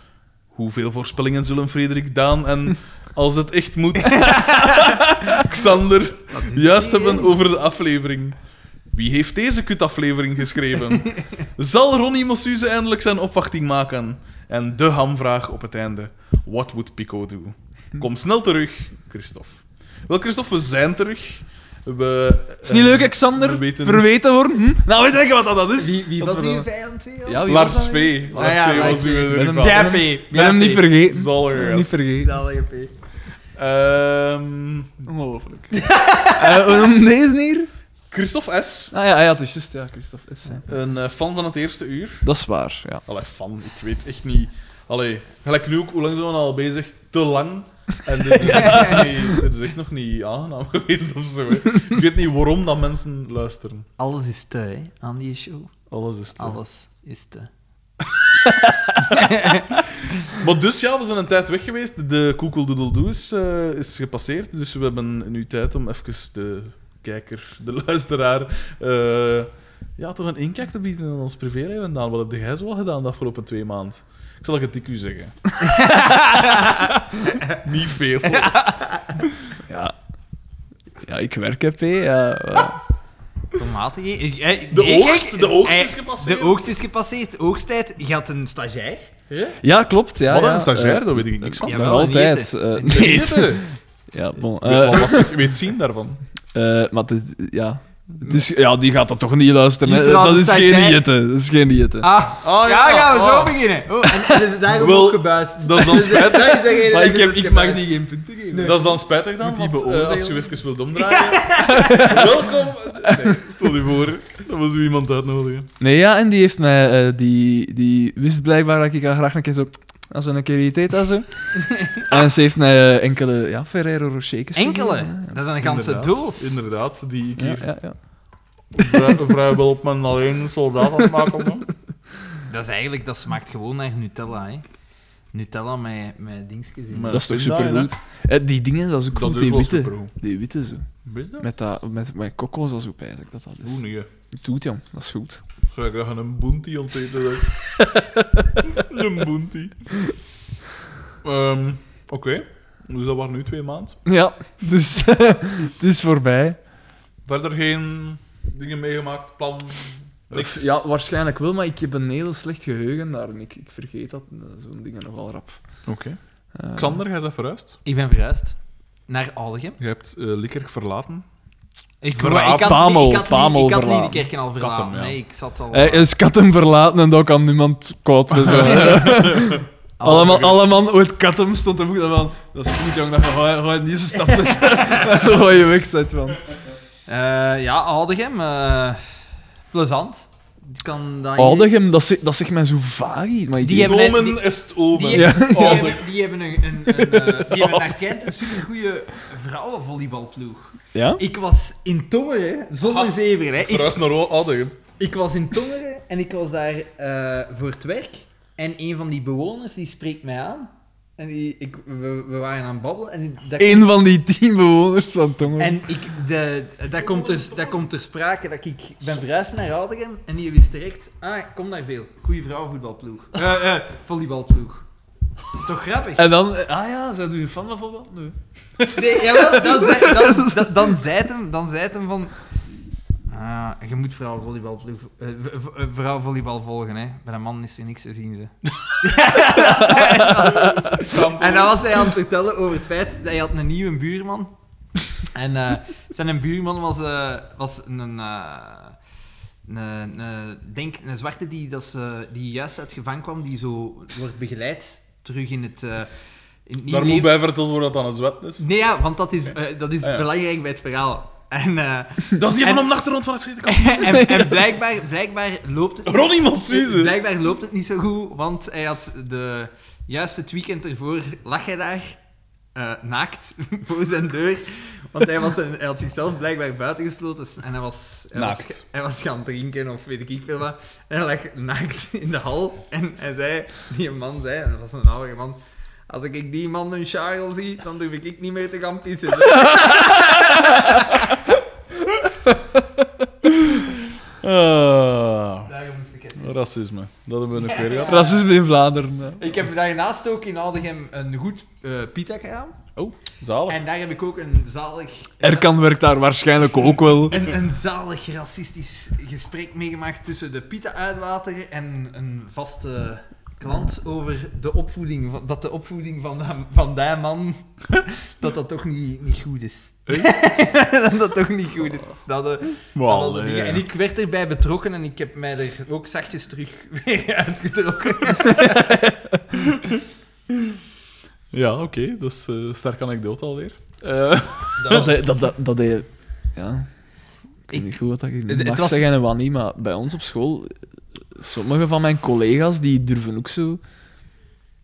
hoeveel voorspellingen zullen Frederik Daan en, als het echt moet, Xander Wat is juist dit, hebben hè? over de aflevering. Wie heeft deze kutaflevering geschreven? Zal Ronnie Mossuze eindelijk zijn opwachting maken? En de hamvraag op het einde. What would Pico do? Kom snel terug, Christophe. Wel, Christophe, we zijn terug. We, Is niet eh, leuk, Alexander? we weten- Verweten worden? Hm? Nou, weet je wat dat- dat is? Wie, wie Wat was voor- uw vijand weer? Ja, wie was Lars dat? V. Lars Ah ja, V Lars was V. uw Ben hem- rivaal. Ja, Ik ben hem niet vergeten. Zalige Ik ben gast. hem Niet vergeten. Zalige P. Ehm, Ongelooflijk. Eh, hoe noemen deze hier? Christophe S. Ah ja, ah, ja het is juist, ja, Christophe S. ja. Een eh, fan van het eerste uur. Dat is waar, ja. Allee, fan, ik weet echt niet. Allee, gelijk nu ook, hoe lang zijn we nou al bezig? Te lang. En dit is, echt niet- dit is echt nog niet aangenaam geweest of zo. hè. Ik weet niet waarom dat mensen luisteren. Alles is te, hè, aan die show. Alles is te. Alles is te. Maar dus ja, we zijn een tijd weg geweest. De Google Doodle Doe is, eh, is gepasseerd. Dus we hebben nu tijd om even de kijker, de luisteraar, eh, ja, toch een inkijk te bieden in ons privéleven. Daan, wat heb jij zoal gedaan de afgelopen twee maanden? Ik zal het TQ zeggen. Niet veel. Ja, ja ik werk, hè, P. Ja, eh, Tomaten eh, geven. De oogst, de oogst is gepasseerd. eh, De oogst is gepasseerd. Oogsttijd. Je had een stagiair. ja klopt, ja. wat ja, een stagiair, eh, dat weet ik niks van. Ja, nog maar dat altijd. niet, eh, hè. nee. Weet het? Ja, bon. eh, Wat was ik weet zien daarvan? eh, maar het is, ja... Het is, ja, die gaat dat toch niet luisteren. Je Hè? verhaalt Dat een is geen stagiair. diëte. Dat is geen diëte. Ah, Ah, ja, gaan we zo ah. beginnen. Oh, en, en is daarom Wel, ook gebuist. dat is dan spijtig. Dat is degene Maar dat ik heb- het ik gebuist. mag die geen punten geven. Dat is dan spijtig dan, die want, eh, als je beoordelen? even wilt omdraaien. Welkom. Nee, stel je voor, dat was u iemand uitnodigen. Nee, ja, en die heeft mij... eh, die, die wist blijkbaar dat ik haar graag een keer zo... Als een keer irriteert en zo. en ze heeft mij eh, enkele ja, Ferrero Rocher Enkele. Dat is een ganse Inderdaad, doos. Inderdaad, die ik Ja, hier ja, ja. vrij- vrijwel op mijn alleen soldaat aan het maken ben. Dat is eigenlijk, dat smaakt gewoon naar Nutella, hè. Nutella met, met dingetjes in. Maar- Dat is toch Vind dat, supergoed. Eh, die dingen, dat is ook Dat goed. is Die wel witte, supergoed. die witte zo. Weet je? Met, dat, met, met kokos, dat is ook pijnlijk dat dat is. Hoe niet? Het doet, jong. Dat is goed. Zou ik graag een bounty onteten? hè? een bounty. Ehm, Oké, dus dat waren nu twee maanden. Ja, dus het is voorbij. Verder geen dingen meegemaakt, plan, niks. Ja, waarschijnlijk wel, maar ik heb een heel slecht geheugen daarom. Ik, ik vergeet dat, eh, zo'n dingen nogal rap. oké. Eh, Xander, jij bent verhuisd. Ik ben verhuisd naar Aldegem. Je hebt eh Likkerk verlaten. Ik, Verla- ik had, Pamel, ik had, Pamel ik had verlaten. Liedekerken al verlaten. Katten, ja. nee, ik zat al... Hij is kat hem verlaten en dat kan niemand kwaad mee zijn. allemaal, allemaal ooit kat hem stond hem ook dan van... Dat is goed, jong, dat je gewoon- gewoon niet zijn stap zet. Gooi je weg, zet, want... Eh, ja, Aldegem. eh, plezant. Ik kan dat Oudegem, dat, zegt- dat zegt mij zo vaag iets, maar ik Die hebben- Nomen die- est omen. Die, Ja. hebben, die, Oh, hebben, die hebben een, een, een, eh, die hebben naar Gent een supergoeie vrouwenvolleybalploeg. Ja? Ik was in Tongeren, zonder Ah, zever. Hè. Ik, Verhuis naar Oudegem. ik was in Tongeren en ik was daar eh, voor het werk. En een van die bewoners die spreekt mij aan. En die, ik, we, we waren aan het babbelen. En, die- dat- Eén van die tien bewoners van Tongen. en ik, de, dat, komt ter, dat komt ter sprake dat ik ben verhuisd naar Oudegem. En die wist direct, ah, ik kom daar veel. Goeie vrouwenvoetbalploeg. Eh, eh, volleybalploeg. Dat is toch grappig? En dan, eh, ah ja, zijn jullie fan van voetbal? Nee. Nee, jawel, dan, zei, dan, dan, dan zei het hem, dan zei het hem van... Ah, je moet vooral volleybal, eh, v- v- eh, vooral volleybal volgen, hè. Bij een man is er niks te zien, ze. en dan was hij aan het vertellen over het feit dat hij had een nieuwe buurman. En eh, zijn buurman was, eh, was een... eh, een, een- denk, een zwarte die, dat ze, die juist uit gevangen kwam, die zo wordt begeleid terug in het, eh, Een nieuw Daar moet leven- bij verteld worden dat dat een zwet is. Nee, ja, want dat is, eh, dat is Ah, ja. belangrijk bij het verhaal. En, eh, Dat is die En- van om de achtergrond van FC de Kampioen. en, en, blijkbaar, blijkbaar loopt het... Ronnie Massuze. Blijkbaar loopt het niet zo goed, want hij had de... Juist het weekend ervoor lag hij daar, eh, naakt, voor zijn deur. Want hij, was een- hij had zichzelf blijkbaar buitengesloten s- en hij was... Hij Was, Naakt. hij was gaan drinken of weet ik veel wat. En hij lag naakt in de hal en hij zei... Die man zei, en dat was een oude man... Als ik die man een Charles zie, dan durf ik niet meer te gaan pissen. Ah, Daarom moest ik het pissen. racisme. Dat hebben we nog weer gehad. Racisme in Vlaanderen. hè. Ik heb daarnaast ook in Aldegem een goed eh pita-kraam. Zalig. En daar heb ik ook een zalig... Erkan werkt daar waarschijnlijk ook wel. Een, een zalig racistisch gesprek meegemaakt tussen de Pita-uitwater en een vaste klant over de opvoeding, van- dat de opvoeding van, dat- van die man, dat dat toch niet, niet goed is. dat dat toch niet goed is. Dat, eh, dat was het ding. En ik werd erbij betrokken en ik heb mij er ook zachtjes terug weer uitgetrokken. Ja, oké. Dat is eh sterke anekdote alweer. Eh, Dat, hij- dat, dat, dat hij- Ja. Ik weet Ik- niet goed wat ik nu het mag was- zeggen en wat niet, maar bij ons op school, sommige van mijn collega's die durven ook zo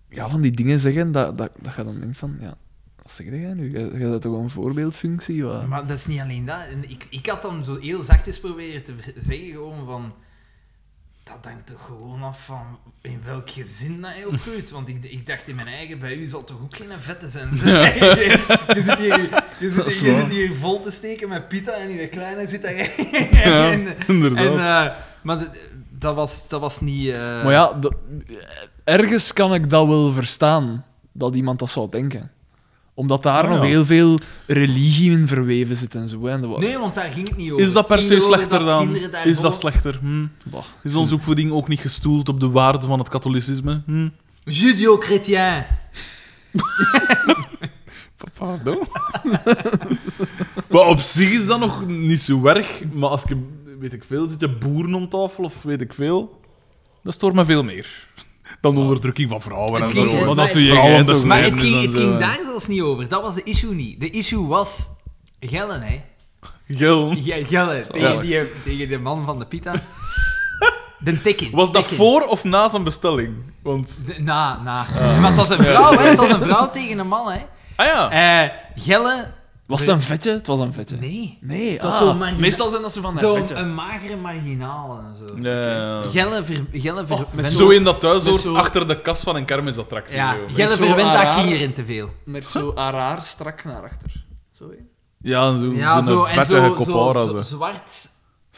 ja, van die dingen zeggen dat, dat, dat je dan denkt van, ja, wat zeg jij nu? Je je bent toch een voorbeeldfunctie? Wat? Maar dat is niet alleen dat. En Ik, ik had dan zo heel zachtjes proberen te v- zeggen gewoon van... Dat hangt toch gewoon af van in welk gezin dat je opgroeit. Want ik, ik dacht in mijn eigen, bij u zal toch ook geen vette zijn. je, zit hier, je, zit, Dat is hier- je waar. zit hier vol te steken met pita en je kleine zit daar... ja, en, en, inderdaad. eh, maar dat- dat was, dat was niet... eh, Maar ja, dat- ergens kan ik dat wel verstaan, dat iemand dat zou denken. Omdat daar Oh, Ah, nog ja. heel veel religie in verweven zit en zo. hè, En dat, Nee, want daar ging het niet over. is dat per Het se ging erover slechter dat dan? kinderen daar Is dat vol- slechter? Hm. Bah. Is onze opvoeding ook niet gestoeld op de waarde van het katholicisme? Hm. Judio-chrétien. Pardon? maar op zich is dat nog niet zo erg. Maar als je, weet ik veel, zit je boeren om tafel of weet ik veel, dat stoort me veel meer. Dan de onderdrukking van vrouwen Het en ging- zo. hè. maar- dat doe jij Vrouwen toch besnijden. Maar Nee, het ging, dus het dan ging zo. daar zelfs niet over. Dat was de issue niet. De issue was Gellen, hè. Gil. Ge- Gellen, tegen, die, tegen de man van de pita. De tikking. Was dat voor Ah. of na zijn bestelling? Want... Na, na. Maar het was een vrouw, hè. Het was een vrouw tegen een man, hè. Ah ja. Eh Gelle... Was het een vetje? Het was een vetje. Nee. Nee, was ah, zo'n margina- meestal zijn dat ze van een Zo'n vetje. een magere marginale en zo. Ja. Oh, Gelle, ver, Gelle ver, Met zo in dat met thuishoort, zo- achter de kas van een kermisattractie. Ja, zo. Gelle Zo verwendt haar raar. kinderen te veel. Met zo raar strak naar achter. Zo, hè. ja zo, Ja, zo'n zo, en vettige zo, kop zo, aura, zo zo. zwart en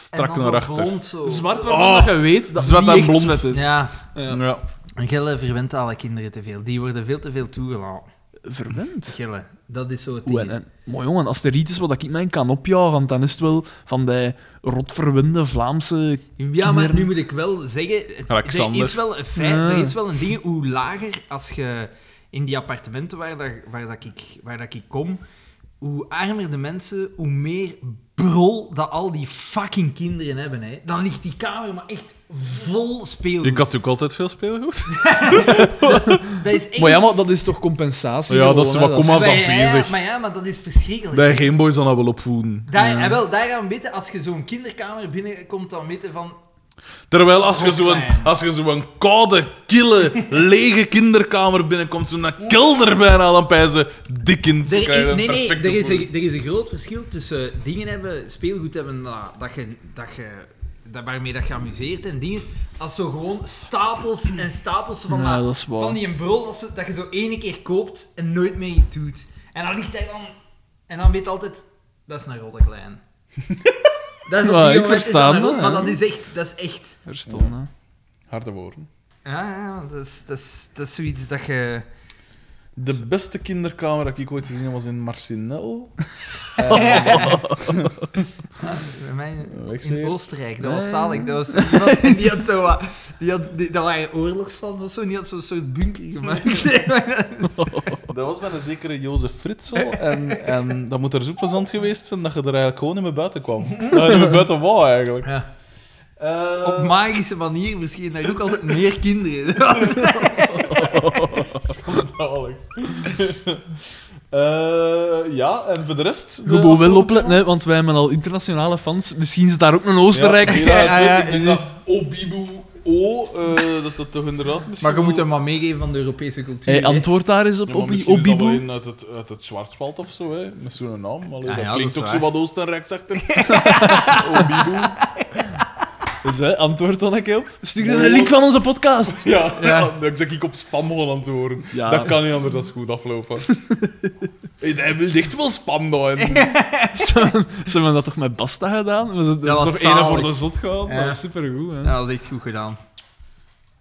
Strak dan naar zo achter. blond zo. Oh, Zwart dus- waarvan dat je weet dat zwart niet en echt blond. zwet is. Ja. Ja. Ja. Gille verwendt alle kinderen te veel. Die worden veel te veel toegelaten. Verwend. Gille, dat is zo het Oeh, ding. en, en- maar jongen, als er iets is wat ik mij kan opjagen, dan is het wel van die rotverwende Vlaamse... ja, maar eh, kinderen- nu moet ik wel zeggen, het- Alexander. er is wel een feit, Ja. er is wel een ding, hoe lager als je in die appartementen waar, dat, waar, dat ik, waar dat ik kom, hoe armer de mensen, hoe meer brol dat al die fucking kinderen hebben. Hè. Dan ligt die kamer maar echt vol speelgoed. Ik had natuurlijk altijd veel speelgoed. Dat is echt... Maar ja, maar dat is toch compensatie? Ja, dat is hè, wat komma- Maar ja, afwezig. maar ja, maar dat is verschrikkelijk. Bij Gameboys dan dat wel opvoeden. Daar, en wel, daar gaan we weten, als je zo'n kinderkamer binnenkomt, dan weten van... Terwijl als je zo'n Rotklein. als je zo'n koude, kille, lege kinderkamer binnenkomt, zo'n kelder bijna, dan pijzen dik kind. Ze Er, krijgen nee, een nee, perfecte er is, voer. een, er is een groot verschil tussen dingen hebben, speelgoed hebben dat, dat je... Dat je dat waarmee dat je amuseert en dingen. Als zo gewoon stapels en stapels van, Ja, dat- dat is waar. van die brul dat, ze, dat je zo ene keer koopt en nooit meer iets doet. En dan ligt daar dan... En dan weet je altijd... Dat is een rotte klein. dat is op Ja, die ik moment is versta dat een rot, dat, Maar hè. dat is echt... Dat is echt Verstaan, hè. Harde woorden. Ja, ja, dat is, dat is, dat is zoiets dat je... De beste kinderkamer dat ik ooit gezien heb was in Marcinel. Bij mij ik zie in het. Oostenrijk, dat was Nee. zalig. Dat was zo iemand die had zo wat... Die had, die, dat waren oorlogsfans of zo, en die had zo'n soort bunker gemaakt. Dat was bij een zekere Jozef Fritsel. En, en dat moet er zo plezant geweest zijn dat je er eigenlijk gewoon niet meer buiten kwam. Nou, niet meer buiten wou eigenlijk. ja. Eh, Op magische manier verschenen daar ook altijd meer kinderen. Dat was- Schandalig. Eh, ja, en voor de rest... de Gewoon wel afgelopen opletten, hè, want wij hebben al internationale fans. Misschien zit daar ook een Oostenrijk. Ja, inderdaad, Ja, ja, ik denk het dat Obibu O, eh, dat dat toch inderdaad misschien... maar je moet wel- hem maar meegeven van de Europese cultuur. Hey, hè. antwoord daar eens op, Ja, op maar die misschien is dat wel Obibo. een uit het, uit het Zwartswald of zo, hè? met zo'n naam. Allee, Ja, dat ja, klinkt dat ook is zo waar. wat Oostenrijks achter. Obibu. Dus hè, antwoord dan een keer op. Stuur dan een link van onze podcast. Ja, Ja. ja. dat zeg ik op spam gewoon aan het horen. Ja. Dat kan niet anders, dat is goed aflopen. hey, hij wil echt wel spam doen. ze ze hebben dat toch met Basta gedaan? Was het, Dat is was toch één zalig. voor de zot gehaald? Ja. Dat is supergoed. Hè? Ja, dat is echt goed gedaan.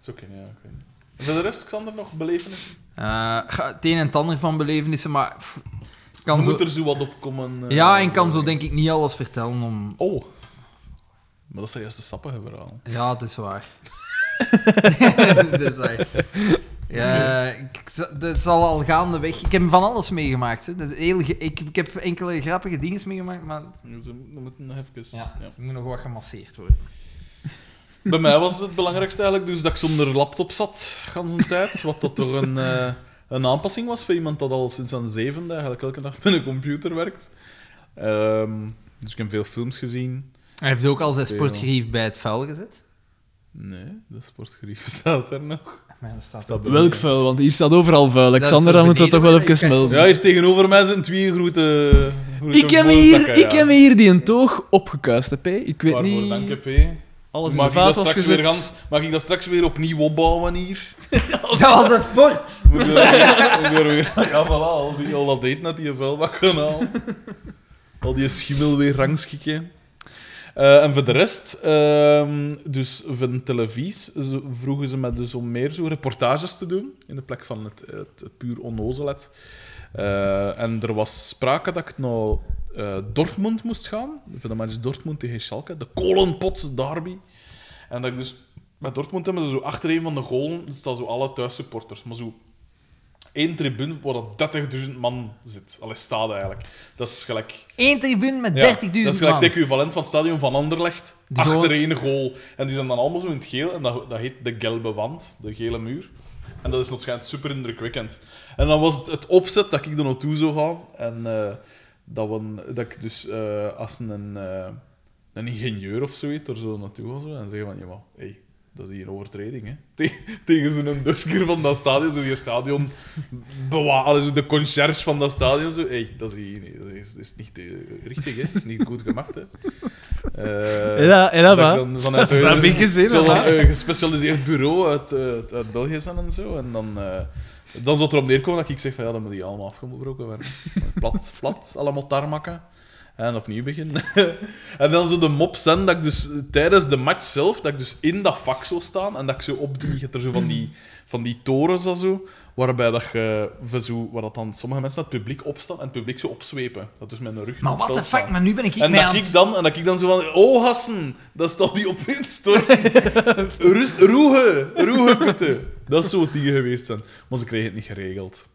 Zo kan ja. oké. En Voor de rest, Xander, nog beleven. Eh, ga het een en het ander van belevenissen, maar... pff, Dan Kan zo... moet er zo wat op komen. eh, Ja, en kan zo denk ik niet alles vertellen om... Oh. Maar dat zijn juist de sappige verhalen. Ja, dat is waar. dat is waar. Ja, ik, z- dat zal al gaandeweg... Ik heb van alles meegemaakt. Hè. Dat is heel, ge- ik, ik heb enkele grappige dingen meegemaakt, maar... Dus we moeten nog even... Ja, ja. ze moet nog wat gemasseerd worden. Bij mij was het belangrijkste eigenlijk dus dat ik zonder laptop zat, gans een tijd. Wat dat toch een, eh, een aanpassing was voor iemand dat al sinds aan zevende eigenlijk elke dag met een computer werkt. Ehm, dus ik heb veel films gezien. Hij heeft ook al zijn Ja. sportgerief bij het vuil gezet. Nee, de sportgerief staat er nog. Maar dat staat Staat bij Welk mij. vuil, want hier staat overal vuil. Alexander, zo dat moeten we toch beneden wel bij de even melden. Ja, hier tegenover mij zijn twee grote... grote Ik heb, voorzakken, hier, ik ja. heb hier die een toog opgekuist, hè, P. Ik weet Waarvoor niet... dank, hè, P. Alles in Mag de ik, dat vaat was straks weer gezet. gans, mag ik dat straks weer opnieuw opbouwen hier? Dat was een fort! Moet ik daar weer- moet ik daar weer- ja, voilà, al, die, al dat eten uit die vuilbak gaan halen. Al die schimmel weer rangschikken. Eh, en voor de rest, ehm, dus van televies ze- vroegen ze me dus om meer zo reportages te doen in de plek van het, het, het puur onnozelheid. Eh, en er was sprake dat ik naar eh, Dortmund moest gaan, voor de match Dortmund tegen Schalke, de kolenpot derby. En dat ik dus bij Dortmund hebben ze zo achter een van de golen staan zo alle thuissupporters, maar zo één tribune waar dat 30.000 man zit. Allee, staat eigenlijk. Dat is gelijk Eén tribune met 30.000 ja, Dat is gelijk man. het equivalent van het stadion van Anderlecht. Die Achter gewoon- één goal. En die zijn dan allemaal zo in het geel. En dat, dat heet de gelbe wand, de gele muur. En dat is waarschijnlijk super indrukwekkend. En dan was het het opzet dat ik er naartoe zou gaan. En eh, dat, we, dat ik dus eh, als een, eh, een ingenieur of zoiets er zo naartoe was. En zeggen van, ja maar, hey, dat is hier een overtreding, hè. Te- tegen zo'n dusker van dat stadion, zo die stadion bewaren, zo de conciërge van dat stadion, zo, hey, dat is hier niet, dat is, dat is niet eh, richtig, hè. Dat is niet goed gemaakt, hè. Eh, Ja, en dat dat waar. ik dan vanuit Dat heb ik gezien, Zo'n inderdaad. eh, gespecialiseerd bureau uit, eh, uit, uit België zijn en zo. En dan, eh dan zal het erop neerkomen dat ik zeg van ja, dan moet die allemaal afgebroken worden. Plat, plat, allemaal tarmakken. En opnieuw beginnen. en dan zo de mop zijn dat ik dus tijdens de match zelf, dat ik dus in dat vak zou staan en dat ik zo op die, je hebt er zo van die, van die torens en zo, waarbij dat je, van zo, waar dat dan sommige mensen het publiek opstaan en het publiek zo opzwepen. Dat dus met een rug Maar op wat stel de staan. fuck, maar nu ben ik En mee dat, aan ik het... dan, en dat ik dan zo van, oh hassen, dat staat die op winst hoor. Rust, roege, roege kutten. Dat is zo dingen geweest zijn. Maar ze kregen het niet geregeld.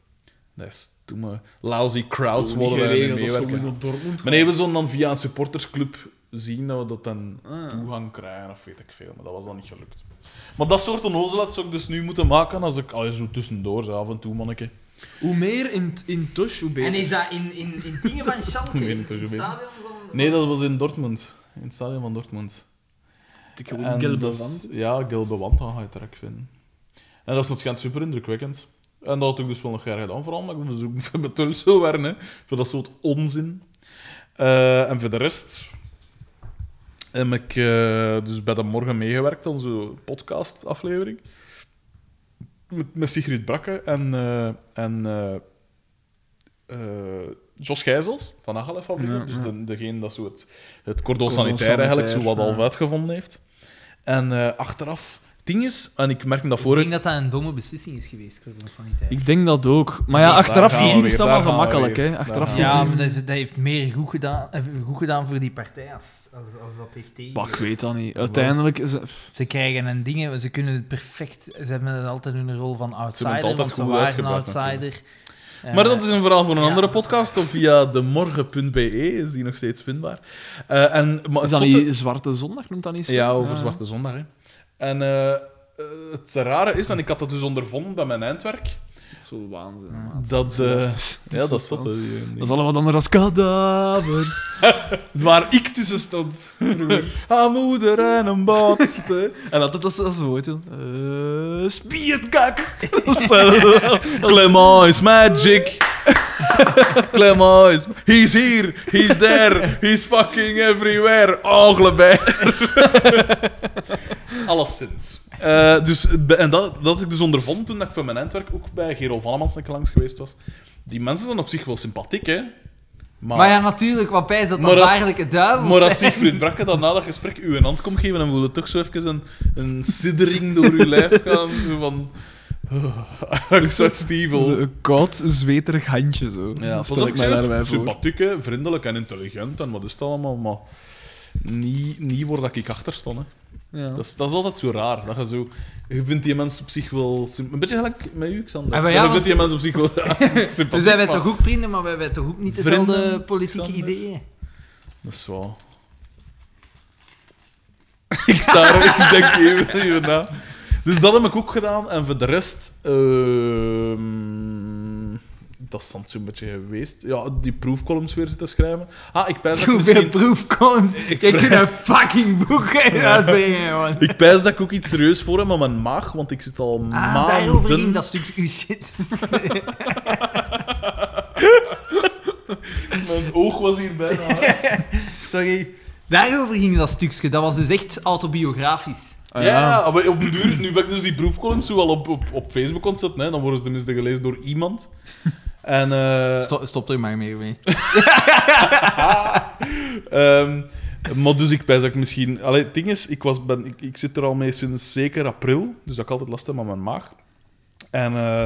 Dat is toen me lousy crowds niet wilden wij niet geregeld, dat is gewoon meewerken. op Dortmund. Maar nee, we zonden dan via een supportersclub zien dat we dat dan toegang krijgen of weet ik veel. Maar dat was dan niet gelukt. Maar dat soort onnozelheid zou ik dus nu moeten maken als ik, allee, zo tussendoor, zo af en toe manneke. Hoe meer in, in touch, hoe beter. En is dat in, in, in dingen van Schalke? Nee, in dat is het ook niet. stadion van... Nee, dat was in Dortmund. In het stadion van Dortmund. Ik gewoon En gelbe dat is- wand. Ja, gelbe wand, dan ga je het rek vinden. En dat is waarschijnlijk super indrukwekkend. En dat had ik dus wel nog graag gedaan, vooral omdat ik op bezoek van Betul zo waren, hè, voor dat soort onzin. Eh, en voor de rest heb ik eh, dus bij de morgen meegewerkt aan zo'n podcastaflevering. Met, met Sigrid Brakke en, eh, en eh, eh, Jos Gijzels van Agale Fabriek. Ja, dus ja. De, degene dat zo het, het cordon sanitair eigenlijk zo wat sanitair, al ja. uitgevonden heeft. En eh, achteraf, het ding is, en ik merk dat Ik denk voor. dat dat een domme beslissing is geweest, Cordon Sanitaire. Ik denk dat ook. Maar ja, Nee, achteraf daar gaan gezien we is weer, dat wel daar gaan we gemakkelijk, weer. hè. Achteraf Daar gaan Ja, gezien... maar dat, is- dat heeft meer goed gedaan, eh, goed gedaan voor die partij als, als, als dat heeft tegen. Bah, ik weet dat niet. Uiteindelijk is het... Ze krijgen een ding, ze kunnen het perfect. Ze hebben het altijd hun rol van outsider. altijd want ze goed waren een uitgebracht, outsider. Eh, Maar dat is een verhaal voor een andere podcast. Of via demorgen.be E is die nog steeds vindbaar. Eh, en, maar het Is dat zotte- niet Zwarte Zondag? Noemt dat niet zo? Ja, over Ah. Zwarte Zondag. Hè. En eh, eh, het rare is, en ik had dat dus ondervonden bij mijn eindwerk, Dat is wel waanzin. dat... eh, ja, dat is wel- zot. hè, die, eh, Dat is allemaal wat anders als kadavers. Waar ik tussen stond. vroeger. Haar Ah, moeder en een bad. en dat, dat, is- dat is een woordje. Eh spietkak. Dat is, eh, Clement is magic. Clement is... He's here, he's there, he's fucking everywhere. Oh, Glebert. Alleszins. Eh, dus, be- en dat, dat ik dus ondervond toen dat ik voor mijn eindwerk ook bij Gerol Vannemans een keer langs geweest was. Die mensen zijn op zich wel sympathiek, hè. Maar, Maar ja, natuurlijk, wat bij is dat Maar dan als- eigenlijk duivel? maar als Siegfried Brakke dan na dat gesprek u een hand komt geven, dan voelde toch zo even een, een siddering door uw lijf gaan. zo Van... "Oh, I'm such evil. Een koud, zweterig handje zo. Ja, stel ik mij daarbij voor. sympathiek, hè, vriendelijk en intelligent en wat is dat allemaal, maar niet, niet waar dat ik achter stond. Hè. Ja. Dat, is, dat is altijd zo raar. Dat je, zo, je vindt die mensen op zich wel... symp- Een beetje gelijk met u, Xander. Ah, maar ja, je want- vindt die mensen op zich wel sympathiek. Dus zijn wij maar- toch ook vrienden, maar wij hebben toch ook niet Vrienden, dezelfde politieke Xander? ideeën? Dat is wel... ik sta er, ik denk even, even na. Dus dat heb ik ook gedaan. En voor de rest... ehm, dat is dan zo'n beetje geweest. Ja, die proefcolumns weer zitten schrijven. Ah, ik pijs dat ik Hoeveel misschien... proefcolumns? Jij kunt een prijs- fucking boek uitbrengen, man. Ik pijs dat ik ook iets serieus voor heb aan mijn maag, want ik zit al Ah, daarover maanden... ging dat stuk uw shit. Mijn oog was hier bijna. Sorry. Daarover ging dat stukje. Dat was dus echt autobiografisch. Ah, ja, ja, maar op de duur, nu ben ik dus die proefcolumns zo al op, op, op Facebook ontzetten, hè, dan worden ze tenminste gelezen door iemand. En, eh, Stop, stop er maar mee. mee. Ehm, maar dus ik pijs dat ik misschien... Allee, het ding is, ik, was, ben, ik, ik zit er al mee sinds zeker april, dus dat ik altijd last heb aan mijn maag. En eh,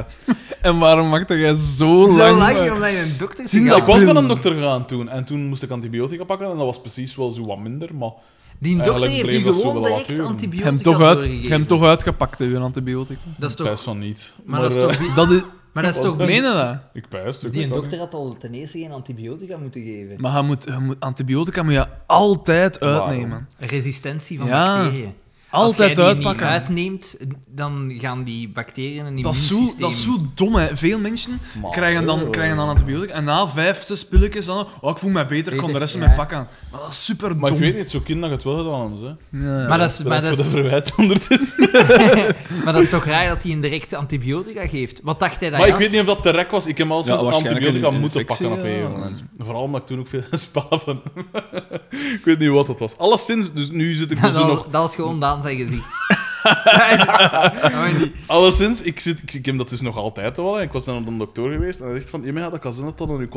En waarom maakte jij zo Zo lang? eh, lang omdat je een dokter Sinds gegaan ik was april. bij een dokter gegaan toen, en toen moest ik antibiotica pakken, en dat was precies wel zo wat minder, maar... bent? Die dokter Eigenlijk bleef heeft u dat zo wel gewoon wat direct duren. Je antibiotica hebt hem toch, uit, je doorgegeven. hebt hem toch uitgepakt, hè, uw antibiotica. Dat is Ik pijs toch... van niet. Maar dat is eh, toch... bi- Dat is, Maar dat is toch... meen je dat? Ik pijs, ik Die weet dat niet. dokter had al ten eerste geen antibiotica moeten geven. Maar je moet, je moet, antibiotica moet je altijd uitnemen. Waarom? Resistentie van Ja. bacteriën. Als jij Altijd die uitpakken. niet uitneemt, dan gaan die bacteriën en die dat, is zo, dat is zo dom, hè. Veel mensen Maar, krijgen, dan, eh, krijgen dan antibiotica en na vijf, zes pilletjes dan... Oh, ik voel me beter, ik kan de Beter, rest ja. mee pakken. Maar dat is super Maar dom. ik weet niet, zo kind dat je het wel gedaan hebt, hè. Ja. Maar dat is, maar Bedankt voor dat de is, verwijt ondertussen. maar dat is toch raar dat hij een directe antibiotica geeft? Wat dacht hij daar? Maar ik weet niet of dat te rek was. Ik heb al sinds waarschijnlijk antibiotica een moeten infectie, pakken op een ja. gegeven moment. Vooral omdat ik toen ook veel spaven. ik weet niet wat dat was. Alleszins, dus nu zit ik Dat, dus was- nog... dat was gewoon Daan zijn gezicht. Dat weet ik niet. Alleszins, ik, zit, ik, ik heb dat dus nog altijd wel. hè. Ik was dan op de dokter geweest en hij zegt van... Ja, maar ja, dat kan zijn dat dat aan uw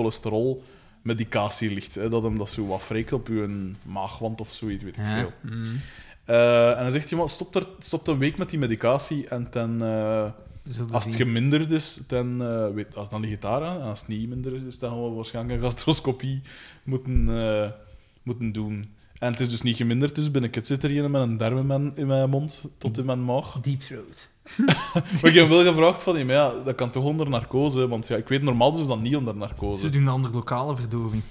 cholesterolmedicatie ligt. Hè, dat hem dat zo wat wreekt op uw maagwand of zoiets, weet ik Ja. veel. Mm. Eh, en dan zegt hij, maar stop, er, stop een week met die medicatie en ten... eh, Zo Als het gezien. geminderd is, dan, eh weet, als dan ligt het daar aan. En als het niet minder is, dan gaan we waarschijnlijk een gastroscopie moeten, eh, moeten doen. En het is dus niet geminderd, dus ben ik het zit er hier met een darm in mijn, in mijn mond tot in mijn maag. Deep throat. Maar ik heb wel gevraagd van, ja, maar ja, dat kan toch onder narcose? Want ja, ik weet normaal dus dat niet onder Ze narcose. doen een andere lokale verdoving.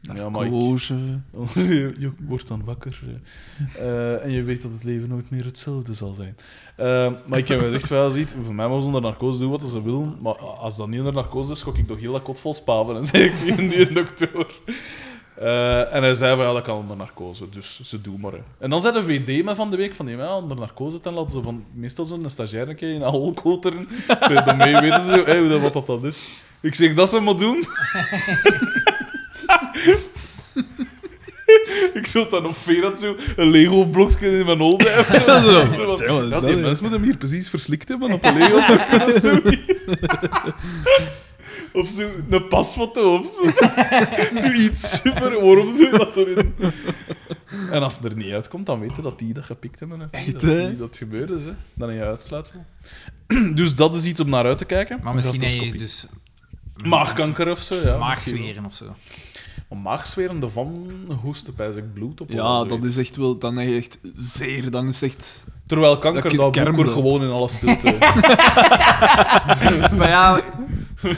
Ja, maar ik, Narcose. je, je wordt dan wakker eh. Eh, en je weet dat het leven nooit meer hetzelfde zal zijn. Eh, maar ik heb gezegd, van, ja, ziet, voor mij mogen ze onder narcose doen wat ze willen, maar als dat niet onder narcose is, gok ik toch heel dat kot vol spaven en zei ik tegen die dokter. Eh, en hij zei van ja, dat kan onder narcose, dus ze doen maar. Hè. En dan zei de VD me van de week van die ja, onder narcose ten laten ze van meestal zo'n stagiair een keer in alcohol koteren. Dan mee eh, weten ze zo, hè, hoe dat- wat dat dan is. Ik zeg dat ze maar doen. Ik zat dan op Verat zo een Lego-blokje in mijn hol hebben. Zo Zo. van, Ja, wat is ja, dat die hier? mens moet hem hier precies verslikt hebben op een Lego-blokje of zo. Of zo een pasfoto of zo. Zoiets super. Waarom zo dat erin? En als het er niet uitkomt, dan weten dat die dat gepikt hebben. hè. Echt, dat, hè? die dat gebeurd is, hè. Dan in je uitsluitsel. Dus dat is iets om naar uit te kijken. Maar misschien heb je Gastroscopie. dus Maagkanker of zo, ja. misschien wel. maagzweren of zo. Maar maagzweren van hoesten, pijs ik bloed op. Ja, of dat zoiets. is echt wel... Dan heb je echt zeer... Dan is echt... Terwijl kanker Dat dat kermbloed. boeker gewoon in alle stilte. Maar ja,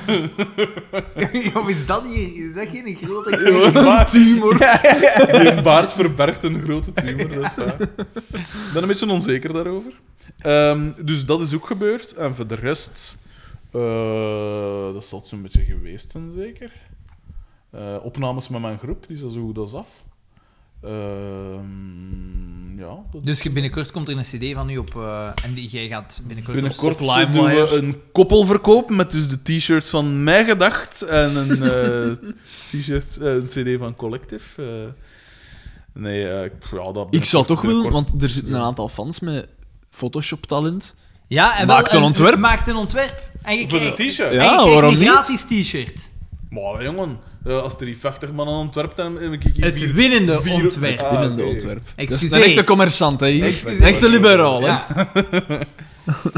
Ja, maar is dat hier? Is dat geen grote... Een tumor. Ja, Die baard verbergt een grote tumor, dat is waar. Ik ben een beetje onzeker daarover. Ehm, dus dat is ook gebeurd. En voor de rest... eh, dat zal het zo'n beetje geweest zijn, zeker. Eh, opnames met mijn groep, die zijn zo goed als af. Ehm, ja, dat Dus je- binnenkort komt er een cd van u op... eh, en die- jij gaat binnenkort, Binnenkort op Limewire. doen we een koppelverkoop met dus de t-shirts van Mij Gedacht en een eh, t-shirt, eh, een cd van Collective. eh. nee, eh, ik- ja, dat Ik zou toch willen, binnenkort- want er zitten een aantal fans met Photoshop-talent. Ja, en Maakt wel, een ontwerp. Maakt een ontwerp. En je Voor de krijgt- t-shirt? en je Ja, krijgt waarom een niet? gratis t-shirt. Maar jongen, eh, als er die 50 man aan ontwerpt dan heb ik hier Het vier- winnende vier- ontwerp. Ah, binnen de oké. ontwerp. Dat is Excuseer. een echte commerçant, hè. hier. Excuseer. Een echte liberaal, hè. Ja,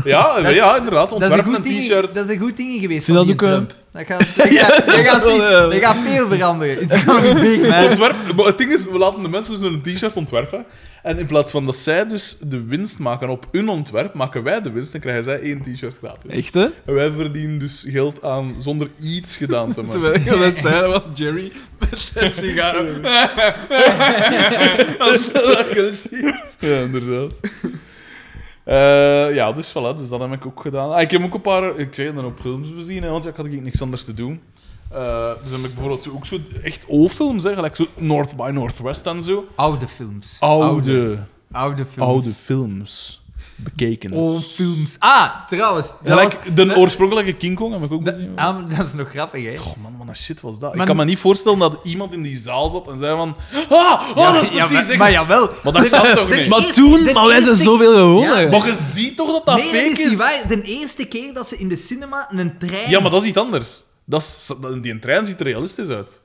Ja, eh, Dat is- ja, inderdaad, dat, is een ontwerp een goed ding, t-shirt. dat is een goed ding geweest Vind dat van die ook, eh, Trump. Dat gaat, dat gaat, dat gaat, zien, wel, dat gaat veel veranderen. It's gonna be big, man. Ontwerp, maar het ding is, we laten de mensen dus een t-shirt ontwerpen. En in plaats van dat zij dus de winst maken op hun ontwerp, maken wij de winst en krijgen zij één t-shirt gratis. Echt, hè? En wij verdienen dus geld aan zonder iets gedaan te maken. Terwijl ik dat zei, want Jerry met zijn sigaren. ja, inderdaad. Eh, ja, dus voilà, dus dat heb ik ook gedaan. Ah, ik heb ook een paar, ik zeg dan op films bezien, hè, want ja, ik had eigenlijk niks anders te doen. Eh, dus dan heb ik bijvoorbeeld zo, ook zo echt O-films, hè, gelijk zo North by Northwest en zo. Oude films. Oude, Oude films. oude films bekeken. Old films. Ah, trouwens. Oh, Dat Gelijk was- de dat- oorspronkelijke King Kong heb ik ook dat- bezien. ah, maar dat is nog grappig, hè? Oh man, wat een shit was dat. Maar- Ik kan me niet voorstellen dat iemand in die zaal zat en zei van... Ah, oh, dat is ja, precies maar, echt." maar jawel. Maar dat kan toch niet? Maar toen, de maar wij zijn eerste- zoveel Ja, gewonnen. Maar je ziet toch dat dat nee, fake dat is niet waar. De eerste keer dat ze in de cinema een trein... Ja, maar dat is iets anders. Dat is, dat- die trein ziet er realistisch uit.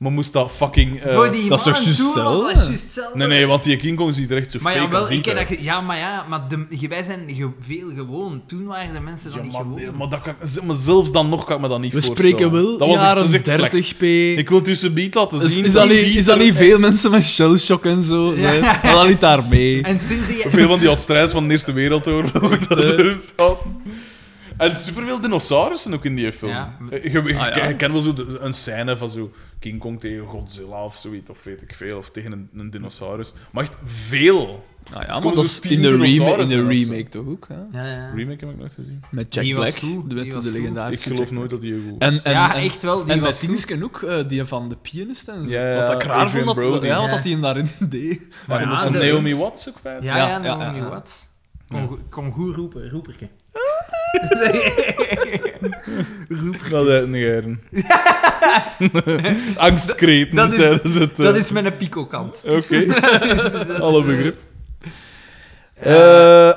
Maar moest dat fucking... eh, Voor die dat is man toch toen juist was dat hetzelfde? juist hetzelfde. Nee, nee, want die King Kong ziet er echt zo Maar Oh. fake jawel, als ik ink ken dat, uit. ge- ja, maar ja, maar de, ge- wij zijn ge- veel gewoon. Toen waren de mensen Ja, dan niet maar, nee, gewoon. maar, dat kan, z- maar zelfs dan nog kan ik me dat niet We voorstellen. spreken dat wel was echt- dat jaren is echt slecht. 30p. Ik wil het u subiet laten Is, zien. is, dat Je niet, ziet is dat er niet veel mensen met shellshock en zo? Zijn, maar dat niet daarmee. En sinds die... Veel van die oudstrijders van de Eerste Wereldoorlog. dat er zaten. En superveel dinosaurussen ook in die film. Ja. Eh, Je, je- Ah, ja. je kent wel zo de- een scène van zo King Kong tegen Godzilla of zoiets, of weet ik veel, of tegen een, een dinosaurus. Maar echt veel. Nou ja, komen maar dat zo'n is dus tien in de, rem in dinosaurussen de of zo. remake toch ook? Hè? Ja, ja. Remake heb ik nooit gezien. Met Jack Die was Black, goed, de, die met was de goed. ik legendarische geloof Jack nooit dat die goed Black. En, en, ja, en- echt wel. Die en was met goed. Dingsken ook, eh, die van de pianist en zo. Ja, ja, wat ik raar Adrian vond dat, Brody. ja, wat Ja. dat hij daarin deed. Maar Ja, ja, de- Naomi Watts ook bij. Ja, ja, Ja, ja, Naomi ja. Watts. Kom, go- kom goed roepen, roeperke. Dat uit negeren. Angstkreten Dat is- tijdens het... eh, Dat is met een pico-kant. Oké. Alle begrip. Eh,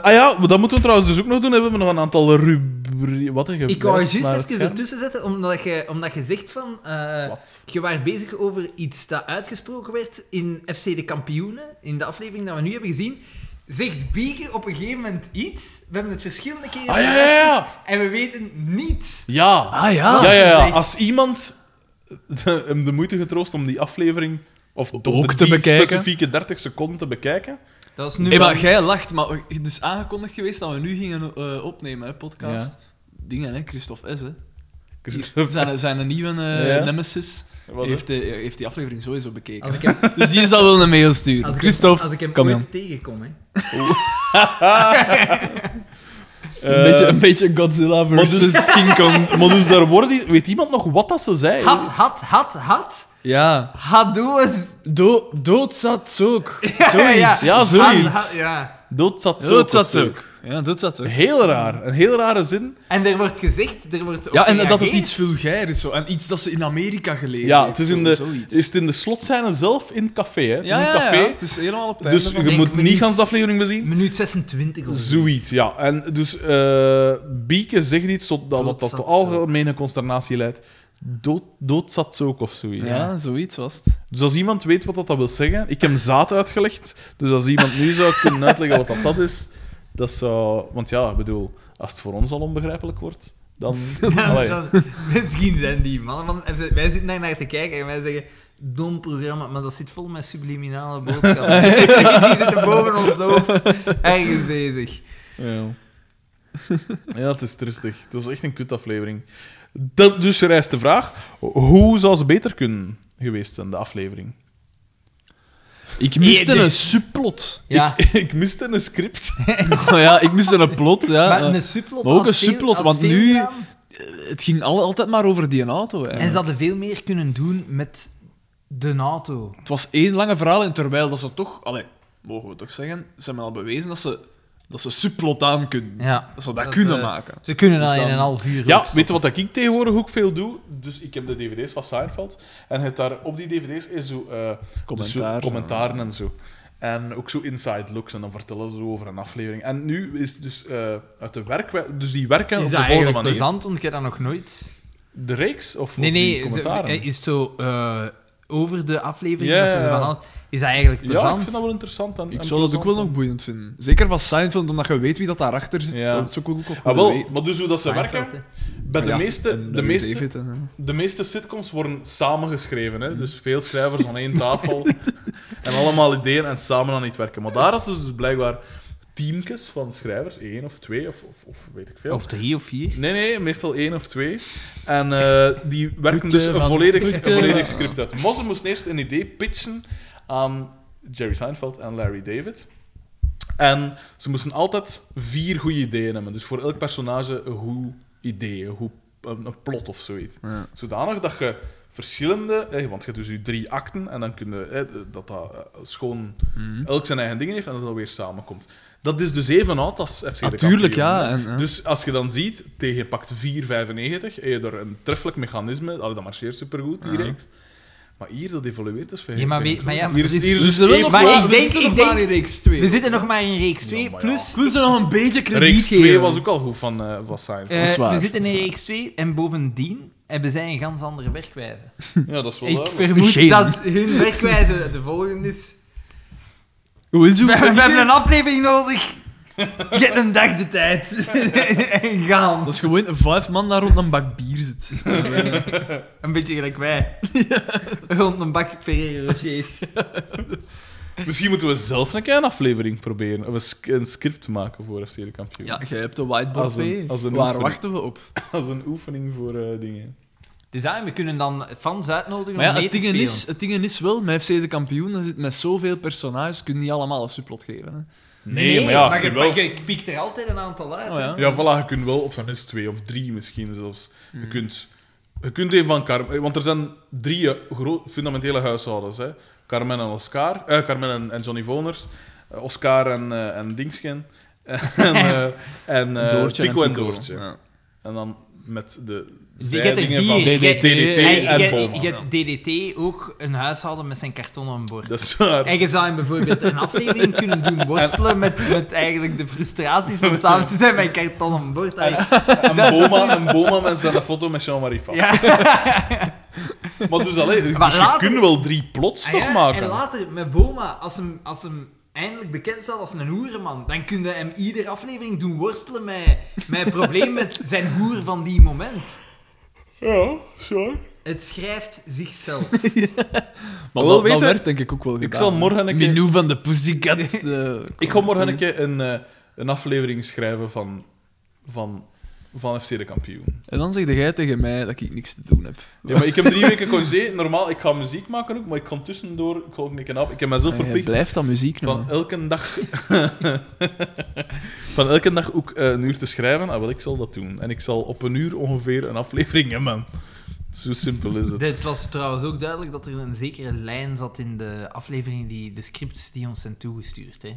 ah ja, maar dat moeten we trouwens dus ook nog doen. We hebben nog een aantal rubrieken. Wat een Ik wou gewijs juist naar even het scherm. ertussen zetten, omdat je, omdat je zegt van... eh, Wat? je was bezig over iets dat uitgesproken werd in FC De Kampioenen, in de aflevering dat we nu hebben gezien. Zegt Beaker op een gegeven moment iets, we hebben het verschillende keren Ah ja, ja, ja. beluisterd, en we weten niet. Ja. Ah ja, Ja, ja, ja. gezegd. Als iemand de- hem de moeite getroost om die aflevering... Of toch Ook de te die bekijken. specifieke 30 seconden te bekijken. Dat is nu Hey, maar dan- jij lacht, maar het is aangekondigd geweest dat we nu gingen eh, opnemen, hè, podcast. Dingen, hè, Christophe S. Hè. Zijn, zijn een nieuwe eh, Ja. nemesis Wat, hè? heeft, die- heeft die aflevering sowieso bekeken. Als ik hem, Dus die zal wel een mail sturen. als ik hem, Christophe, als ik hem kom ooit in. tegenkom, hè. Een beetje, Eh, een beetje Godzilla versus dus- King Kong. Maar dus daar worden die... Weet iemand nog wat dat ze zei? Had, had, had, had. Ja. Hadoes. Do doodzat ook. Zoiets. Ja, zoiets. Had- had- ja. Dood zat zo. Doodzat of zo. ook. Ja, doodzat ook. Heel raar. Een heel rare zin. En er wordt gezegd, er wordt op Ja, en dat het gereageerd. iets vulgair is. Zo. En iets dat ze in Amerika geleerd Ja, heeft, het is in zo- de, zoiets. is het in de slotscène zelf in het café. Hè? Het ja, is een ja, café. ja, het is helemaal op het Dus einde van- je Denk moet me niet niet. gans de aflevering bezien. Minuut 26 of zo. Zoiets, ja. En dus eh Bieke zegt iets tot, dat, wat tot de Doodzat algemene consternatie leidt. Dood, dood zat ze ook of zoiets. Ja, zoiets was het. Dus als iemand weet wat dat, dat wil zeggen, ik heb zaad uitgelegd. Dus als iemand nu zou kunnen uitleggen wat dat, dat is, dat zou. Want ja, ik bedoel, als het voor ons al onbegrijpelijk wordt, dan. Allee. Dan- misschien zijn die mannen van... FC Wij zitten daar naar te kijken en wij zeggen... Dom programma, maar dat zit vol met subliminale boodschappen. die zitten boven ons hoofd ergens bezig. Ja. ja, het is tristig. Het was echt een kutaflevering. Dat, dus rijst de vraag, hoe zou ze beter kunnen geweest zijn, de aflevering? Ik miste Eerder. een subplot. Ja, Ik miste een script. Oh ja, ik miste een plot, ja. maar Eh, een subplot. maar ook had een veel- subplot, had want veel nu- gedaan. Het ging al, altijd maar over die auto. En eigenlijk. ze hadden veel meer kunnen doen met de NATO. Het was één lange verhaal, en terwijl dat ze toch... Allee, mogen we toch zeggen, ze hebben al bewezen dat ze, dat ze subplot aan kunnen. Ja. Dat ze dat, Dat, kunnen eh, maken. Ze kunnen Dus dat in dan- een half uur. Ja, opstoppen. weet je wat dat ik tegenwoordig ook veel doe? Dus ik heb de dvd's van Seinfeld. En het daar, op die dvd's is zo, eh, Commentaar. zo commentaren en zo. En ook zo inside looks. En dan vertellen ze zo over een aflevering. En nu is dus eh, uit de werk... Dus die werken Is op dat de volgende eigenlijk manier. plezant? Want ik heb dat nog nooit. De reeks? Of, Nee, of die nee, commentaren? ze- is het zo eh, over de aflevering. Ja, dat ze ja, zo ja. van al- is dat eigenlijk ja, ik plezant? vind dat wel interessant. En, Ik en zou dat ook wel plezant. nog boeiend vinden. Zeker van Seinfeld, omdat je weet wie dat daarachter zit. Ja. Dat is ook ook Ah, wel, maar dus hoe dat ze Seinfeld, werken... hè. Bij de, meeste, de, meeste, David, hè. de meeste sitcoms worden samengeschreven. Hè? Dus veel schrijvers aan één tafel. en allemaal ideeën en samen aan iets werken. Maar daar hadden ze dus blijkbaar teamjes van schrijvers. één of twee, of, of, of weet ik veel. Of drie of vier. Nee, nee, meestal één of twee. En eh, die werken Goed, dus eh, een van- volledig, goed, een eh, volledig script uit. Maar ze moesten eerst een idee pitchen aan Jerry Seinfeld en Larry David. En ze moesten altijd vier goede ideeën hebben. Dus voor elk personage een goed idee, een, goed, een, een plot of zoiets. Ja. Zodanig dat je verschillende... eh, want je hebt dus je drie akten en dan kun je... eh, dat dat eh, schoon Hm? elk zijn eigen dingen heeft en dat dat weer samenkomt. Dat is dus even oud als FC de Natuurlijk, Kampioenen, Ah, ja. hè. En, eh, Dus als je dan ziet, tegen pakt 4,95, heb je er een treffelijk mechanisme. Allee, dat marcheert supergoed, die Ja. reeks. Maar hier, dat evolueert dus veel. Ja, maar veel wie- maar ja, hier is, maar hier is dus er dus wel nog maar wel- ik we denk- zitten ik nog denk- maar in reeks 2. We zitten nog maar in reeks 2. Ja, maar ja. plus, Ik wil ze nog een beetje dus- krediet reeks 2 geven. was ook al goed van, eh van Seinfeld. is eh, waar, we zitten dat in is waar. reeks 2 en bovendien hebben zij een ganz andere werkwijze. Ja, dat is wel Ik duidelijk. vermoed Geen. dat hun werkwijze de volgende is. Hoe is uw We, we werk? hebben een aflevering nodig. Je hebt een dag de tijd. en gaan. Dat is gewoon een vijf man daar rond een bak bier zit. Een beetje gelijk wij. Rond een bak Ferrero Rochers. Misschien moeten we zelf een keer een aflevering proberen. Of een sk- een script te maken voor FC de kampioen. Ja, jij hebt de whiteboard Als een- mee. als een Waar oefening. wachten we op? Als een oefening voor eh, dingen. Dus ja, we kunnen dan fans uitnodigen Maar ja, om mee het te ding, spelen. is, het ding is wel, met FC de kampioen, er zit met zoveel personages, kun je niet allemaal een subplot geven. Hè. Oh, Nee, maar ja, maar je, je wel- je pikt er altijd een aantal uit. Oh, hè. ja. Ja, voilà, je kunt wel op zijn minst twee of drie misschien zelfs. Je kunt, je kunt een van Carmen... Want er zijn drie eh, gro- fundamentele huishoudens. Hè? Carmen en Oscar. eh, Carmen en, en Johnny Voners. eh, Oscar en, eh, en Dingsken. En, eh, en eh, Pico en, Doortje. Ja. En dan met de Dus je hebt er zijdingen van vier. DDT Je- En en je, Boma. je hebt DDT ook een huishouden met zijn kartonnen bord. Dat is waar. En je zou hem bijvoorbeeld een aflevering kunnen doen worstelen met, met eigenlijk de frustraties van samen te zijn met een kartonnen bord. Allee, En Boma, en Boma met zijn foto met Jean-Marie Pfaff. Ja. Maar dus, allee, dus Maar je later- kunt wel drie plots Ah toch ja, En maken. later met Boma, als hem, als hem eindelijk bekend staat als een hoerenman, dan kun je hem iedere aflevering doen worstelen met, met het probleem met zijn hoer van die moment. Ja, sorry. Het schrijft zichzelf. Maar Wel, dat, weet dat je, werd denk ik ook wel gedaan. Ik zal morgen een keer... Minou van de Pussycat. eh, Ik ga morgen een keer een, eh, een aflevering schrijven van, van, van FC de kampioen. En dan zegt jij tegen mij dat ik niks te doen heb. Ja, maar ik heb drie weken congé. Normaal, ik ga muziek maken ook, maar ik kan tussendoor... Ik, ga ook een keer af. ik heb mezelf En Eh, jij verplicht blijft aan muziek van nemen. elke dag... van elke dag ook eh, een uur te schrijven. Ah, wel, ik zal dat doen. En ik zal op een uur ongeveer een aflevering hebben. Zo simpel is het. Het was trouwens ook duidelijk dat er een zekere lijn zat in de aflevering, die, de scripts die ons zijn toegestuurd. Hè.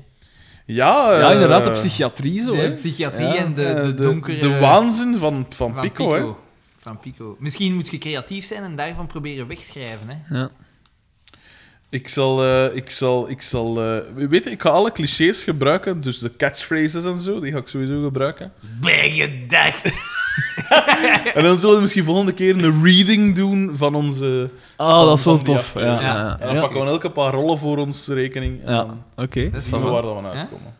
Ja, eh, Ja, inderdaad, de psychiatrie zo. De Hè. psychiatrie Ja, en de, eh, de donkere... De waanzin van, van, van Pico, hè. Van Pico. Misschien moet je creatief zijn en daarvan proberen wegschrijven. Hè. Ja. Ik zal, eh, ik zal, ik zal, eh, weet je, ik ga alle clichés gebruiken, dus de catchphrases en zo, die ga ik sowieso gebruiken. Ben gedacht! En dan zullen we misschien volgende keer een reading doen van onze. Ah, dat is wel Van die tof. Ja, aflevering. ja, En ja. dan Ja, pakken we elke paar rollen voor ons rekening. En dan oké. Dat is zien we wel- waar dat we uitkomen.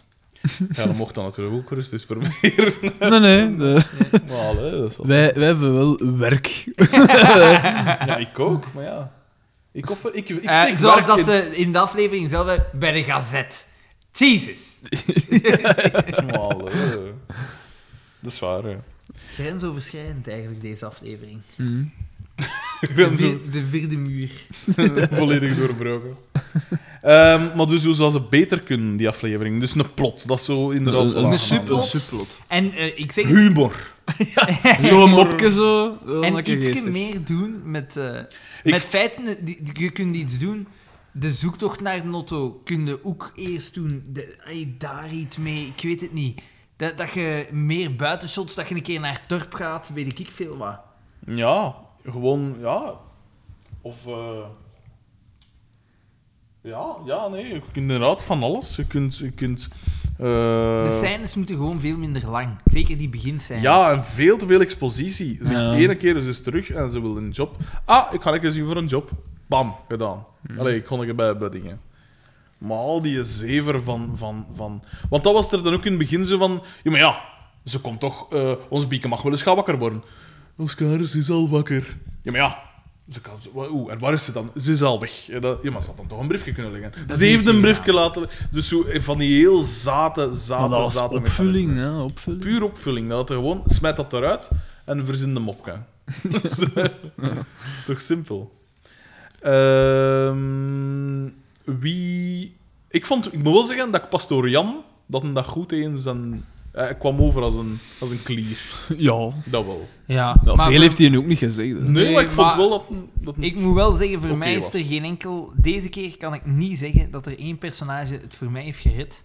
Ja, dat mocht dan natuurlijk ook rustig proberen. Nee, nee. de- Maar allee, dat is al- wij, wij hebben wel werk. Ja, ik ook, maar ja. Ik, offer, ik, ik Eh, steek zoals werk dat in. ze in de aflevering zelf hebben, bij de gazet. Jesus. Maar allee. eh, Dat is waar, hè. Grensoverschrijdend eigenlijk, deze aflevering. Mhm. De, Gewoon zo vier- de vierde muur. volledig doorbroken. Ehm, maar dus hoe zou ze beter kunnen, die aflevering? Dus een plot, dat is zo inderdaad wel Een aangenaam. super superplot. subplot. En eh, ik zeg... het- Humor. Zo'n mopje zo. dat is en lekker iets geestig. meer doen met, eh, Ik- met feiten. Die, die- je kunt iets doen. De zoektocht naar de Notto kun je ook eerst doen. De, ai, daar iets mee, ik weet het niet. Dat, dat je meer buitenshots, dat je een keer naar Torp gaat, weet ik veel wat. Ja, gewoon, ja. Of, eh, Ja, ja, nee, je kunt inderdaad van alles. Je kunt... Je kunt eh, De scènes moeten gewoon veel minder lang. Zeker die beginscènes. Ja, en veel te veel expositie. Ze zegt Ja. ene keer ze is terug en ze wil een job. Ah, ik ga lekker zien voor een job. Bam, gedaan. Hmm. Allee, ik kon er bij, bij dingen. Maar al die zever van, van, van... Want dat was er dan ook in het begin zo van... Ja, maar ja, ze komt toch... eh ons bieken mag wel eens gaan wakker worden. Oscar, ze is al wakker. Ja, maar ja. Ze kan, zo- wa- oeh, en waar is ze dan? Ze is al weg. Ja, dat, ja maar ze had dan toch een briefje kunnen leggen. Dat ze heeft heeft ze een briefje laten... Dus zo, eh, van die heel zate, Maar zate, dat was zate opvulling, mechanismes hè? Opvulling. puur opvulling. Dat er gewoon, smijt dat eruit en verzin de mopke. Dat is, eh, Toch simpel. Ehm, wie... Ik, vond, ik moet wel zeggen dat ik Pastoor Jan dat een dag goed eens zijn... Hij kwam over als een, als een klier. Ja. Dat wel. ja. Wel, maar veel voor- heeft hij nu ook niet gezegd. hè. Nee, Nee, maar ik maar- vond wel dat... dat Ik moet wel zeggen, voor Oké mij is was. er geen enkel... Deze keer kan ik niet zeggen dat er één personage het voor mij heeft gered.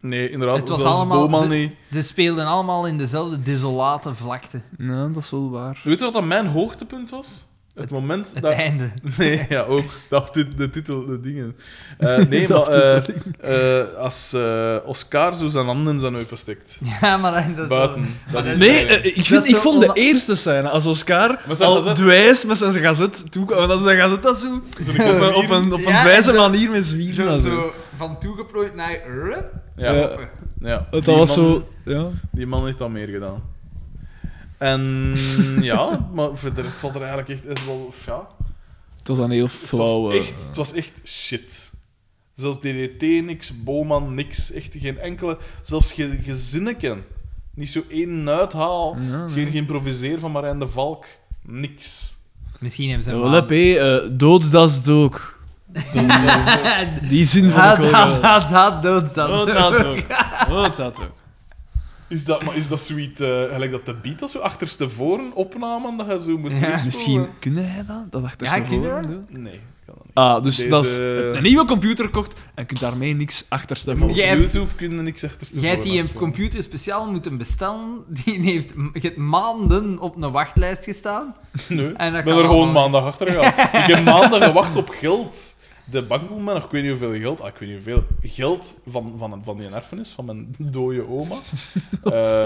Nee, inderdaad. Het was zelfs allemaal- Boma ze- niet. Ze speelden allemaal in dezelfde desolate vlakte. Nou, dat is wel waar. Weet je wat dat mijn hoogtepunt was? Het, moment Het dat... einde. Nee, ja, ook. Dat, de, de titel, de dingen. Eh, nee, Dat maar eh, aftiteling. eh, als eh, Oscar zo zijn handen in zijn heupen stikt. Ja, maar dat- dat is Buiten. wel- Dat is- Nee, eh, ik, Dat vind, is ik zo vond de onder- eerste scène, als Oscar Met zijn al gazet. dwijs met zijn gazet toekwam. Want als zijn gazet dat zo Zo'n op een, zwieren. op een, op een Ja, en dwijze zo- manier met zwieren. en zo. van toegeplooid naar... rup. Ja, Ja. ja. Dat Die was man- zo... Ja. Die man heeft dat meer gedaan. En ja, maar voor de rest valt er eigenlijk echt... Is wel, ja, Het was een heel het, was flauwe... echt, het was echt shit. Zelfs DDT niks, Boman niks, echt geen enkele... Zelfs geen gezinneken. Niet zo één uithaal. Ja, nee. Geen geïmproviseer van Marijn de Valk. Niks. Misschien hebben ze Ja, hem wel heb, hé. eh, doodsdas dook. eh, Die zin van ik Dat, wel dat, wel. dat, dat, dood, dat. Oh, Doodsdadsdook. Doodsdadsdook. Is dat, maar is dat zoiets, eh, gelijk dat de Beatles zo achterstevoren opnamen, dat je zo moet Ja. terugspelen? Misschien kunnen hij dat? Dat achter Ja, zijn kunnen voren we? doen. Nee, ik kan dat niet. Ah, dus Deze- dat is een nieuwe computer kocht en kunt daarmee niks achterstevoren. Op Jij hebt- YouTube kun je niks achterstevoren Jij hebt die een afspelen. computer speciaal moeten bestellen. Die heeft m- je hebt maanden op een wachtlijst gestaan. Nee, En dat ik ben kan er gewoon allemaal. maandag achter gegaan. ik heb maanden gewacht op geld. De bankboeman, of ik weet niet hoeveel geld, ah, ik weet niet hoeveel geld van, van, van die erfenis van mijn dode oma. Eh,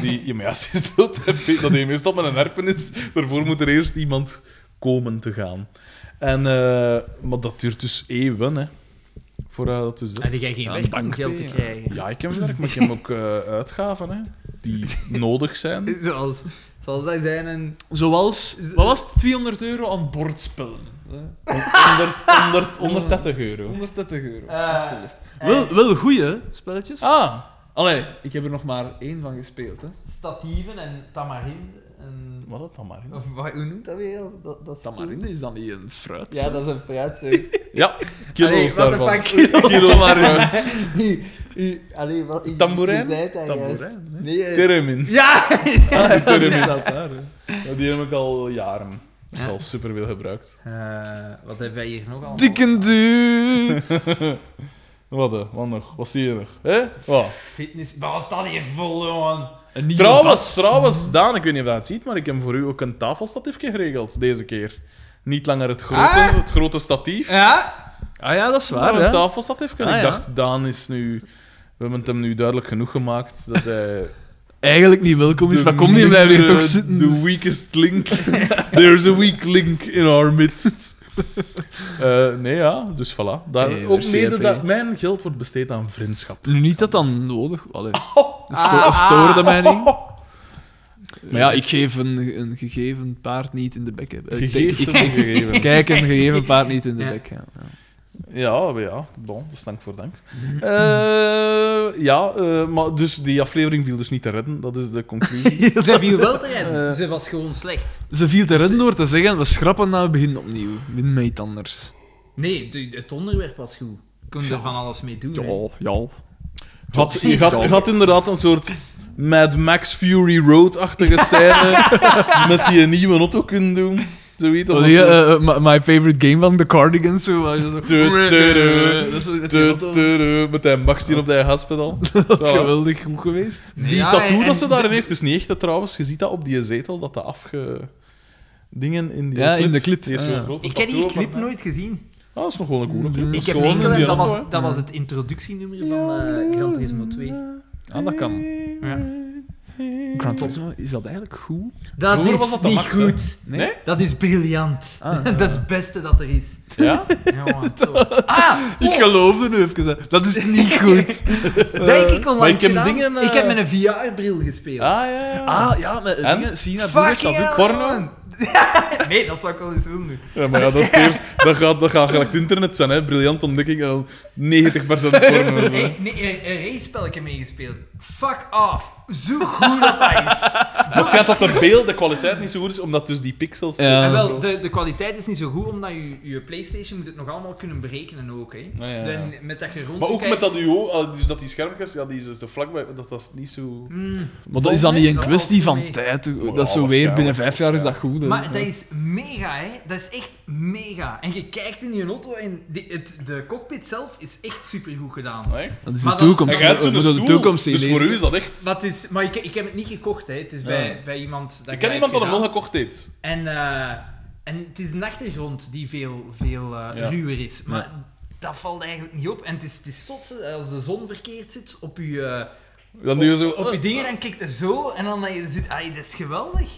die, ja, maar ja, ze is dood. Dat deed je meestal met een erfenis. Daarvoor moet er eerst iemand komen te gaan. En, eh, maar dat duurt dus eeuwen, hè. Voordat dat dus dat. Had jij geen Ja, weg om bank geld te P, ja. krijgen. Ja, ik heb werk, maar ik heb ook eh, uitgaven, hè. Die nodig zijn. Zoals, zoals dat zijn een... Zoals, wat was het? 200 euro aan bordspellen. hè? 100, 100, 130 euro. 130 euro, Eh, alstublieft. Wel, wel goeie spelletjes. Ah, Allee, ik heb er nog maar één van gespeeld. Hè. Statieven en tamarinde. En... wat dat dan maar. hè. Of wa- hoe noemt dat weer? Dat, dat Tamarinde is dan niet een fruit. Ja, dat is een fruitzucht. Ja, kilo's Allee, what the daarvan. fuck? Kilo's daarvan. U, u, allee, wat, u, Tamboerijn? u zei het daar Tamboerijn, juist. Nee, eh, Termin. ja! Ah, die termin staat daar. hè. Ja, die heb ik al jaren. Dat is Ja. al super veel gebruikt. Eh, wat hebben wij hier nog allemaal? Dikke duur. Wat, hè? wat nog? Wat zie je nog? Hè? Wat? Fitness... Wat staat hier vol, man? Een nieuwe Trouwens, bas. trouwens, Daan, ik weet niet of je dat ziet, maar ik heb voor u ook een tafelstatiefje geregeld deze keer. Niet langer het grote, Ah? het grote statief, Ja? Ah ja, dat is waar. maar een hè. tafelstatiefje. Ah, ik ja. dacht, Daan is nu... We hebben het hem nu duidelijk genoeg gemaakt dat hij... Eigenlijk niet welkom is, de maar kom niet, blijf hier mindere- toch zitten. The weakest link. There's a weak link in our midst. Eh, nee, ja, dus voilà. Daar, Hey, ook CRP. mede dat mijn geld wordt besteed aan vriendschap. Nu niet dat dan nodig. Allee. Oh. Sto- Ah. stoorde mij niet. Maar ja, ik geef een, een gegeven paard niet in de bek. hè. Eh, Ik denk- Gegeven, ik- ik- gegeven. Kijk, een gegeven paard niet in de Ja. bek. Ja. Ja, maar ja, bon, dus dank voor dank. Eh, ja, eh, maar dus die aflevering viel dus niet te redden, dat is de conclusie. Ze viel wel te redden. Eh. Ze was gewoon slecht. Ze viel te redden door te zeggen, we schrappen nou, we beginnen opnieuw. Min mij iets anders. Nee, de- het onderwerp was goed. Je kon er van alles mee doen. hè. Ja, ja. Had, je had, je had inderdaad een soort Mad Max Fury Road-achtige scène met die een nieuwe auto kunnen doen. Zoiets, of Oh, een die, soort- eh, eh, my, my favorite game van The Cardigans. Zo, waar je Tu, zo... tu, tu, Dat is ook- dat is Tu, ook wel- tu, tu, met die Max die op die gaspedaal. dat is Ja. geweldig goed geweest. Die Ja, tattoo en- dat ze en- daarin heeft is niet echt, hè, trouwens. Je ziet dat op die zetel, dat de afge... Dingen in die Ja, in de clip. Die is Ah, zo'n ja. grote Ik heb die tattoo op haar clip nek. nooit gezien. Ah, dat is nog wel een coole clip. Ik Dat Ik is heb gewoon enkel, die en dat auto, was, dat was het introductienummer hè. van eh Gran Turismo 2. Ah, dat kan. Ja. Gran Turismo, is dat eigenlijk goed? Dat Vroeger is was dat de niet max, hè? goed. Nee? Dat is briljant. Ah, dat is het beste dat er is. Ja? Ah, Ja, man, toch. ah, Ik geloofde nu even. hè. Dat is niet goed. denk ik Eh, maar onlangs ik heb gedaan. dingen, eh, Ik heb met een VR-bril gespeeld. Ah, ja, ja. Ah, ja, maar En? dingen, Sina Boer heeft Fucking dat ook. hell, porno? man. nee, dat zou ik wel eens willen doen. Ja, maar ja, dat, is het eerst, dat gaat, dat gaat gelijk het internet zijn, hè. Briljante ontdekking en dan 90% porno. en zo. Hey, nee, een, een race-spelletje meegespeeld. Fuck off. Zo goed dat dat is. Zo Het gaat dat de beeld, de kwaliteit niet zo goed is, omdat dus die pixels... Ja. te En wel, groot de, de kwaliteit is niet zo goed, omdat je, je PlayStation moet het nog allemaal kunnen berekenen ook. Hè. Ah, Ja, ja, ja. Dan met dat je rond Maar ook kijkt- met dat UO, eh, dus dat die schermpjes, ja, die is dus de vlakbij, dat dat is niet zo... Hmm, Maar dat is dan niet een Dat kwestie valt van niet mee. tijd. Ja, Dat is zo weer, binnen vijf jaar is dat goed. hè. Maar dat is mega, hè. Dat is echt mega. En je kijkt in je auto en die- het, de cockpit zelf is echt supergoed gedaan. Echt? Dat is Maar de dan- toekomst. En jij hebt We zo'n moeten de stoel, toekomst zien Dus voor lezen. u is dat echt... Maar, het is, maar ik, ik heb het niet gekocht, hè. Het is bij, bij iemand... Dat Ik ken heb iemand dat hem gedaan. wel gekocht heeft. En, eh, en het is een achtergrond die veel, veel eh, Ja. ruwer is. Maar dat valt eigenlijk niet op. En het is, het is zotse als de zon verkeerd zit op je... eh, Dan doe je zo... op je dingen en kijkt er zo en dan dat je zit, ai, dat is geweldig.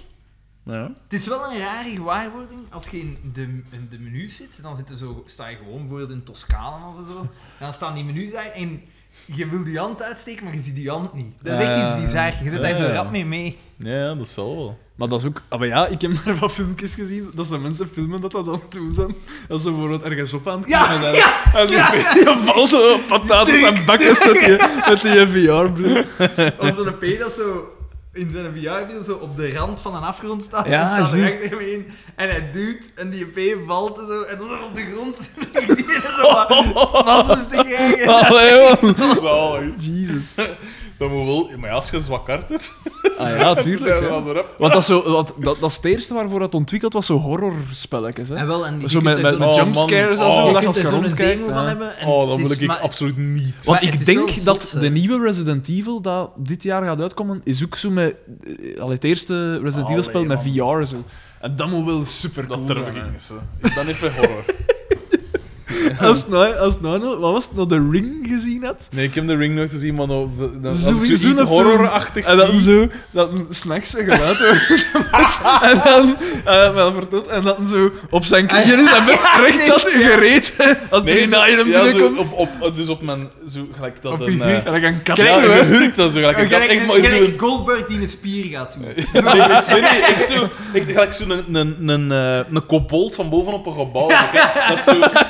Ja. Het is wel een rare gewaarwording. Als je in de, in de menus zit, dan zit er zo, sta je gewoon voor in Toscane of zo. En dan staan die menus daar en je wil die hand uitsteken, maar je ziet die hand niet. Dat is echt iets Ah. bizar. Je zit daar zo Ja. rap mee mee. ja, dat zal wel. Maar dat is ook... Ah, maar ja, ik heb maar wat filmpjes gezien dat ze mensen filmen dat dat aan het doen zijn. Dat ze bijvoorbeeld ergens op aan het Ja, klimmen zijn. en die, je valt zo op patates en bakkers met die, met die VR-bril. Of zo'n P dat zo in zijn VR-wiel zo op de rand van een afgrond staat. Ja, en staat er juist. echt in. En hij duwt en die P valt en zo. En dan op de grond ligt die zo wat spasmes te krijgen. Ah, Allee, man. Zalig. Jezus. Dat moet wel... Maar ja, als je een zwak hart hebt... Ah ja, tuurlijk. dan hè. gaan we erop. Want dat, is zo, wat, dat, dat is het eerste waarvoor dat ontwikkeld was, zo horrorspelletjes. Hè? En wel, en je Zo kunt met, met, er zo'n- met Oh, jumpscares en man. zo, Oh. dat je je als kunt je er zo'n rondkijkt. demo van ja. hebben. en Oh, dat het wil is ik ik maar- absoluut niet. Want Maar het ik is wel eh, denk zot, dat hè. de nieuwe Resident Evil dat dit jaar gaat uitkomen, is ook zo met... eh, Al het eerste Resident Evil spel met Allee, VR zo. En dat moet wel super Dat cool durf ik zijn, hè. niet. zo. Ik ben even horror. Als nou, als nou, nog- wat was het, nog de Ring gezien had? Nee, ik heb de ring nooit gezien, maar dan- dan- als ik zo Zo'n- iets zo'n film. horrorachtig En dan zie- zo, dat een s'nachts een geluid hoort. en dan, eh, wel verteld, en dan zo op zijn knieën is en met recht zat en gereed. Als die Ah, Nee, zo- na je hem ja, zo, binnenkomt. op, op, dus op mijn... Zo, gelijk dat Op een... je eh, rug. En dan kan kat ja, zo, je hè. hurkt dat zo gelijk. Ik Gelijk, had echt maar gelijk zo'n... Goldberg die een spier gaat doen. Nee, nee, echt zo... Echt gelijk zo'n een, een, een, eh, een kobold van bovenop een gebouw. hè. Dat is zo...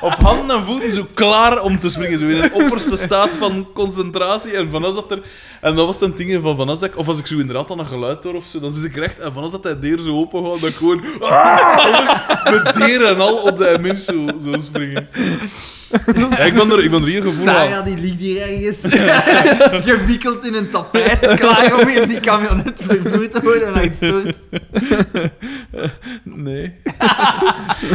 op handen en voeten zo klaar om te springen. Zo in een opperste staat van concentratie. En vanaf dat er... En dat was dan dingen van vanaf dat ik... Of als ik zo inderdaad dan een geluid hoor of zo, dan zit ik recht... En vanaf dat hij deur zo open gaat, dan gewoon... Ah! Met deur en al op de mens zo, zo springen. Ja, ik ben er, ik ben er hier gevoel aan. Sarah die ligt hier ergens gewikkeld in een tapijt, klaar om in die camionet vervoerd te worden en uitstort. Nee.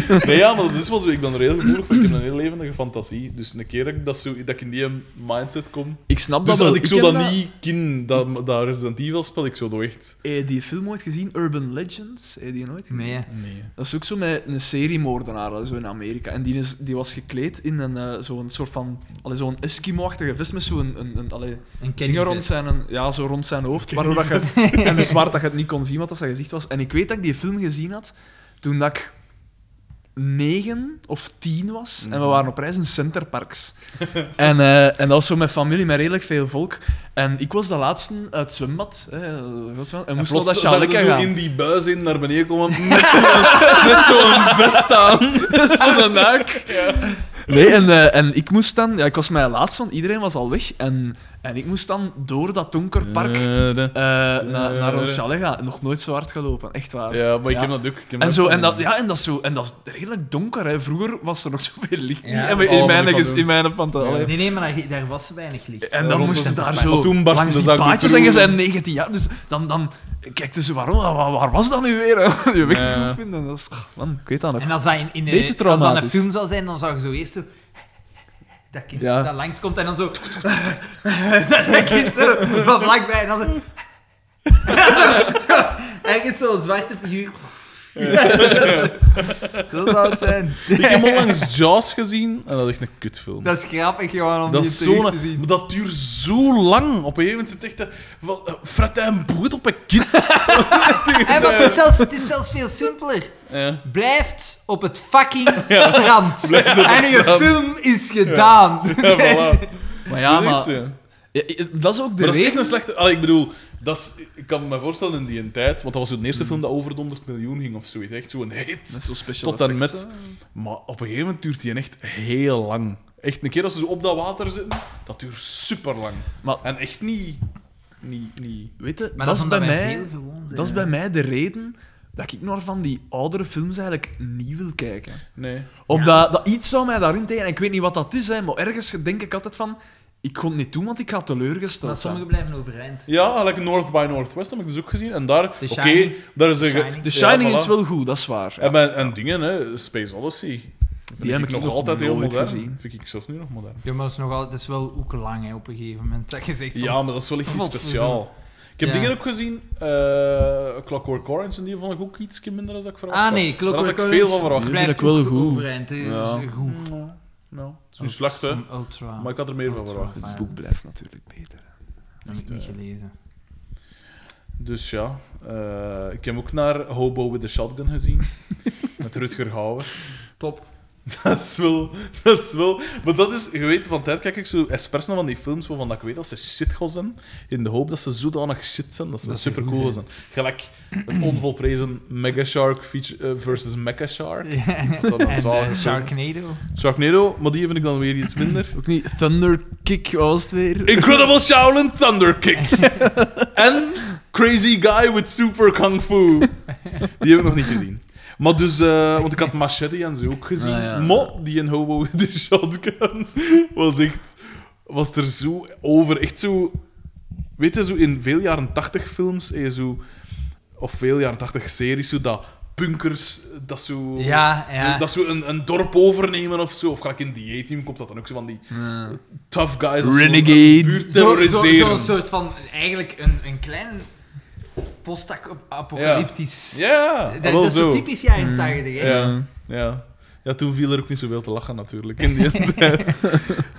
nee, ja, maar dat is wel zo. Ik ben er heel gevoelig voor. Ik heb een heel levendige fantasie. Dus een keer dat ik, dat zo, dat ik in die mindset kom... Ik snap Dus dat dat wel. ik zo heb dat niet ken, dat, dat Resident Evil spel, ik zo dat echt... Eh, die film ooit gezien, Urban Legends? Heb je die nooit gezien? Nee. Nee. Dat is ook zo met een seriemoordenaar hè, zo in Amerika. En die, is, die was gekleed in een, eh, zo'n soort van... allee, Zo'n Eskimo-achtige vest met zo'n... Een, een, allee, Een dingen rond zijn, ja, zo rond zijn hoofd. Waardoor dat je, en dus waar dat je het niet kon zien wat dat zijn gezicht was. En ik weet dat ik die film gezien had toen dat ik negen of tien was. Mm. En we waren op reis in Centerparks. en, eh, en dat was zo met familie, met redelijk veel volk. En ik was de laatste uit het zwembad. Hè, en, en moest wel dat Plots zag Charleke je zo gaan. in die buis in naar beneden komen met zo'n- met zo'n vest aan. Zo'n naak. Nee, en, eh, en ik moest dan... Ja, ik was mij laatst, want iedereen was al weg. En, en ik moest dan door dat donker park eh, naar, naar ons chalet gaan. Nog nooit zo hard gelopen, echt waar. Eh. Ja, maar ik Ja. heb dat ook. ik heb En, dat zo, ook en, dat, gedaan. ja, en, dat is zo, en dat is redelijk donker. Hè. Vroeger was er nog zoveel licht niet. Ja, En we- oh, in, dat mijn, kan ges- doen. in mijn pantalon. Nee, nee, maar daar, daar was weinig licht. En dan rond moest je ons- daar maar zo toen barstte langs de die zaak door paadjes en je Proe. bent 19 jaar. Dus dan, dan kijk dus waarom, waar, waar was dat nu weer? hè? Je weg Ja. moet vinden. Dat is, ach, man, ik weet dat nog. En als dat in, in Beetje een, als dat een traumatisch. film zou zijn, dan zou je zo eerst zo... Dat kind Ja. dat langskomt en dan zo... dat kind zo van vlakbij en dan zo... Eigenlijk zo'n zwarte figuur. zo zou het zijn. Ik heb onlangs Jaws gezien en dat is echt een kutfilm. Dat is grappig gewoon om Dat, die is terug zo te zien. maar dat duurt zo lang. Op een gegeven moment zit echt... eh, Van, eh, fret en brood op een kind. Hé, maar het, is zelfs, het is zelfs veel simpeler. Ja. Blijft op het fucking strand. en je film is gedaan. Ja, voilà. Maar ja, Dat is echt maar, zo, ja. ja, i- dat is ook de Maar dat is reden. echt een slechte... Allee, ik bedoel, dat is, ik kan me voorstellen in die tijd, want dat was de Mm. eerste film dat over de 100 miljoen ging of zoiets. Echt zo'n hit. Met zo'n special Tot en effects, met. Maar op een gegeven moment duurt die echt heel lang. Echt, een keer als ze zo op dat water zitten, dat duurt super lang. Maar- En echt niet... niet, niet. Weet je, dat, Maar dat is omdat bij wij mij, veel gewoon zijn, dat is hè. bij mij de reden dat ik nog van die oudere films eigenlijk niet wil kijken. Nee. Omdat dat iets zou mij daarin tegen. en Ik weet niet wat dat is, hè, maar ergens denk ik altijd van... Ik kon het niet doen, want ik ga teleurgesteld Maar zijn. sommigen blijven overeind. Ja, like North by Northwest heb ik dus ook gezien. En daar, oké, The Shining. daar is een... ge- The Shining. The Ja, Shining voilà. is wel goed, dat is waar. En, mijn- en dingen, hè, Space Odyssey. Vind Die heb ik nog heel nooit modern. gezien. Vind ik zelfs nu nog modern. Ja, maar dat is, nogal, dat is wel ook lang hè, op een gegeven moment. Dat je zegt van, Ja, maar dat is wel echt iets Godverdomme. speciaal. Ik heb Ja. dingen ook gezien, eh, Clockwork Orange, en die vond ik ook iets minder dan ik verwacht Ah had. nee, Clockwork Daar had ik veel van Orange verwacht. Die vind Blijft ik wel ook goed. overeind, hè. Ja. Is goed. Nou, het is nu slecht, hè. Een Ultra. Maar ik had er meer van Ultra verwacht. Het fan. boek blijft natuurlijk beter. Dat heb ik niet gelezen. Dus ja, eh, ik heb ook naar Hobo with the Shotgun gezien. met Rutger Hauer. Top. Dat is wel... Dat is wel... Maar dat is... Je weet, van tijd kijk ik zo expres naar van die films waarvan ik weet dat ze shit gaan zijn. In de hoop dat ze zodanig shit zijn, dat ze Dat ze super goed cool gaan zijn. Gelijk het onvolprezen Mega Shark feature, eh, versus Mecha Shark. Dat En dan eh, zalige film. Sharknado. Sharknado, maar die vind ik dan weer iets minder. Ook niet Thunder Kick, wat was het weer? Incredible Shaolin Thunder Kick. en Crazy Guy with Super Kung Fu. Die heb ik nog niet gezien. Maar dus, eh, want ik had Machete en zo ook gezien. Ah, ja. Maar die in Hobo with the Shotgun was echt... Was er zo over, echt zo... Weet je, zo in veel jaren 80 films, eh, zo, of veel jaren 80 series, zo dat punkers, dat zo... Ja, ja. Zo, dat ze een, een dorp overnemen of zo. Of gelijk in die team komt dat dan ook zo van die tough guys. als ze Renegade. een buurt Zo- zo- terroriseren. Zo'n soort van... Eigenlijk een, een klein post-apocalyptisch... Ja, Dat, wel dat is zo zo. typisch Hmm. jaren 80, hè. Ja, ja. ja, toen viel er ook niet zoveel te lachen natuurlijk in die tijd.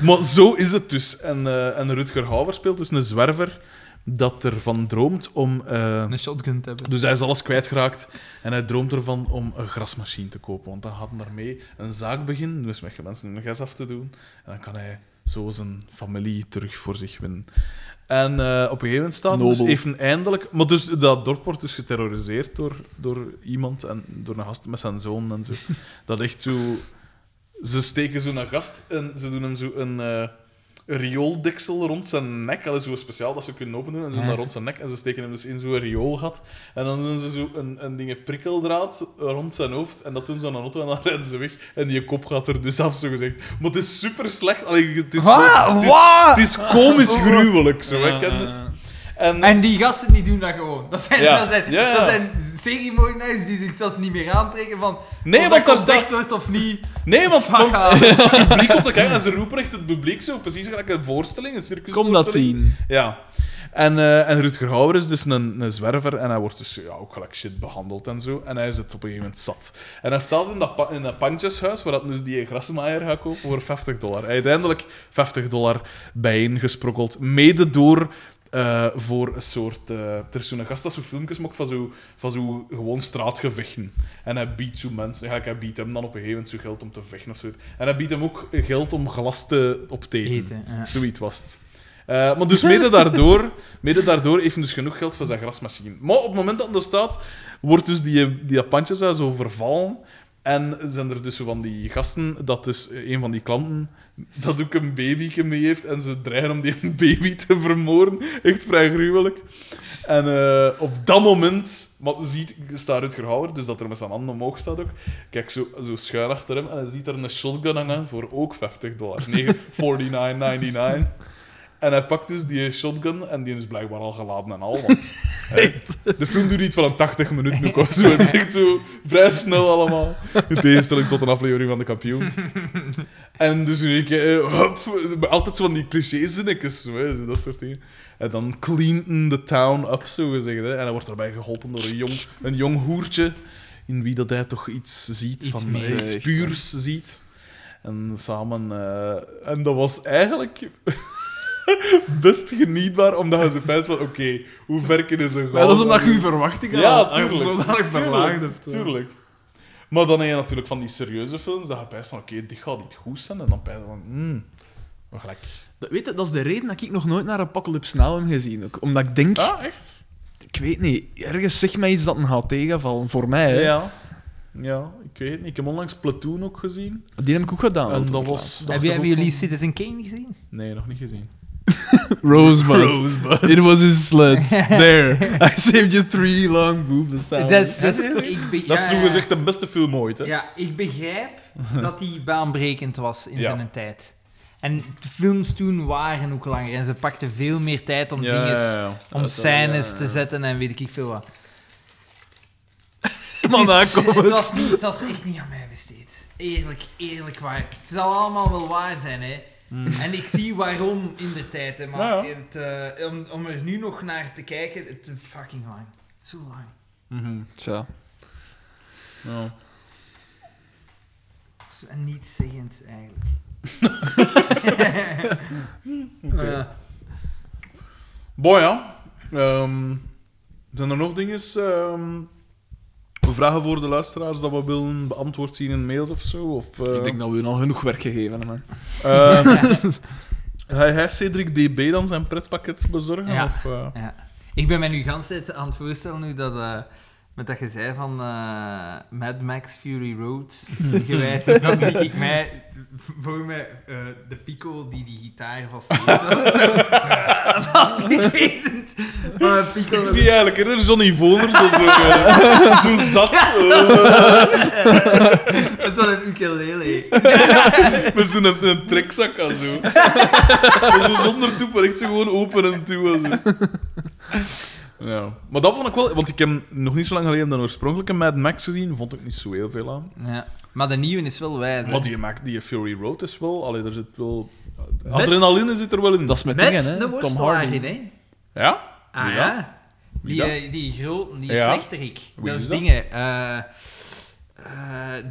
Maar zo is het dus. En, eh, en Rutger Hauer speelt dus een zwerver dat ervan droomt om... eh, Een shotgun te hebben. dus hij is alles kwijtgeraakt en hij droomt ervan om een grasmachine te kopen. Want dan gaat hij daarmee een zaak beginnen, dus met mensen hun gas af te doen. En dan kan hij zo zijn familie terug voor zich winnen. En eh, op een gegeven moment staat hij dus Nobel. even eindelijk... Maar dus dat dorp wordt dus geterroriseerd door, door iemand en door een gast met zijn zoon en zo. Dat echt zo... Ze steken zo'n gast en ze doen hem zo een... eh, een riooldeksel rond zijn nek. Dat is zo speciaal dat ze kunnen open doen. En zo Ja. naar rond zijn nek. En ze steken hem dus in zo'n rioolgat. En dan doen ze zo een, een ding prikkeldraad rond zijn hoofd. En dat doen ze aan een auto en dan rijden ze weg. En die kop gaat er dus af, zo gezegd. Maar het is super slecht. Allee, het, is gewoon- het, is, het is Oh. komisch gruwelijk, zo. hè, ken het. En, En die gasten die doen dat gewoon. Dat zijn, Ja. dat zijn, Ja, ja. dat zijn seriemoordenaars die zich zelfs niet meer aantrekken van nee, of want dat daar staat... ontdekt wordt of niet. Nee, want, Fuck want off. er staat het publiek op te kijken en ze roepen echt het publiek zo, precies gelijk een voorstelling, een circus. Kom dat zien. Ja. En, eh, en Rutger Hauer is dus een, een zwerver en hij wordt dus ja, ook gelijk shit behandeld en zo. En hij is het op een gegeven moment zat. En hij staat in dat, pa- in dat pandjeshuis waar dat dus die grasmaaier gaat kopen voor 50 dollar. Hij heeft uiteindelijk 50 dollar bijeengesprokkeld, mede door eh, voor een soort... eh, er is zo'n gast dat zo filmpjes maakt van zo, van zo gewoon straatgevechten. En hij biedt zo mensen... Ja, hij biedt hem dan op een gegeven moment zo geld om te vechten of zoiets. En hij biedt hem ook geld om glas te, op te eten. Eten. ja. Zoiets was het. Eh, maar dus mede daardoor, mede daardoor heeft hij dus genoeg geld voor zijn grasmachine. Maar op het moment dat hij er staat, wordt dus die, die pandjes daar zo vervallen. En zijn er dus zo van die gasten, dat dus eh, een van die klanten, dat ook een babyke mee heeft. En ze dreigen om die baby te vermoorden. Echt vrij gruwelijk. En eh, op dat moment, want je ziet, ik sta Rutger Hauer, dus dat er met zijn handen omhoog staat ook. Kijk zo, zo schuin achter hem en hij ziet er een shotgun hangen voor ook 50 dollar. 49,99. En hij pakt dus die shotgun en die is blijkbaar al geladen en al. Want, hè, de film duurt iets van een 80 minuten ook of zo. Het is echt zo vrij snel allemaal. In tegenstelling tot een aflevering van de kampioen. En dus in één keer, eh, hup, altijd zo van die cliché-zinnetjes, zo, hè, dat soort dingen. En dan cleanten the town up, zo gezegd. Hè. En hij wordt daarbij geholpen door een jong, een jong hoertje, in wie dat hij toch iets ziet, Iets van meer, iets echt, puurs ziet. En samen... eh, en dat was eigenlijk best genietbaar, omdat hij zo pijst van, oké, hoe ver kunnen ze gaan? Maar dat is omdat je je verwachtingen Ja, al- tuurlijk. zodanig verlaagd Tuurlijk, hebt. Tuurlijk. Maar dan heb je natuurlijk van die serieuze films, dat je pijst van, oké, dit gaat niet goed zijn. En dan pijst je van, hmm, wat gelijk. Dat, weet je, dat is de reden dat ik nog nooit naar Apocalypse Now heb gezien. Ook. Omdat ik denk, Ah, echt? ik weet niet, ergens zegt mij iets dat een gaat tegenvallen. Voor mij, hè. Ja. Ja, ik weet het niet. Ik heb onlangs Platoon ook gezien. Die heb ik ook Ah, gedaan. en dat was... dacht Hebben ik hebben ook jullie van- Citizen Kane gezien? Nee, nog niet gezien. Rosebud. Rosebud. It was his slut. There. I saved you three long boobless hours. Dat is, dat is, Is het? ik be- Dat is ja, zogezegd de beste film ooit, hè? Ja, ik begrijp dat die baanbrekend was in Ja. zijn tijd. En de films toen waren ook langer en ze pakten veel meer tijd om Ja, dingen, ja, ja. om Dat- scènes ja, ja. te zetten en weet ik veel wat. Man, daar het, is- komt het het. was niet, het was echt niet aan mij besteed. Eerlijk, eerlijk waar. Het zal allemaal wel waar zijn, hè. En ik zie waarom in de tijd, hè, maar Hmm. Ja, ja. het, eh, om, om er nu nog naar te kijken, het is fucking lang. Zo lang. Mhm. Tja. Ja. Zo- En niet zeggend, eigenlijk. Eh, Boy, ja. Ehm, zijn er nog dingen? ehm, vragen voor de luisteraars dat we willen beantwoord zien in mails of zo? Of, eh, Ik denk dat we hun al genoeg werk gegeven hebben, man. eh, Ga jij Cedric DB dan zijn pretpakket bezorgen? Ja. Of, eh? Ja. Ik ben mij nu gans tijd aan het voorstellen nu dat... eh, met dat je zei van eh, Mad Max Fury Road gewijzigd, dan denk ik mij voor mij eh, de pico die die gitaar vasthoudt. Vastgeketend. Maar een Oh, pico... Ik zie eigenlijk eerder Johnny Voner zo, zo, eh, zo zat eh, Dat is wel een ukulele. met zo'n een, een trekzak aan zo. zo zonder toe, maar echt zo gewoon open en toe. en Zo. Ja. Maar dat vond ik wel, want ik heb nog niet zo lang geleden de oorspronkelijke Mad Max gezien, vond ik niet zo heel veel aan. Ja. Maar de nieuwe is wel wijs. hè. Maar die, maakt, die Fury Road is wel... Allee, er zit wel... Met- Adrenaline zit er wel in. Dat is met, Met dingen, hè. de Tom worstelaar Hardy. in, hè? Ja? Ah Wie dat? ja. Wie Die, dat? eh, die grote, die Ja. slechterik. Wie Dat is is dat? dingen. eh, eh,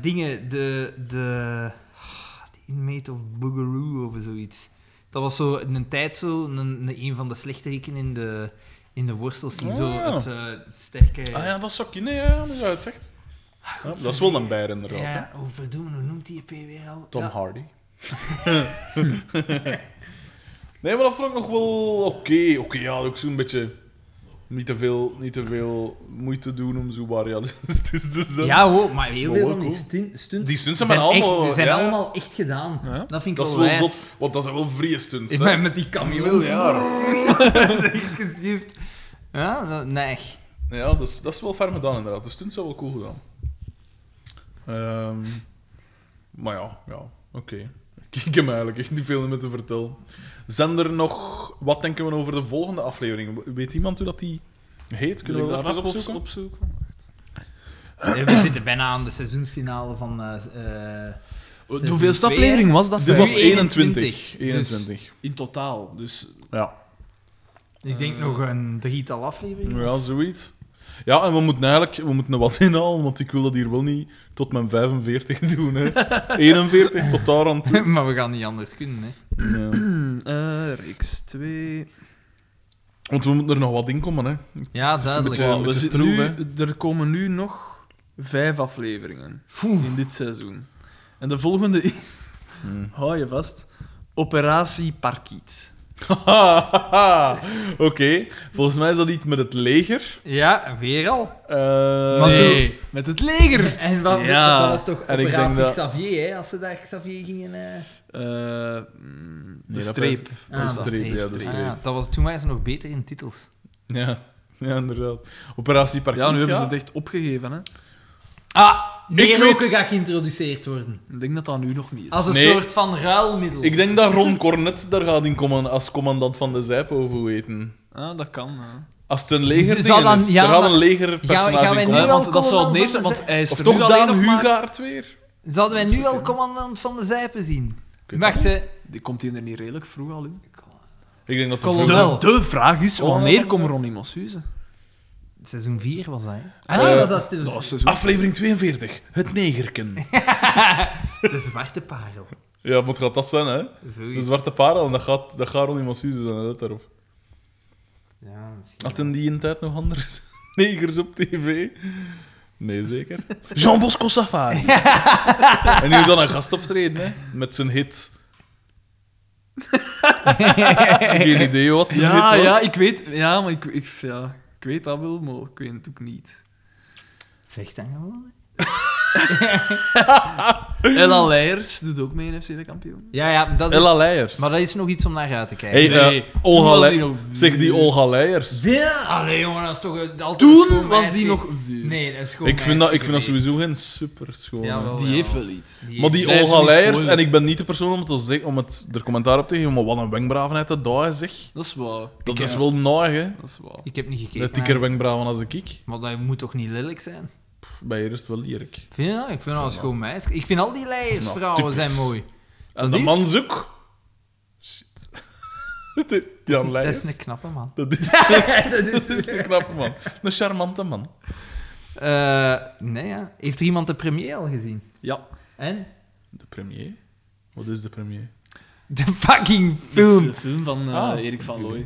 dingen, de... de ah, de inmate of Boogaloo of zoiets. Dat was zo in een tijd zo, een, een, een van de slechteriken in de, in de worstels. zien Zo Ah. het eh, sterke... Ah ja, dat zou kunnen, ja, ja, nu je het zegt. Ja, dat is wel een bijer, inderdaad. hè. Ja, hoe verdoemen, hoe noemt die EP weer al? Tom Ja. Hardy. nee, maar dat vond ik nog wel oké. Oké, ja, ook zo'n beetje... Niet te, veel, niet te veel moeite doen om zo waar realistisch te zijn. Ja, wow, maar heel Maar veel wel van die cool. stun- stunts Die stunts zijn, zijn allemaal- echt, zijn ja. allemaal echt gedaan. Ja. Dat vind ik Dat is wel wel wijs. zot, want dat zijn wel vrije stunts. Ik Hè? ben met die cameo's. Dat is echt geschift. Ja, dat- nee. Ja, dat is, dat is wel ver gedaan, inderdaad. De stunts zijn wel cool gedaan. Ehm, maar ja, ja oké. Ik heb me eigenlijk echt niet veel meer te vertellen. Zijn er nog... Wat denken we over de volgende aflevering? Weet iemand hoe dat die heet? Kunnen we dat even opzoeken? We zitten bijna aan de seizoensfinale van. eh, eh, De Seizoen hoeveelste twee, aflevering was dat? Dit was Nu 21. Dus- 21. 21. in totaal. Dus Ja. ik denk nog een drietal afleveringen. ja, zoiets. Ja, en we moeten eigenlijk we moeten er wat inhalen, want ik wil dat hier wel niet tot mijn 45 doen. Hè. 41 tot daar aan toe. Hmm, eh, maar we gaan niet anders kunnen, hè? Ja. eh reeks 2. Want we moeten er nog wat in komen, hè. Ja, is een duidelijk. beetje- we zitten stroef, nu, er komen nu nog vijf afleveringen in dit seizoen. En de volgende is, Hmm. hou je vast, Operatie Parkiet. Hahaha. Oké, volgens mij is dat iets met het leger. Ja, weer al. Eh, Maar nee, met het leger. En wat, Ja, dat was toch en ik operatie denk dat- Xavier, hè? Als ze daar Xavier gingen... eh. Eh, mm, de Nee, dat streep. De Ah, streep, dat is ja, de Ah, streep. dat was, toen waren ze nog beter in titels. Ja. ja, inderdaad. Operatie Parkiet, Ja, nu hebben ze het echt opgegeven. Hè. Ah, Neerlokken gaat geïntroduceerd worden. Ik denk dat dat nu nog niet is. Als een Nee. soort van ruilmiddel. Ik denk dat Ron Cornet daar gaat in komen als commandant van de Zijpo, of hoe heet het? Ah, dat kan. hè. Als het een leger Zal ding dan- is, ja, er gaat een maar- legerpersonage Gaan we- gaan we in nu komen. Eh, al want dat zou het commandant neerste, van de want hij is Of er toch nu alleen Daan nog maar... Hugaard weer? Zouden wij nu Zeker. al commandant van de Zijpen zien? weet Wacht, hè. Die komt hier er niet redelijk vroeg al in. Oh, Ik denk dat de Kolonel. vroeger- De, de vraag is, wanneer Colonel. komt Ronnie Mossuze? Seizoen 4 was dat, hè? Ah, Eh, dat, dat, Dat was dat, seizoen. Aflevering 42, het negerken. De zwarte parel. ja, moet gaat dat zijn, hè? De Zoiets. zwarte parel, en dat gaat, dat gaat Ronnie Massuze zijn, let daarop. Ja, misschien. Had in die tijd nog anders negers op tv? Nee, zeker. Jean Bosco Safari. en nu dan een gastoptreden, hè? Met zijn hit. Geen idee wat zijn Ja, hit was. ja, ik weet, ja, maar ik, ik, ja, ik weet dat wel, maar ik weet het ook niet. Zeg dan gewoon. hè. Ella Leijers doet ook mee in FC de kampioen. Ja, ja, dat is... Ella Leijers. Maar dat is nog iets om naar uit te kijken. Hey, eh, dus- Nee, toen Olga was Le- die nog- Zeg die Olga Leijers. Allee, jongen, dat is toch... een- altijd een Toen schoon was die meisje. nog vier. Nee, dat is gewoon Ik vind dat, ik vind dat sowieso geen super Ja, wel. die heeft wel iets. Maar die Nee, Olga zoiets Leijers, voor je. en ik ben niet de persoon om, het te zeggen, om het, er commentaar op te geven, maar wat een wenkbrauwenheid dat daar is, zeg. Dat is waar. Dat Ik, is eh, wel naai, hè. Dat is waar. Ik heb niet gekeken. Met hè. dikker wenkbrauwen als ik. ik. Maar dat moet toch niet lelijk zijn? Bij hier is het wel lelijk. Vind je dat? Ik vind dat een schoon meisje. Ik vind al die Nou, leiersvrouwen typisch. zijn mooi. En Dat de is- man zoek. Shit. Jan dat Leijers. is een knappe man. Dat is, dat is een knappe man. Een charmante man. Eh, nee, ja. Heeft er iemand de premier al gezien? Ja. En? De premier? Wat is de premier? De fucking De film. film van eh, Ah. Erik van Looy.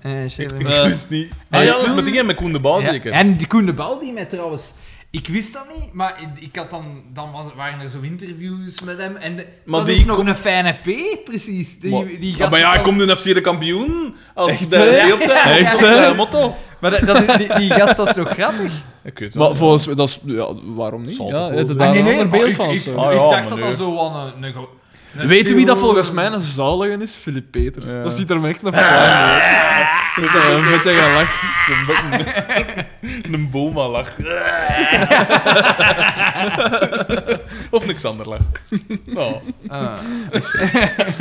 Eh, Ik, Shirley ik Eh, wist niet. Ah ja, dat is film- met dingen met Koen de Bouw Ja, zeker. En die Koen de Bouw die mij trouwens... Ik wist dat niet, maar ik- ik had dan, dan was, waren er zo interviews met hem. En de- Maar dat die is nog komt- een fijne P, precies. Die, Maar- die Ah, gast maar ja, is hij al- komt in FC de kampioen. Als Echt, de hè? nee, op zijn, Echt, op zijn hè? motto. Maar dat, dat is, die, die gast was nog grappig. Ik weet het wel, Maar volgens mij, dat is, ja, waarom niet? Zal Ja, toch wel hij had zijn. er daar Ah, nee, een nee, ander maar beeld ik- van. ik- of zo. Ah, ja, ik dacht maar dat nee. dat zo wel een... een, go- een Weet u wie dat stil- volgens mij een zalige is? Filip Peters. Ja. Dat ziet er me echt naar verklaring uit. Dat is een beetje gelach. Zijn bekken. een boma lach. of een Xander lach. Nou, Ah,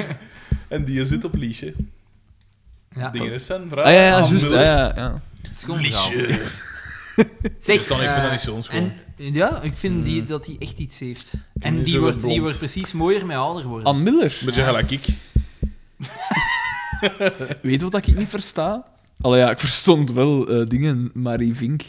en die zit op Liesje. ja, Dingen is zijn vraag. Ah, ja, ja, Aan juist. Muller. Ja, ja, ja. het is gewoon grappig. Ik kan- ik vind dat niet zo onschuldig. eh, En, ja, ik vind die, dat hij echt iets heeft. En die die zo wordt, die blond. wordt precies mooier met ouder worden. Ann Miller. Beetje gelijk ik. Weet je wat ik niet versta? Allee, ja, ik verstond wel eh, dingen, Marie Vink.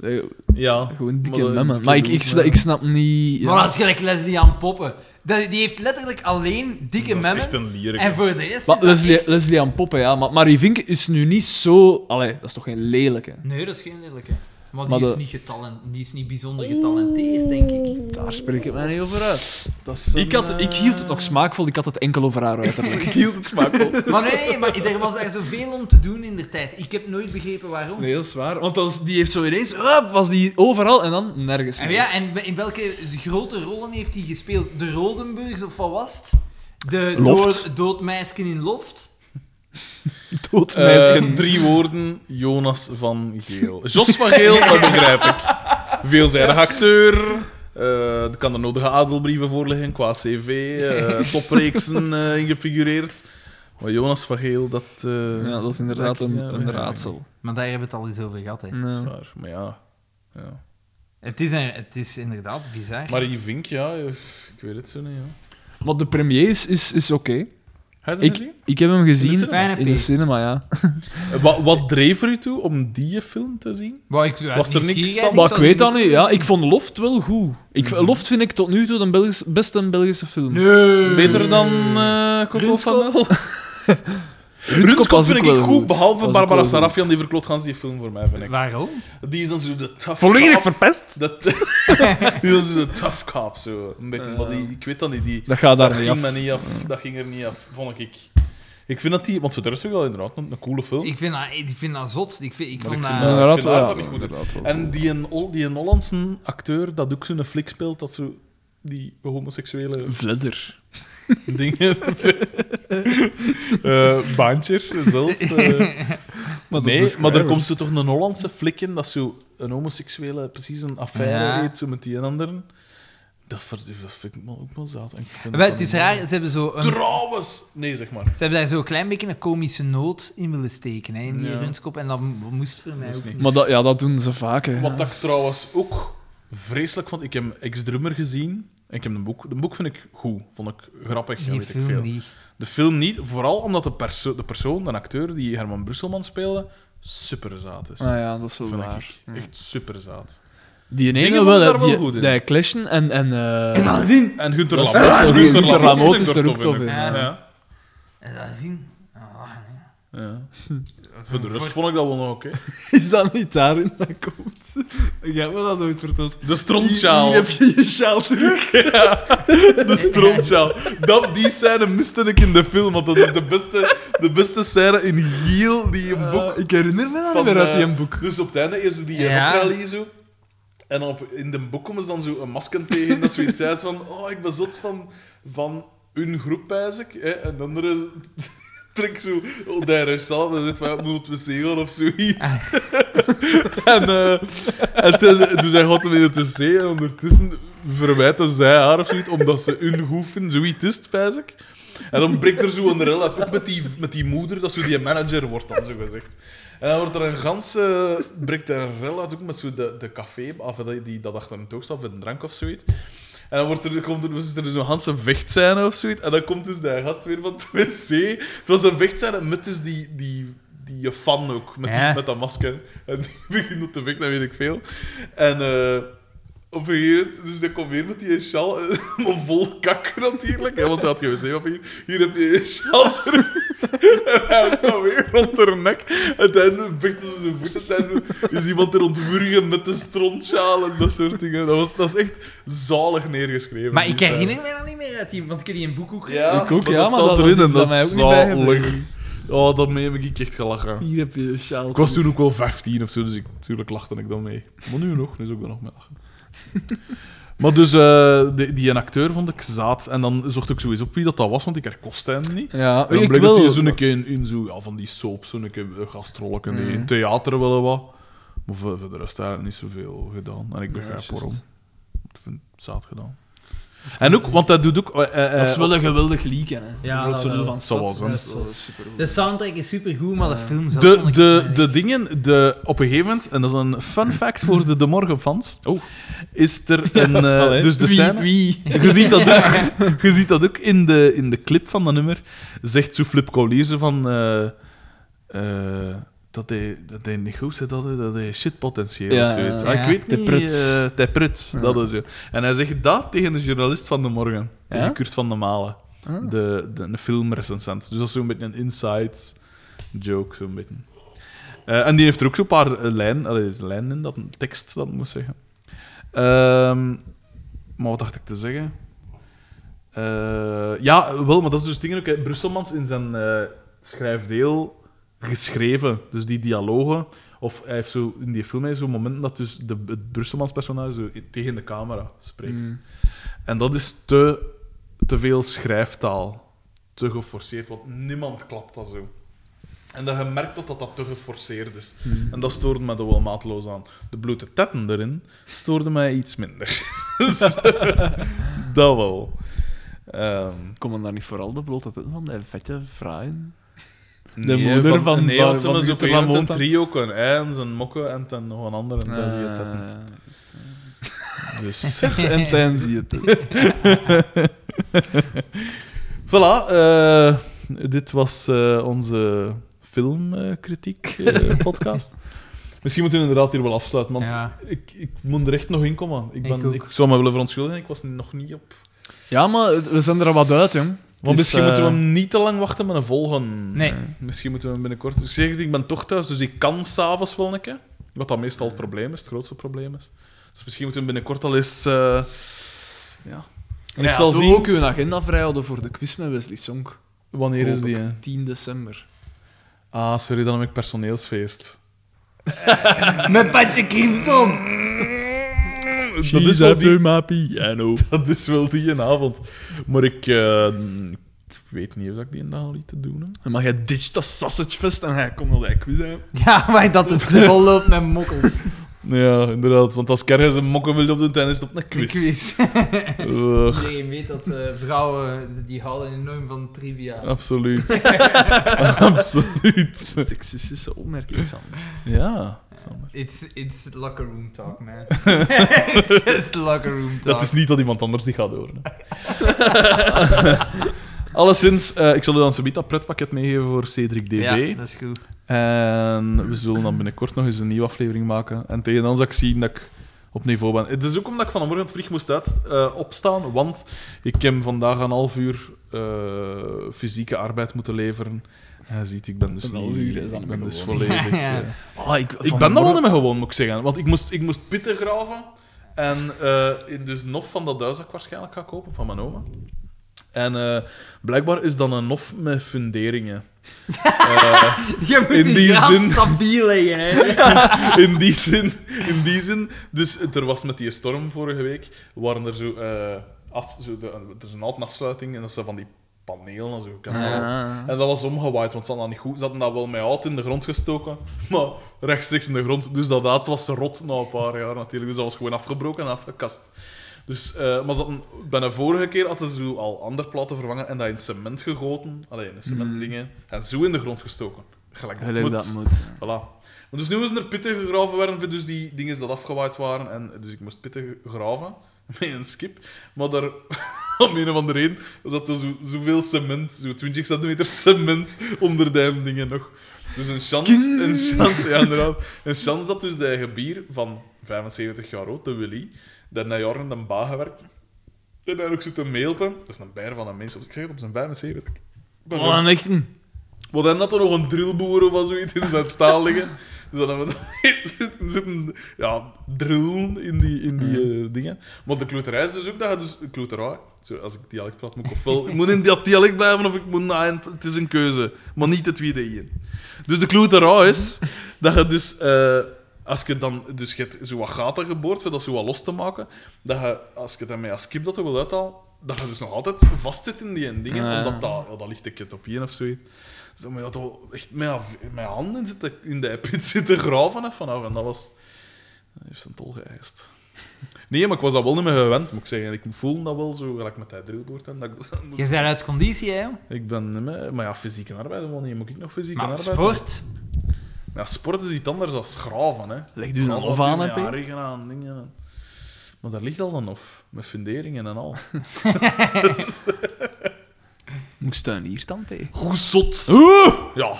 Eh, Ja. gewoon dikke Maar eh, dat- memmen. Maar ik, ik, sna- ik snap niet... ja. Maar dat is gelijk Leslie aan Poppen. Dat, die heeft letterlijk alleen dikke Dat is echt memmen. een lierik. En voor de rest... Maar is dat Leslie, echt- Leslie aan Poppen, ja. Maar Marie Vink is nu niet zo... Allee, dat is toch geen lelijke? Nee, dat is geen lelijke. Maar die, Maar is de- niet getalent, die is niet bijzonder getalenteerd, denk ik. Daar spreek ik mij niet over uit. Ik, had, ik hield het nog smaakvol, ik had het enkel over haar uiterlijk. eh, Ik hield het smaakvol. Maar nee, maar er was daar zoveel om te doen in de tijd. Ik heb nooit begrepen waarom. Nee, dat is waar. Want als, die heeft zo ineens... hup, was die overal en dan nergens En meer. ja, en in welke grote rollen heeft hij gespeeld? De Rodenburgs of wat was het? De Loft. Dood, doodmeisken in Loft? Dood meisje. Eh, drie woorden, Jonas van Geel. Jos van Geel, dat begrijp ik. Veelzijdig acteur. eh, kan de nodige adelbrieven voorleggen qua cv, eh, topreeksen eh, ingefigureerd. Maar Jonas van Geel, dat... eh, Ja, dat is inderdaad een, Ja, een ja, raadsel. Maar daar hebben we het al eens over gehad. Hè. dat is Ja. waar. Maar ja... ja. Het, is een- het is inderdaad bizar. Marie Vink, ja, eh, ik weet het zo niet. Ja. Maar de premier is, is, is oké. Heb je het Ik, gezien? ik heb hem gezien In in de cinema? de cinema, ja. Eh, Wat, wat dreef er u toe om die film te zien? Wou ik, uit Was er niks nieuwsgierigheid, aan- Maar ik zou weet ze- dat niet. Ja, ik vond Loft wel goed. Ik, Loft vind ik tot nu toe de Belgisch, beste Belgische film. Beter dan eh Coco van Wel? Rutskop was vind ook ik wel goed, goed. behalve Was ook Barbara wel goed. Sarafian, die verkloot gans die film voor mij, vind ik. Waarom? Die is dan zo de tough Volledig cop. verpest. Dat, die was de tough cop, zo. Een beetje, maar die, ik weet dat niet, die, Dat gaat dat daar niet ging me af. niet af. Dat ging er niet af, vond ik. Ik vind dat die, want voor de rest vind ik dat inderdaad een, een coole film. Ik vind dat, ik vind dat zot. Ik vind, ik Maar vond ik dat... vind Ja, ik vind inderdaad, haar ja, dat niet goed. inderdaad wel En die een, Hol- die een Hollandse acteur dat ook zo'n flik speelt, dat zo die homoseksuele Vledder. dingen. eh Baantjer zelf. eh. Maar nee, maar er komt zo toch een Hollandse flik in dat zo een homoseksuele precies een affaire Ja. heeft zo met die en anderen. Dat ver- dat vind ik wel- ook wel zaad. En ik vind Wel, dat het is dan- raar, ze hebben, zo een, Trouwens! Nee, zeg maar. ze hebben daar zo een klein beetje een komische noot in willen steken, hè, in die Ja. runskop. En dat mo- moest voor mij Dat is ook niet. niet. Maar dat, ja, dat doen ze vaak. Hè. Wat dat ik trouwens ook vreselijk vond, ik heb Ex-Drummer gezien. En ik heb een boek. De boek vind ik goed. Vond ik grappig. en Die weet ik veel. film niet. De film niet, vooral omdat de, perso- de persoon, de acteur die Herman Brusselman speelde, super zaad is. Ah ja, dat is wel Vind waar. ik echt super zaad. Die Dingen ene vonden wel, daar hè, wel die, goed in. die clashen en... en eh, En Gunter Dat Lamotte. is- dat is wel goed. Gunter Lamotte Lamotte vind is ik er daar ook tof tof in, Ja. ja. Ja. En dat zien... Ah, nee. Dat is Voor de een rust voor- vond ik dat wel nog oké. Is dat niet daarin dat komt? Ik heb me dat nooit verteld. De Hier, strontjaal. hier heb je je sjaal terug. De strontjaal. Dat, die scène miste ik in de film, want dat is de beste, de beste scène in Giel die een boek Eh, ik herinner me dat Van, niet meer uit eh, die een boek. Dus op het einde is die Ja. ja. zo. En dan op, in de boek komen ze dan zo een masker tegen dat zoiets uit van oh, ik ben zot van, van hun groep, eigenlijk. Hè? En de andere trek zo "Oh, op de RSA, dan zit wij op moet we zingen of zoiets. en eh en toen- dus hij gaat hem in het wc en ondertussen verwijten zij haar of zoiets, omdat ze hun hoeven, zoiets is het, pijs ik. En dan breekt er zo een rel uit, ook met die, met die moeder, dat zo die manager wordt, dan zo gezegd. En dan wordt er een ganse, breekt er een rel uit, ook met zo de, de café, of die, die dat achter een toog staat, met een drank of zoiets. En dan wordt er, komt er, dus is er zo'n ganse vechtscène of zoiets. En dan komt dus die gast weer van 2C. Het was een vechtscène met dus die, die, die fan ook, met, die- Ja. met dat masker. En die begint op te vechten, weet ik veel. En eh, op een gegeven moment, dus dan komt weer met die sjaal, eh, maar vol kak natuurlijk. Hè, want hij had geen wc-papier. Hier heb je je sjaal terug. En hij kwam weer rond haar nek. Uiteindelijk vechten ze zijn voet. Uiteindelijk is iemand er ontwurgen met de strontsjaal en dat soort dingen. Dat, was, dat is echt zalig neergeschreven. Maar die ik scène. herinner mij dat niet meer uit die, want ik heb die in boek ook Ja, ik ook, maar ja, dat maar staat dat was erin en iets dat dat mij is ook niet bij zalig. gebleven is. Oh, daarmee heb ik echt gelachen. Hier heb je je sjaal Ik was terug. toen ook wel 15 of zo, dus ik, natuurlijk lachte ik dan mee. Maar nu nog, nu is ook wel nog mee lachen. maar dus, eh, die, die een acteur vond ik zaad. En dan zocht ik sowieso op wie dat, dat was, want ik herkost hem niet. Ja, En dan ik bleek dat wil... hij zo'n keer in, in zo, ja, van die soap, zo'n keer eh, gastrollen, en die Mm. in theater willen wat. Maar voor, voor de rest eigenlijk niet zoveel gedaan. En ik begrijp juist. waarom. Ik vind het zaad gedaan. En ook, want dat doet ook... eh, eh, Dat is eh, wel een geweldig leak, hè. Ja, dat is dat wel wel. van Zo was Dat het. is Dus- wel supergoed. De soundtrack is supergoed, maar maar dat dat film... film zelf vond De, ik de, niet de erg. dingen, de, op een gegeven moment, en dat is een fun fact voor de De Morgenfans, Oh. is er een... eh, Allee, dus de wie, scène... Wie? Je ziet dat ook, je ziet dat ook in, de, in de clip van dat nummer. Zegt zo Flip Collier zo van... eh, eh, dat hij, dat hij niet goed zit, dat hij, dat hij shitpotentieel Ja, of zoiets. Ah, ja. ik weet De niet, pruts. eh, de pruts, dat is het. En hij zegt dat tegen de journalist van de morgen. Tegen Ja? Kurt van der Malen. Ah. Hmm. De, de, een filmrecensent. Dus dat is zo'n beetje een inside joke, zo'n beetje. Eh, en die heeft er ook zo'n paar eh, lijn, allee, is een lijn in, dat een tekst, dat moet ik zeggen. Ehm, maar wat dacht ik te zeggen? Eh, ja, wel, maar dat is dus dingen ook. hè. Brusselmans in zijn eh, schrijfdeel geschreven, dus die dialogen. Of hij heeft zo, in die film heeft zo'n moment dat dus de, het Brusselmans personage zo i- tegen de camera spreekt. Hmm. En dat is te, te veel schrijftaal. Te geforceerd, want niemand klapt dat zo. En dat je merkt dat dat, dat te geforceerd is. Hmm. En dat stoorde mij er wel maatloos aan. De blote tetten erin stoorde mij iets minder. Dus, dat wel. Ehm, Komen daar niet vooral de blote tetten van die vette vraaien? nee, moeder van- Nee, van- want ze hebben zo van op Pieter een gegeven moment een Lamotta. trio kunnen. Hij en zijn mokken en dan nog een andere. En daar zie je tetten. Eh. Dus... En ten zie je het. Voilà, eh, dit was eh, onze filmkritiek-podcast. Misschien moeten we inderdaad hier wel afsluiten, want Ja. ik, ik moet er echt nog in komen. Ik, ben, Ik ook. ik, zou me willen verontschuldigen, ik was nog niet op. Ja, maar we zijn er wat uit, jong. Maar is, misschien eh, moeten we hem niet te lang wachten met een volgen. Nee. Misschien moeten we hem binnenkort... Ik zeg het, ik ben toch thuis, dus ik kan s'avonds wel een keer. Wat dan meestal het probleem is, het grootste probleem is. Dus misschien moeten we hem binnenkort al eens... eh, ja. En ik zal doe zien... ook uw agenda vrijhouden voor de quiz met Wesley Song. Wanneer is die, hè? 10 december. Ah, sorry, dan heb ik personeelsfeest. Met Patje Crimson. Dat is, wel die, my piano. dat is wel die avond. Maar ik, eh, ik weet niet of ik die dag al iets te doen heb. Dan mag jij Digital Sausage Fest en hij komt wel bij quiz hè. Ja, maar dat het vol loopt met mokkels. Ja, inderdaad. Want als Kergens een mokken wil opdoen, dan is het op een De quiz. quiz. Ugh, Iedereen weet dat eh, vrouwen, die houden enorm van trivia. absoluut. absoluut. Sexistische opmerking, Sander. Ja. Sander. It's, it's locker room talk, man. it's just locker room talk. Dat is niet dat iemand anders die gaat horen. Alleszins, eh, ik zal u dan zometeen dat pretpakket meegeven voor Cedric DB. Ja, dat is goed. En Ehm, we zullen dan binnenkort nog eens een nieuwe aflevering maken. En tegen dan zal ik zien dat ik op niveau ben. Het is ook omdat ik vanmorgen vroeg moest uit, eh, opstaan, want ik heb vandaag een half uur eh, fysieke arbeid moeten leveren. En je ziet, ik ben dus Een half niet... uur is dan ik ben nog dus gewoon. volledig... Ja. eh, Oh, ik, ik ben dat wel niet meer gewoon, moet ik zeggen. Want ik moest, ik moest pitten graven. En eh, in dus nof van dat huis dat ik waarschijnlijk ga kopen, van mijn oma. En eh, blijkbaar is dan een nof met funderingen. Eh, Je moet In die die gras zin- stabiel leggen, hè. in die zin, in die zin. Dus het- er was met die storm vorige week, waren er zo, eh, af, zo de, er is een oude afsluiting en dat zijn van die panelen en zo. kan dat Ah. wel. En dat was omgewaaid, want ze hadden dat niet goed. Ze hadden dat wel met hout in de grond gestoken, maar rechtstreeks in de grond. Dus dat hout was rot na een paar jaar natuurlijk. Dus dat was gewoon afgebroken en afgekast. Dus, eh, maar ze hadden, bij de vorige keer hadden ze zo al andere platen vervangen en dat in cement gegoten. Alleen in cement dingen. En zo in de grond gestoken. Gelijk dat Mm. Gelijk moet. dat moet. ja. Voilà. Maar dus nu is er pitten gegraven werden voor dus die dingen dat afgewaaid waren. En dus ik moest pitten graven met een skip. Maar daar, om een of andere reden, zat er zo, zoveel cement, zo 20 centimeter cement onder die dingen nog. Dus een chance, een chance, ja, inderdaad. Een chance dat dus de eigen bier van 75 jaar oud, de Willy, daarna jaren in de baan gewerkt. En daar ook zitten meelpen. Dat is een bijer van een mens. Ik zeg het op zijn 75. Wat een echte. Want dan had er nog een drillboer of zoiets in zijn staal liggen. Dus dan hebben we zitten, zitten ja, drillen in die, in die eh, dingen. Maar de kloterij is dus ook dat je dus... Kloterij, zo, als ik dialect praat, moet ik ofwel... Ik moet in dat dialect blijven of ik moet na een... Het is een keuze, maar niet het tweede in. Dus de kloterij is dat je dus... eh, als je dan dus je hebt zo wat gaten geboord, om dat zo wat los te maken, dat je, als je daarmee als kip dat er wil uithalen, dat je dus nog altijd vast zit in die dingen, Ja. omdat dat, ja, dat ligt een keer op je of zoiets. Dus dan moet je dat toch echt met haar- met haar handen zitten, in de put zitten graven hè, vanaf. En dat was... Dat heeft zijn tol geëist. Nee, maar ik was dat wel niet meer gewend, moet ik zeggen. Ik voelde dat wel zo, gelijk met dat drillboard. En dat ik, dat- Je bent uit conditie, hè. ik ben niet meer... Maar ja, fysieke arbeid, wanneer moet ik nog fysieke Maar arbeid? doen? sport... Ja, sport is iets anders dan graven, hè. Leg dus een Graven of aan, doen, hè, Ja, P? regen aan, dingen. aan. Maar daar ligt al een of, met funderingen en al. Moest tuin hier dan, P. Hoe zot! Oeh! Ja,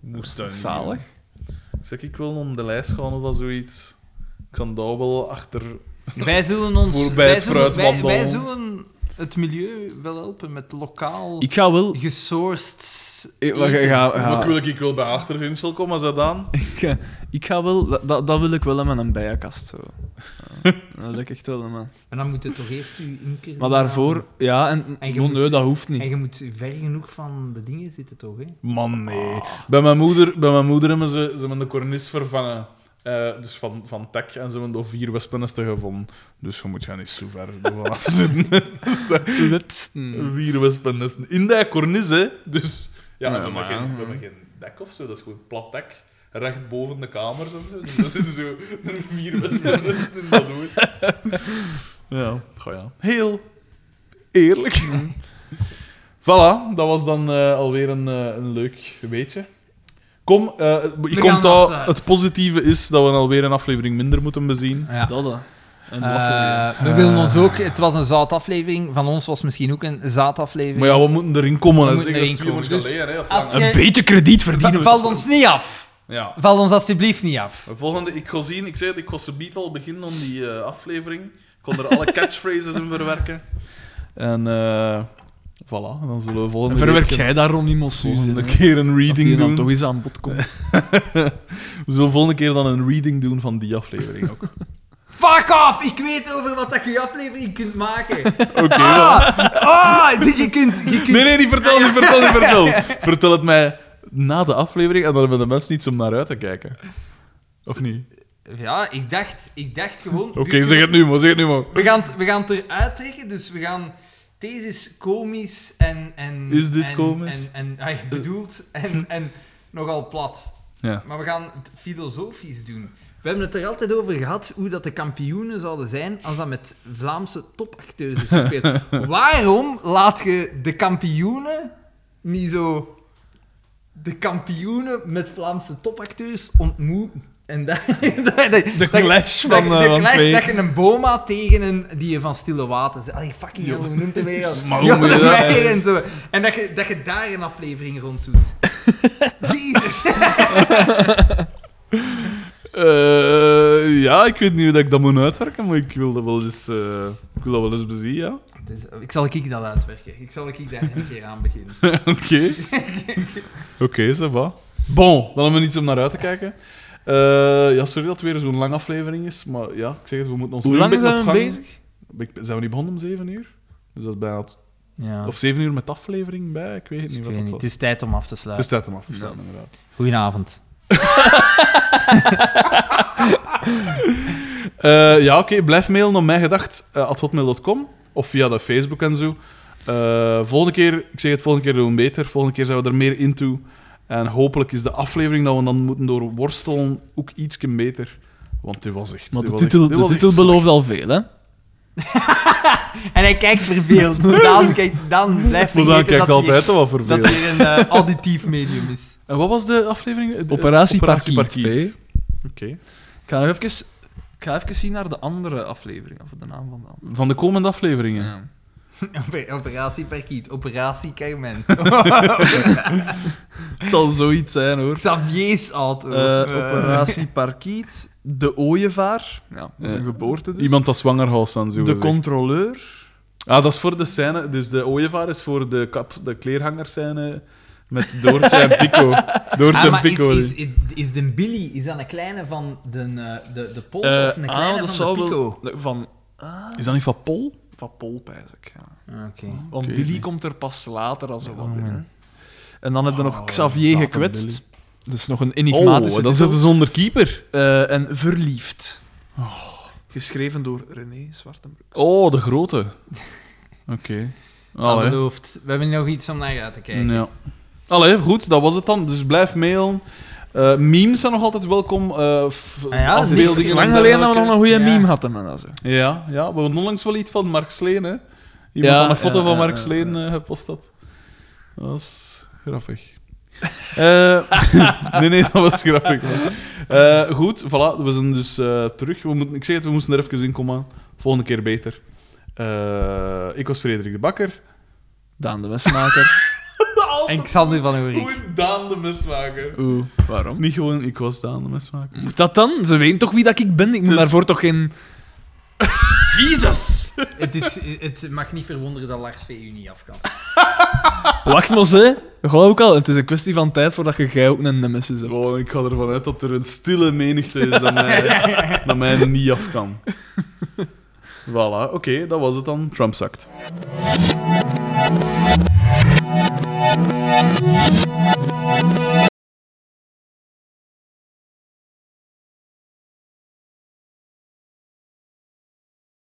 moest dat niet, Zalig. hè. Zeg, ik wil om de lijst gaan of dat zoiets. Ik kan daar wel achter Wij zullen ons... Voorbij wij het zullen, wij, fruitwandel. wij zullen het milieu wel helpen met lokaal Ik ga wel... gesourced... Ik, wacht, ik ga, Maar ga- ik wil ik wil bij Achtergumsel komen, als dat dan. ik, ga- ik ga wel... Dat, dat- dat wil ik wel hebben met een bijenkast, zo. Ja, dat wil ik echt wel hebben. Maar dan moet je toch eerst je inker... Maar daarvoor... Ja, en... En je oh, moet- nee, dat hoeft niet. En je moet ver genoeg van de dingen zitten, toch? Hè? Man, nee. Ah. Bij mijn moeder, bij mijn moeder hebben ze, ze hebben de cornis vervangen. Eh, dus van, van tek en ze hebben door vier wespennesten gevonden. Dus je moet je niet zo ver ervan afzitten. Wipsten. vier wespennesten. In die cornis, hè. Dus ja, Ja, we, hebben maar ja. geen, we hebben geen dek of zo. Dat is gewoon plat dek. Recht boven de kamers en zo. Dus er zitten zo er vier wespennesten in dat hoes. Ja, goh, ja. Mhm. Heel eerlijk. Voilà, dat was dan eh, alweer een, eh, een leuk weetje. Kom, eh ik kom gaan dat afsluiten. het positieve is dat we alweer een aflevering minder moeten bezien. Ja. Dat, hè. En Eh, uh, we willen ons Eh. ook... Het was een zaadaflevering. Van ons was misschien ook een zaadaflevering. Maar ja, we moeten erin komen. We hè, moeten zeg, dat is erin twee komen, jaar dus geleden, hè, of als langer. je- Een beetje krediet verdienen Va- we valt toch wel. ons niet af. Ja. Valt ons alsjeblieft niet af. De Volgende, ik ga zien, ik zei het, ik ga subiet al beginnen aan die eh, aflevering. Ik kon er alle catchphrases in verwerken. En eh, Voilà, dan zullen we volgende En verwerk keer- jij daar Ronnie Mossuus in? volgende hè? keer een Dat die reading dan doen. toch eens aan bod komt. We zullen volgende keer dan een reading doen van die aflevering ook. Fuck off! Ik weet over wat dat je aflevering kunt maken. Oké, dan. Ah, ah, dit- je kunt... Je kunt Nee, nee, niet vertel, niet vertel, niet vertel. Vertel het mij na de aflevering en dan hebben de mensen iets om naar uit te kijken. Of niet? Ja, ik dacht, ik dacht gewoon... Oké, zeg het nu maar, zeg het nu maar. We gaan, het- we gaan het eruit trekken, dus we gaan... Deze is komisch en... en Is dit en- komisch? En, en, ah, bedoeld en, en nogal plat. Ja. Maar we gaan het filosofisch doen. We hebben het er altijd over gehad hoe dat de kampioenen zouden zijn als dat met Vlaamse topacteurs is gespeeld. Waarom laat je de kampioenen niet zo... De kampioenen met Vlaamse topacteurs ontmoeten? En dat, dat- dat- De dat- clash dat- van, eh, de van clash twee. dat je een boma tegen een die je van stille water zet. Allee, fucking hell, hoe noemt hij weer? Maar hoe moet je dat- en zo. En dat je, dat je daar een aflevering rond doet. Jesus. Eh, ja, ik weet niet hoe dat ik dat moet uitwerken, maar ik wil dat wel eens, eh, ik wil dat wel eens bezien, ja. Dus, eh, ik zal ik dat uitwerken. Ik zal ik daar een keer aan beginnen. Oké. Oké, ça va. Bon, dan hebben we iets om naar uit te kijken. Eh, ja, sorry dat het weer zo'n lange aflevering is, maar ja, ik zeg het, we moeten ons Hoe weer een lang beetje zijn we op gang- bezig? Ik- Zijn we niet begonnen om 7 uur? Dus dat is bijna... het- Ja, Of 7 uur met aflevering bij, ik weet niet wat dat was. Het is tijd om af te Het sluiten. is tijd om af te sluiten, inderdaad. Goedenavond. Eh, ja, oké. Blijf mailen op eh, mijgedacht.hotmail.com of via de Facebook en zo. Eh, volgende keer, ik zeg het, volgende keer doen we beter. Volgende keer zijn we er meer into. En hopelijk is de aflevering dat we dan moeten doorworstelen ook ietsje beter. Want dit was echt... Maar dit de was echt- titel, dit de was echt titel belooft al veel, hè? En hij kijkt verveeld. Dan, kijkt, dan blijft Maar dan vergeten kijkt dat, altijd wel hier, dat vervelend. hier een eh, auditief medium is. En wat was de aflevering? De- Operatie, Operatie Parkiet, Parkiet. P. Oké. Ik ga nog even, ik ga even zien naar de andere aflevering, of de naam van de andere. Van de komende afleveringen. Ja. Oper- Operatie Perkiet, Operatie Carmen. Het zal zoiets zijn, hoor. Xavier's auto. Eh, Eh, operatie Parkiet, de ooievaar, ja, dat is Eh, een geboorte dus. Iemand dat zwanger houdt dan zo de gezegd. controleur. Ah, dat is voor de scène. Dus de ooievaar is voor de, kap, de kleerhangerscène met Doortje en Pico. Doortje Ah, en maar is, Pico. dus. is, is, is de Billy, is dat een kleine van de, eh, de, de Pol Eh, of een ah, kleine dat van zou de wel- Pico? Van, Is dat niet van Pol? van Paul, pijs ik, ja. Oké. Want Oké. Billy komt er pas later als een wat Oh, binnen. man. En dan hebben we nog Xavier zaten gekwetst. Dat is nog een Oh, enigmatische dat titel. zit zonder keeper. Eh, en Verliefd. Geschreven door René Zwartenbroek. Oh, de grote. Oké. Dat Allee. beloofd. We hebben nog iets om naar uit te kijken. Ja. Allee, goed, dat was het dan. Dus blijf mailen. Eh, memes zijn nog altijd welkom. eh, f- Ah ja, dus Het is- het is afbeeldingen lang en geleden dat we dergelijke. nog een goede Ja. meme hadden. Met dat, eh, zo. Ja, ja, we hebben onlangs wel iets van Mark Sleen, hè? Iemand Ja, had een foto ja, van ja, Mark ja, Sleen eh, gepost had. Dat was grappig. Eh, nee, nee, dat was grappig. man. Eh, goed, voilà, we zijn dus eh, terug. We moeten, ik zeg het, we moesten er even in komen. Volgende keer beter. Eh, ik was Frederik de Bakker. Daan de Mesmaker. En Xander van Hoe Oerik. Daan de Mesmaker. Oeh, waarom? Niet gewoon, ik was Daan de Mesmaker. Moet dat dan? Ze weten toch wie dat ik ben? Ik moet Dus- daarvoor toch geen... Jesus! het, is, het mag niet verwonderen dat Lars V. u niet af kan. Wacht mos, hè. Geloof ik al. Het is een kwestie van tijd voordat je jij ook een nemesis hebt. Wow, ik ga ervan uit dat er een stille menigte is dat mij, dat mij niet af kan. Voilà, oké, dat was het dan. Trump zakt.